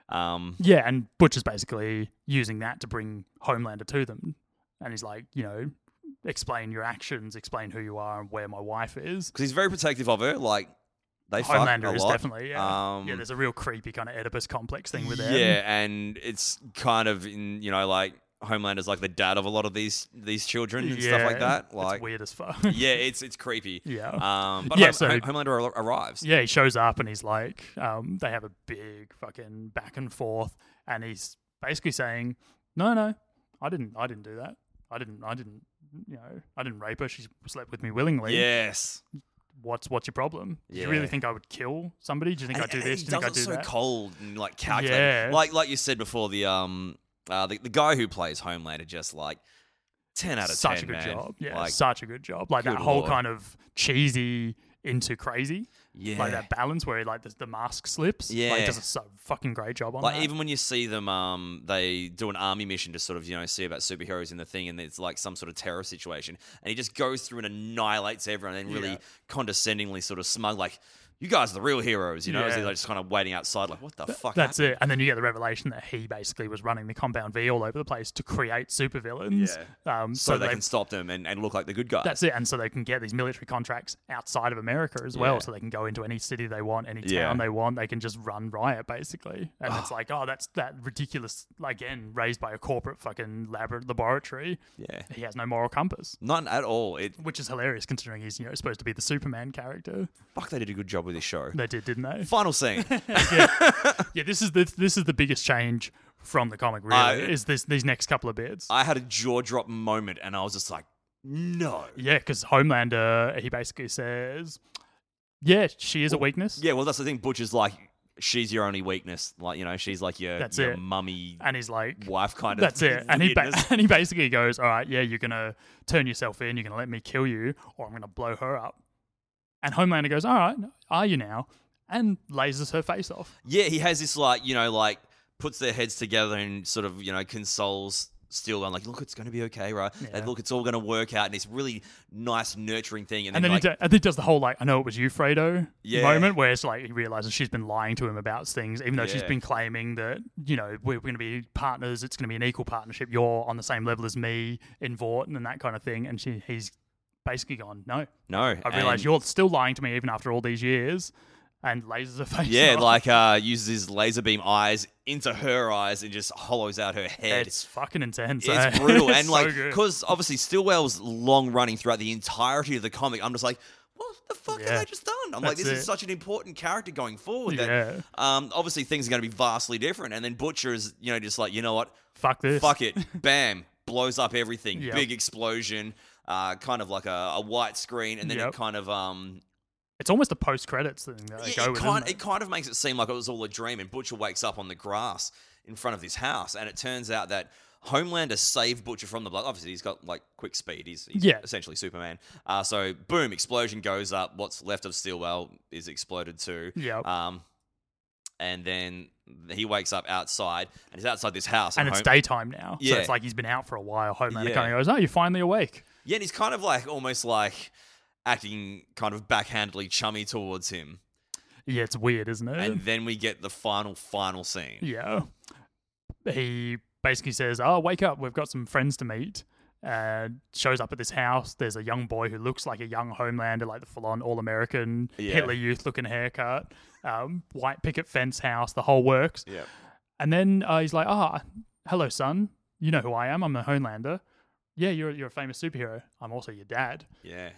Speaker 2: Um,
Speaker 1: Yeah, and Butcher's basically using that to bring Homelander to them. And he's like, you know, explain your actions, explain who you are and where my wife is.
Speaker 2: because he's very protective of her. Like they fuck a
Speaker 1: Homelander is
Speaker 2: lot.
Speaker 1: definitely, yeah.
Speaker 2: Um,
Speaker 1: yeah, there's a real creepy kind of Oedipus complex thing with him.
Speaker 2: yeah, and it's kind of in you know like Homelander's like the dad of a lot of these these children and stuff like
Speaker 1: Yeah,
Speaker 2: that. Like
Speaker 1: it's weird as fuck.
Speaker 2: yeah, it's it's creepy.
Speaker 1: *laughs* Yeah.
Speaker 2: Um, but
Speaker 1: Yeah,
Speaker 2: Home-
Speaker 1: so-
Speaker 2: Home- Homelander ar- arrives.
Speaker 1: Yeah, he shows up and he's like, um, they have a big fucking back and forth, and he's basically saying, "No, no, I didn't, I didn't do that. I didn't, I didn't, you know, I didn't rape her. She slept with me willingly.
Speaker 2: Yes.
Speaker 1: what's what's your problem? Do you
Speaker 2: Yeah.
Speaker 1: really think I would kill somebody? Do you think
Speaker 2: And-
Speaker 1: I do
Speaker 2: and
Speaker 1: this?
Speaker 2: He
Speaker 1: Do you think I
Speaker 2: does
Speaker 1: do
Speaker 2: it so
Speaker 1: that?
Speaker 2: cold and like calculated.
Speaker 1: Yeah.
Speaker 2: Like like you said before, the um uh the, the guy who plays Homelander just like ten out of
Speaker 1: such
Speaker 2: ten.
Speaker 1: a good
Speaker 2: man.
Speaker 1: job. Yeah,
Speaker 2: Like,
Speaker 1: such a good job. Like that
Speaker 2: Good
Speaker 1: whole
Speaker 2: lord.
Speaker 1: kind of cheesy into crazy,
Speaker 2: yeah.
Speaker 1: like that balance where like the, the mask slips. like,
Speaker 2: Yeah.
Speaker 1: he does a so fucking great job on
Speaker 2: Like
Speaker 1: that.
Speaker 2: even when you see them, um, they do an army mission to sort of you know see about superheroes in the thing, and it's like some sort of terror situation, and he just goes through and annihilates everyone, and really
Speaker 1: Yeah.
Speaker 2: condescendingly sort of smug, like you guys are the real heroes, you know, as
Speaker 1: Yeah.
Speaker 2: they're like, just kind of waiting outside, like what the fuck?
Speaker 1: That's it. And then you get the revelation that he basically was running the compound V all over the place to create supervillains. Um,
Speaker 2: So,
Speaker 1: so,
Speaker 2: they,
Speaker 1: they
Speaker 2: can stop them and, and look like the good guys.
Speaker 1: That's it. And so they can get these military contracts outside of America as well.
Speaker 2: Yeah.
Speaker 1: So they can go into any city they want, any town
Speaker 2: Yeah.
Speaker 1: they want. They can just run riot, basically. And it's like, oh, that's that ridiculous, again, raised by a corporate fucking labor- laboratory.
Speaker 2: yeah,
Speaker 1: He has no moral compass,
Speaker 2: not at all. It
Speaker 1: which is hilarious considering he's, you know, supposed to be the Superman character.
Speaker 2: fuck, they did a good job with this show.
Speaker 1: They did, didn't they? *laughs*
Speaker 2: Final scene.
Speaker 1: Yeah, this is the, this is the biggest change from the comic, really,
Speaker 2: Uh,
Speaker 1: is this these next couple of bits.
Speaker 2: I had a jaw drop moment, and I was just like, no.
Speaker 1: yeah, because Homelander, he basically says, yeah, she is a weakness.
Speaker 2: Yeah, well, that's the thing. Butcher's like, she's your only weakness. Like, you know, she's like your,
Speaker 1: That's
Speaker 2: your
Speaker 1: it.
Speaker 2: mummy
Speaker 1: And he's like,
Speaker 2: wife kind of.
Speaker 1: That's it. And he, ba- *laughs*
Speaker 2: weirdness.
Speaker 1: and he basically goes, All right, yeah, you're going to turn yourself in. You're going to let me kill you, or I'm going to blow her up. And Homelander goes, All right, are you now? and lasers her face off.
Speaker 2: Yeah, he has this like you know like puts their heads together and sort of you know consoles still and like look it's going to be okay right
Speaker 1: Yeah.
Speaker 2: and look it's all going to work out and this really nice nurturing thing and,
Speaker 1: And then
Speaker 2: like,
Speaker 1: he, do, and he does the whole like, I know it was you, Fredo,
Speaker 2: Yeah.
Speaker 1: moment where it's like he realizes she's been lying to him about things, even though she's
Speaker 2: Yeah.
Speaker 1: been claiming that you know we're going to be partners, it's going to be an equal partnership. You're on the same level as me in Vorton and that kind of thing. And she, he's basically gone, no,
Speaker 2: no
Speaker 1: I realize
Speaker 2: and-
Speaker 1: you're still lying to me even after all these years. And lasers her face.
Speaker 2: yeah
Speaker 1: off.
Speaker 2: like uh uses his laser beam eyes into her eyes and just hollows out her head
Speaker 1: it's fucking intense. eh? *laughs*
Speaker 2: It's brutal.
Speaker 1: It's
Speaker 2: and
Speaker 1: so
Speaker 2: like,
Speaker 1: good.
Speaker 2: because obviously Stillwell's long running throughout the entirety of the comic, I'm just like, what the fuck
Speaker 1: Yeah.
Speaker 2: have they just done? I'm like,
Speaker 1: That's
Speaker 2: this is
Speaker 1: it.
Speaker 2: such an important character going forward. That,
Speaker 1: Yeah.
Speaker 2: um, obviously things are going to be vastly different. And then Butcher is, you know, just like, you know what?
Speaker 1: fuck this. *laughs*
Speaker 2: Fuck it. Bam. Blows up everything.
Speaker 1: Yep.
Speaker 2: Big explosion. Uh, kind of like a, a white screen, and then
Speaker 1: Yep.
Speaker 2: it kind of um,
Speaker 1: It's almost a post credits thing that they
Speaker 2: yeah,
Speaker 1: go
Speaker 2: it
Speaker 1: with.
Speaker 2: kind
Speaker 1: isn't
Speaker 2: it kind of makes it seem like it was all a dream. And Butcher wakes up on the grass in front of his house, and it turns out that Homelander saved Butcher from the blood. Obviously, he's got like quick speed. He's, he's
Speaker 1: Yeah.
Speaker 2: essentially Superman. Uh, so boom, explosion goes up. What's left of Stillwell is exploded too.
Speaker 1: it? Yeah.
Speaker 2: Um, and then he wakes up outside, and he's outside this house,
Speaker 1: and it's
Speaker 2: Home-
Speaker 1: daytime now.
Speaker 2: Yeah.
Speaker 1: So it's like he's been out for a while. Homelander
Speaker 2: Yeah.
Speaker 1: kind of goes, oh, you're finally awake.
Speaker 2: yeah, and he's kind of like almost like acting kind of backhandedly chummy towards him.
Speaker 1: Yeah, it's weird, isn't it?
Speaker 2: And then we get the final, final scene.
Speaker 1: yeah. He basically says, oh, wake up. We've got some friends to meet. Uh, shows up at this house. There's a young boy who looks like a young Homelander, like the full on All American,
Speaker 2: Yeah.
Speaker 1: Hitler Youth looking haircut, um, white picket fence house, the whole works.
Speaker 2: Yeah.
Speaker 1: And then uh, he's like, "Ah, hello, son. You know who I am. I'm a Homelander. Yeah, you're you're a famous superhero. I'm also your dad."
Speaker 2: Yeah.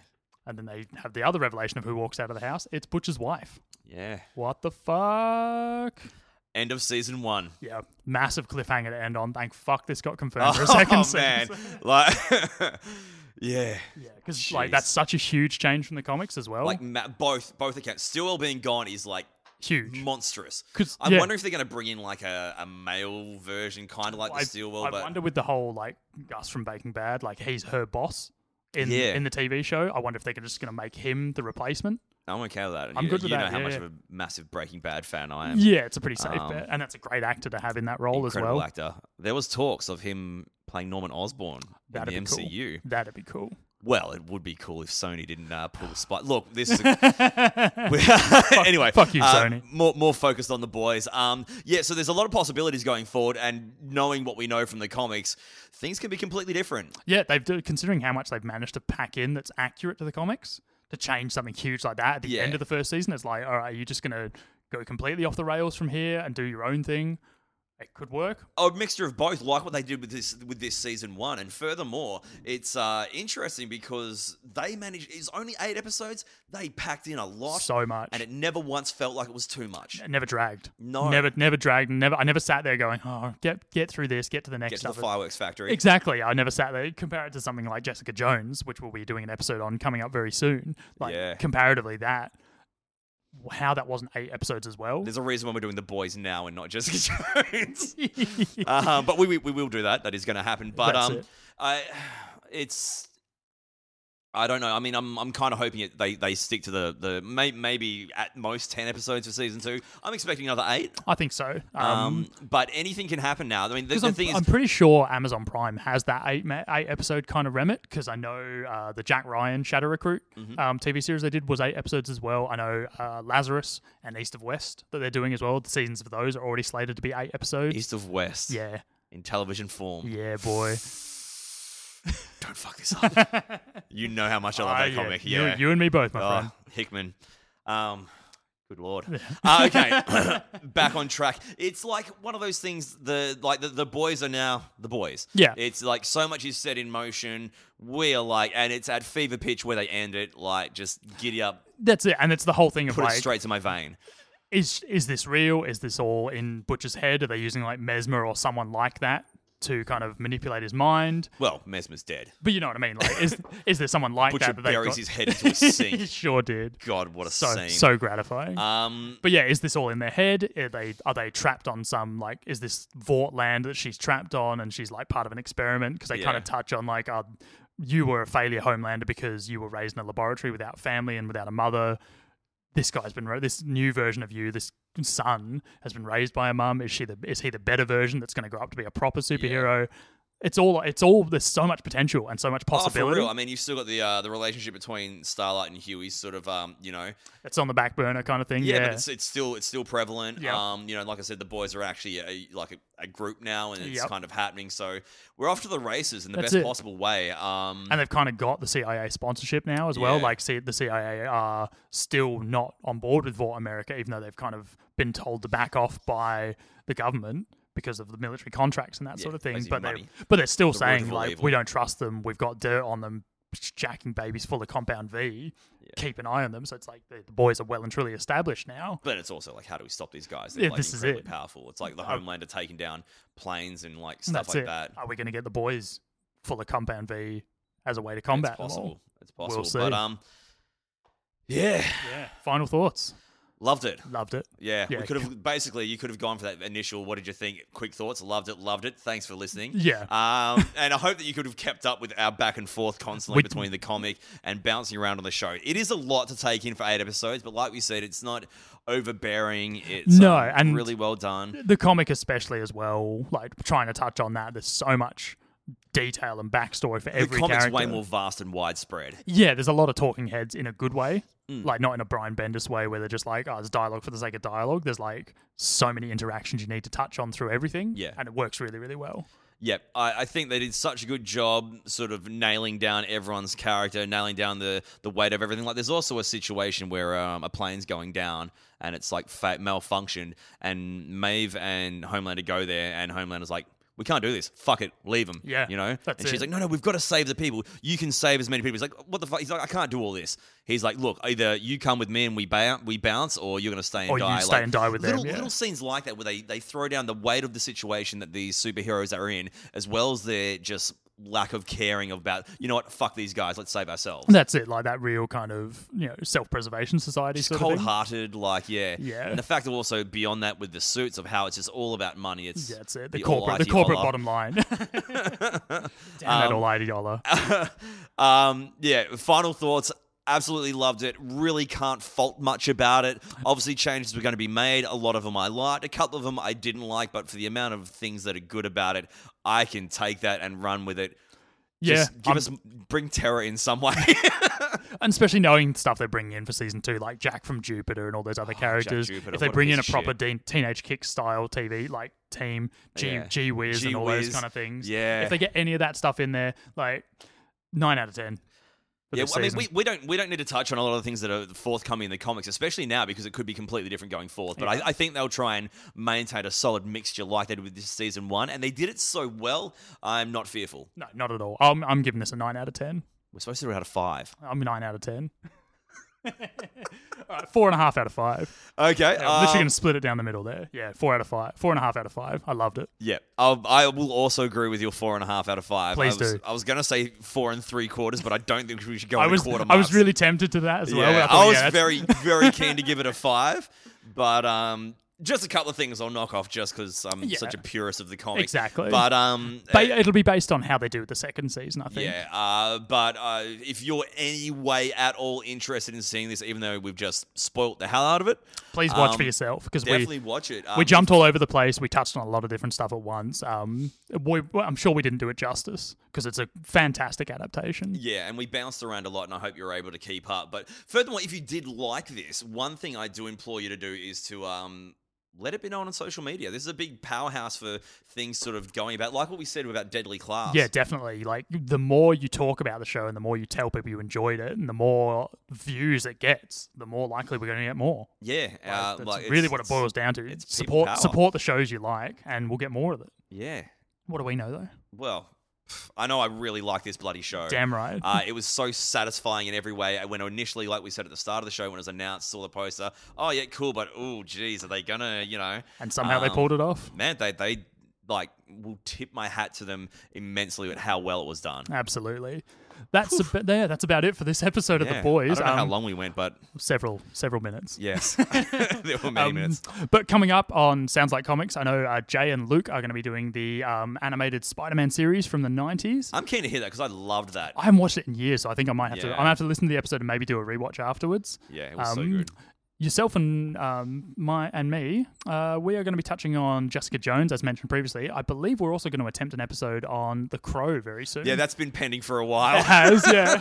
Speaker 1: And then they have the other revelation of who walks out of the house. It's Butcher's wife.
Speaker 2: Yeah.
Speaker 1: What the fuck?
Speaker 2: End of season one.
Speaker 1: Yeah, massive cliffhanger to end on. Thank fuck this got confirmed
Speaker 2: *laughs*
Speaker 1: for a second
Speaker 2: Oh, man,
Speaker 1: season.
Speaker 2: *laughs* like, yeah,
Speaker 1: *laughs* Yeah, because like
Speaker 2: Jeez.
Speaker 1: that's such a huge change from the comics as well.
Speaker 2: like ma- both both accounts. Stillwell being gone is like
Speaker 1: huge.
Speaker 2: monstrous.
Speaker 1: 'Cause,
Speaker 2: I
Speaker 1: yeah.
Speaker 2: wonder if they're going to bring in like a, a male version, kind of like
Speaker 1: I,
Speaker 2: the Stillwell.
Speaker 1: I
Speaker 2: but
Speaker 1: wonder with the whole like Gus from Baking Bad, like he's her boss in
Speaker 2: Yeah.
Speaker 1: in the TV show. I wonder if they're just going to make him the replacement.
Speaker 2: I'm okay with that. And
Speaker 1: I'm
Speaker 2: you,
Speaker 1: good with
Speaker 2: you know
Speaker 1: that,
Speaker 2: how
Speaker 1: yeah,
Speaker 2: much
Speaker 1: yeah.
Speaker 2: of a massive Breaking Bad fan I am.
Speaker 1: Yeah, it's a pretty safe
Speaker 2: Um,
Speaker 1: bet, and that's a great actor to have in that role as
Speaker 2: Incredible
Speaker 1: well.
Speaker 2: actor. There was talks of him playing Norman Osborn in
Speaker 1: That'd
Speaker 2: the
Speaker 1: be cool.
Speaker 2: MCU.
Speaker 1: That'd be cool.
Speaker 2: Well, it would be cool if Sony didn't uh, pull the spot. Look, this is a *laughs* We- anyway,
Speaker 1: *laughs* fuck you,
Speaker 2: uh,
Speaker 1: Sony.
Speaker 2: More, more focused on the boys. Um, yeah, so there's a lot of possibilities going forward, and knowing what we know from the comics, things can be completely different.
Speaker 1: yeah, they've do, considering how much they've managed to pack in that's accurate to the comics to change something huge like that at the
Speaker 2: Yeah.
Speaker 1: end of the first season. It's like, all right, are you just gonna go completely off the rails from here and do your own thing? It could work.
Speaker 2: A mixture of both, like what they did with this with this season one, and furthermore, it's uh, interesting because they managed. It's only eight episodes. They packed in a lot,
Speaker 1: So much,
Speaker 2: and it never once felt like it was too much.
Speaker 1: It never dragged.
Speaker 2: No.
Speaker 1: never, never dragged. Never, I never sat there going, oh, get get through this, get to the next
Speaker 2: Get to the
Speaker 1: stuff.
Speaker 2: fireworks factory.
Speaker 1: Exactly. I never sat there. Compare it to something like Jessica Jones, which we'll be doing an episode on coming up very soon. Like
Speaker 2: Yeah.
Speaker 1: comparatively that how that wasn't eight episodes as well.
Speaker 2: There's a reason why we're doing the boys now and not Jessica *laughs* Jones. um, but we, we we will do that. That is going to happen. But
Speaker 1: That's
Speaker 2: um,
Speaker 1: it.
Speaker 2: I it's I don't know. I mean, I'm I'm kind of hoping it, they they stick to the the may, maybe at most ten episodes for season two. I'm expecting another eight.
Speaker 1: *laughs* I think so.
Speaker 2: Um,
Speaker 1: Um
Speaker 2: but anything can happen now. I mean, the,
Speaker 1: 'cause
Speaker 2: the
Speaker 1: I'm,
Speaker 2: thing is,
Speaker 1: I'm pretty sure Amazon Prime has that eight ma- eight episode kind of remit because I know uh, the Jack Ryan Shadow Recruit
Speaker 2: Mm-hmm.
Speaker 1: um, TV series they did was eight episodes as well. I know uh, Lazarus and East of West that they're doing as well. The seasons of those are already slated to be eight episodes.
Speaker 2: east of west,
Speaker 1: Yeah,
Speaker 2: in television form.
Speaker 1: yeah, boy.
Speaker 2: Don't fuck this up.
Speaker 1: *laughs*
Speaker 2: you know how much I love
Speaker 1: Ah,
Speaker 2: that
Speaker 1: yeah.
Speaker 2: comic.
Speaker 1: You-
Speaker 2: yeah,
Speaker 1: you, and me both, my friend.
Speaker 2: Oh, Hickman. Um, good lord. Uh,
Speaker 1: *laughs*
Speaker 2: okay, *coughs* back on track. It's like one of those things. The like the, the boys are now the boys.
Speaker 1: Yeah.
Speaker 2: It's like so much is set in motion. We are like, and it's at fever pitch where they end it. Like just giddy up,
Speaker 1: That's it, and it's the whole thing of
Speaker 2: put
Speaker 1: like,
Speaker 2: it straight to my vein.
Speaker 1: is is this real? Is this all in Butcher's head? Are they using like Mesmer or someone like that to kind of manipulate his mind?
Speaker 2: Well, Mesmer's dead.
Speaker 1: But you know what I mean. Like, is *laughs* is there someone like
Speaker 2: Butcher
Speaker 1: that? that they've
Speaker 2: buries
Speaker 1: got- *laughs*
Speaker 2: his head into a
Speaker 1: he
Speaker 2: sink.
Speaker 1: sure did.
Speaker 2: God, what a
Speaker 1: So
Speaker 2: scene.
Speaker 1: so gratifying.
Speaker 2: um,
Speaker 1: but yeah, is this all in their head? Are they are they trapped on some like is this Vought land that she's trapped on and she's like part of an experiment? Because they kind
Speaker 2: Yeah.
Speaker 1: of touch on like, uh, you were a failure, Homelander, because you were raised in a laboratory without family and without a mother. this guy's been ra- this new version of you, this son has been raised by a mum. Is she the is he the better version that's going to grow up to be a proper superhero? It's all it's all there's so much potential and so much
Speaker 2: Oh, for
Speaker 1: possibility.
Speaker 2: real. I mean, you've still got the uh, the relationship between Starlight and Huey, sort of, um, you know,
Speaker 1: it's on the back burner kind of thing.
Speaker 2: yeah,
Speaker 1: Yeah,
Speaker 2: but it's, it's still it's still prevalent.
Speaker 1: Yeah.
Speaker 2: Um, you know, like I said, the boys are actually a, like a, a group now, and it's
Speaker 1: Yep.
Speaker 2: kind of happening. So we're off to the races in the
Speaker 1: That's
Speaker 2: best
Speaker 1: it.
Speaker 2: possible way. Um,
Speaker 1: and they've kind of got the CIA sponsorship now as well.
Speaker 2: Yeah.
Speaker 1: Like, see, the CIA are still not on board with Vought America, even though they've kind of been told to back off by the government because of the military contracts and that
Speaker 2: Yeah,
Speaker 1: sort of thing.
Speaker 2: basically
Speaker 1: But they
Speaker 2: money.
Speaker 1: but they're still
Speaker 2: The root
Speaker 1: saying
Speaker 2: of all
Speaker 1: like
Speaker 2: evil.
Speaker 1: we don't trust them. We've got dirt on them, jacking babies full of compound V. Keep an eye on them. So it's like the, the boys are well and truly established now.
Speaker 2: but it's also like, how do we stop these guys? They're
Speaker 1: Yeah,
Speaker 2: like
Speaker 1: this is it.
Speaker 2: incredibly powerful. It's like the Homelander taking down planes and like stuff
Speaker 1: That's
Speaker 2: like
Speaker 1: it.
Speaker 2: that.
Speaker 1: Are we going to get the boys full of compound V as a way to combat
Speaker 2: It's
Speaker 1: them all?
Speaker 2: possible. It's
Speaker 1: We'll
Speaker 2: possible.
Speaker 1: see.
Speaker 2: but um, yeah,
Speaker 1: Yeah. Final thoughts.
Speaker 2: loved it.
Speaker 1: Loved it.
Speaker 2: Yeah,
Speaker 1: Yeah.
Speaker 2: we could have basically you could have gone for that initial. What did you think? Quick thoughts. Loved it. Loved it. Thanks for listening.
Speaker 1: Yeah.
Speaker 2: Um, *laughs* and I hope that you could have kept up with our back and forth constantly
Speaker 1: We-
Speaker 2: between the comic and bouncing around on the show. It is a lot to take in for eight episodes, but like we said, it's not overbearing. It's
Speaker 1: No,
Speaker 2: um,
Speaker 1: and-
Speaker 2: really well done.
Speaker 1: the comic especially as well like trying to touch on that there's so much detail and backstory for
Speaker 2: The
Speaker 1: every
Speaker 2: comic's
Speaker 1: character
Speaker 2: way more vast and widespread.
Speaker 1: yeah there's a lot of talking heads in a good way
Speaker 2: Mm.
Speaker 1: like not in a brian bendis way where they're just like oh it's dialogue for the sake of dialogue there's like so many interactions you need to touch on through everything
Speaker 2: Yeah.
Speaker 1: and it works really really well
Speaker 2: Yep, I, I think they did such a good job, sort of nailing down everyone's character, nailing down the, the weight of everything. Like, there's also a situation where um, a plane's going down and it's like fa- malfunctioned, and Maeve and Homelander go there, and Homelander's like, "We can't do this. Fuck it, leave them."
Speaker 1: Yeah,
Speaker 2: you know.
Speaker 1: that's
Speaker 2: and she's
Speaker 1: it.
Speaker 2: like, "No, no, we've got to save the people. You can save as many people." He's like, "What the fuck?" He's like, "I can't do all this." He's like, "Look, either you come with me and we bounce, we bounce, or you're gonna stay and
Speaker 1: Or you
Speaker 2: die."
Speaker 1: stay
Speaker 2: Like,
Speaker 1: and die with them,
Speaker 2: little,
Speaker 1: yeah.
Speaker 2: Little scenes like that where they, they throw down the weight of the situation that these superheroes are in, as well as their just lack of caring about, you know what, fuck these guys, let's save ourselves.
Speaker 1: that's it like that real kind of you know self-preservation society
Speaker 2: Just
Speaker 1: sort of thing.
Speaker 2: cold hearted, like, yeah.
Speaker 1: Yeah.
Speaker 2: And the fact of also beyond that with the suits of how it's just all about money. It's
Speaker 1: yeah that's it the,
Speaker 2: all
Speaker 1: corporate the corporate
Speaker 2: Ideologue.
Speaker 1: bottom
Speaker 2: *laughs*
Speaker 1: line *laughs* damn that all ideologue
Speaker 2: um, yeah, final thoughts. Absolutely loved it. Really can't fault much about it. Obviously, changes were going to be made. A lot of them I liked. A couple of them I didn't like, but for the amount of things that are good about it, I can take that and run with it.
Speaker 1: yeah
Speaker 2: Just give
Speaker 1: I'm-
Speaker 2: us bring terror in
Speaker 1: *laughs*
Speaker 2: some way.
Speaker 1: and especially knowing stuff they're bringing in for season two, like Jack from Jupiter and all those other characters.
Speaker 2: Oh, Jupiter,
Speaker 1: if they
Speaker 2: what a
Speaker 1: bring
Speaker 2: piece
Speaker 1: in a
Speaker 2: of
Speaker 1: proper de-
Speaker 2: shit.
Speaker 1: teenage kick style TV like team, G
Speaker 2: Yeah.
Speaker 1: G Wiz and all
Speaker 2: Gee
Speaker 1: those
Speaker 2: whiz.
Speaker 1: kind of things.
Speaker 2: Yeah.
Speaker 1: If they get any of that stuff in there, like nine out of ten. for
Speaker 2: Yeah,
Speaker 1: this
Speaker 2: well, I mean,
Speaker 1: season.
Speaker 2: we, we don't we don't need to touch on a lot of the things that are forthcoming in the comics, especially now because it could be completely different going forth. But I, I think they'll try and maintain a solid mixture like they did with this season one, and they did it so well. I'm not fearful.
Speaker 1: no, not at all. I'm I'm giving this a nine out of ten.
Speaker 2: We're supposed to do it out of five.
Speaker 1: I'm a nine out of ten. *laughs* all right, four and a half out of five.
Speaker 2: Okay. uh,
Speaker 1: Yeah, I'm literally going to split it down the middle there. Yeah, four out of five. Four and a half out of five. I loved it.
Speaker 2: Yeah, I'll, I will also agree with your four and a half out of five.
Speaker 1: Please
Speaker 2: I was,
Speaker 1: do.
Speaker 2: I was going to say four and three quarters, but I don't think we should go.
Speaker 1: I
Speaker 2: with
Speaker 1: was
Speaker 2: quarter
Speaker 1: I was
Speaker 2: marks.
Speaker 1: really tempted to that as well.
Speaker 2: Yeah,
Speaker 1: thought,
Speaker 2: I was
Speaker 1: yeah, that's- *laughs*
Speaker 2: very very keen to give it a five, but um, just a couple of things I'll knock off just because I'm
Speaker 1: Yeah.
Speaker 2: such a purist of the comic.
Speaker 1: Exactly.
Speaker 2: But um,
Speaker 1: Ba- it'll be based on how they do it the second season, I think.
Speaker 2: Yeah, uh, but uh, if you're any way at all interested in seeing this, even though we've just spoilt the hell out of it,
Speaker 1: Please watch
Speaker 2: Um,
Speaker 1: for yourself because
Speaker 2: definitely
Speaker 1: we
Speaker 2: watch it. Um,
Speaker 1: we jumped all over the place. We touched on a lot of different stuff at once. Um, we, well, I'm sure we didn't do it justice because it's a fantastic adaptation.
Speaker 2: Yeah, and we bounced around a lot, and I hope you're able to keep up. But furthermore, if you did like this, one thing I do implore you to do is to um, let it be known on social media. This is a big powerhouse for things sort of going about, like what we said about Deadly Class.
Speaker 1: Yeah, definitely. Like the more you talk about the show and the more you tell people you enjoyed it, and the more views it gets, the more likely we're going to get more.
Speaker 2: yeah, uh,
Speaker 1: Like, that's
Speaker 2: like,
Speaker 1: really
Speaker 2: it's-
Speaker 1: what it
Speaker 2: it's-
Speaker 1: boils down to.
Speaker 2: it's people
Speaker 1: support
Speaker 2: power.
Speaker 1: support the shows you like, and we'll get more of it.
Speaker 2: Yeah,
Speaker 1: What do we know though?
Speaker 2: well, *sighs* I know I really like this bloody show.
Speaker 1: Damn right.
Speaker 2: Uh, it was so satisfying in every way. When initially, like we said at the start of the show, when it was announced, saw the poster. Oh yeah, cool. But oh, geez, are they gonna, you know?
Speaker 1: and somehow they
Speaker 2: um,
Speaker 1: pulled it off.
Speaker 2: man, they they like will tip my hat to them immensely at how well it was done.
Speaker 1: Absolutely. That's about, yeah, that's about it for this episode of
Speaker 2: Yeah.
Speaker 1: the boys.
Speaker 2: I don't know how
Speaker 1: Um,
Speaker 2: long we
Speaker 1: *laughs*
Speaker 2: went, but
Speaker 1: several several minutes.
Speaker 2: yes, *laughs* there were many
Speaker 1: Um,
Speaker 2: minutes.
Speaker 1: But coming up on Sounds Like Comics, I know uh, Jay and Luke are going to be doing the um, animated Spider-Man series from the '90s.
Speaker 2: I'm keen to hear that because I loved that.
Speaker 1: I haven't watched it in years, so I think I might have to.
Speaker 2: Uh, Yeah.
Speaker 1: I might have to listen to the episode and maybe do a rewatch afterwards.
Speaker 2: Yeah, it was so good.
Speaker 1: yourself and um, my and me, uh, we are going to be touching on Jessica Jones, as mentioned previously. I believe we're also going to attempt an episode on The Crow very soon.
Speaker 2: Yeah, that's been pending for a while.
Speaker 1: it has. *laughs* Yeah,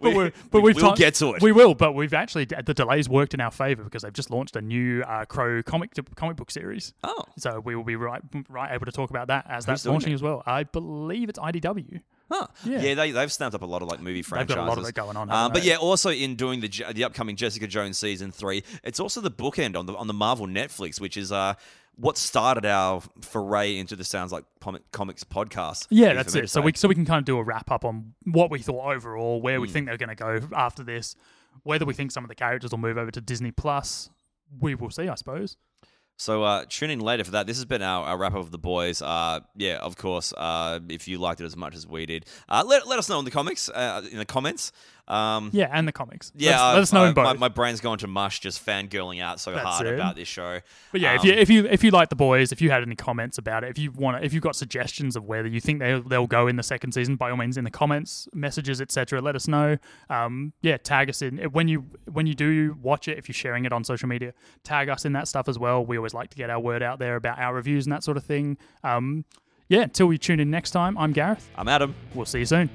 Speaker 1: but
Speaker 2: We-
Speaker 1: we're, but
Speaker 2: we
Speaker 1: have
Speaker 2: will get to it.
Speaker 1: We will, but we've actually the delays worked in our favor because they've just launched a new uh, Crow comic comic book series.
Speaker 2: oh,
Speaker 1: So we will be right right able to talk about that as that's
Speaker 2: doing
Speaker 1: launching as well. I believe it's IDW.
Speaker 2: Huh.
Speaker 1: Yeah.
Speaker 2: *laughs* Yeah. they, they've snapped up a lot of like movie
Speaker 1: They've
Speaker 2: franchises.
Speaker 1: got a lot of it going on,
Speaker 2: Uh,
Speaker 1: haven't
Speaker 2: but
Speaker 1: they?
Speaker 2: yeah, also in doing the Je- the upcoming Jessica Jones season three, it's also the bookend on the on the Marvel Netflix, which is uh what started our foray into the sounds like Pom- comics podcast.
Speaker 1: Yeah,
Speaker 2: if
Speaker 1: that's
Speaker 2: I'm
Speaker 1: it. So
Speaker 2: to
Speaker 1: we
Speaker 2: say.
Speaker 1: so we can kind of do a wrap up on what we thought overall, where we
Speaker 2: Hmm.
Speaker 1: think they're going to go after this, whether we think some of the characters will move over to Disney Plus. We will see, I suppose.
Speaker 2: So uh, tune in later for that. This has been our, our wrap up of the boys. Uh, yeah, of course. Uh, if you liked it as much as we did, uh, let, let us know in the comics uh, in the comments. Um,
Speaker 1: Yeah, and the comics.
Speaker 2: yeah,
Speaker 1: Let's-
Speaker 2: uh,
Speaker 1: let us know
Speaker 2: uh,
Speaker 1: in both.
Speaker 2: My, my brain's gone to mush just fangirling out so
Speaker 1: That's
Speaker 2: hard
Speaker 1: it.
Speaker 2: about this show.
Speaker 1: but yeah, if
Speaker 2: um,
Speaker 1: you if you if you like the boys, if you had any comments about it, if you want, if you've got suggestions of whether you think they they'll go in the second season, by all means, in the comments, messages, etc. Let us know. Um, yeah, tag us in when you when you do watch it. If you're sharing it on social media, tag us in that stuff as well. We always like to get our word out there about our reviews and that sort of thing. Um, yeah, until we tune in next time. I'm Gareth.
Speaker 2: I'm Adam.
Speaker 1: We'll see you soon.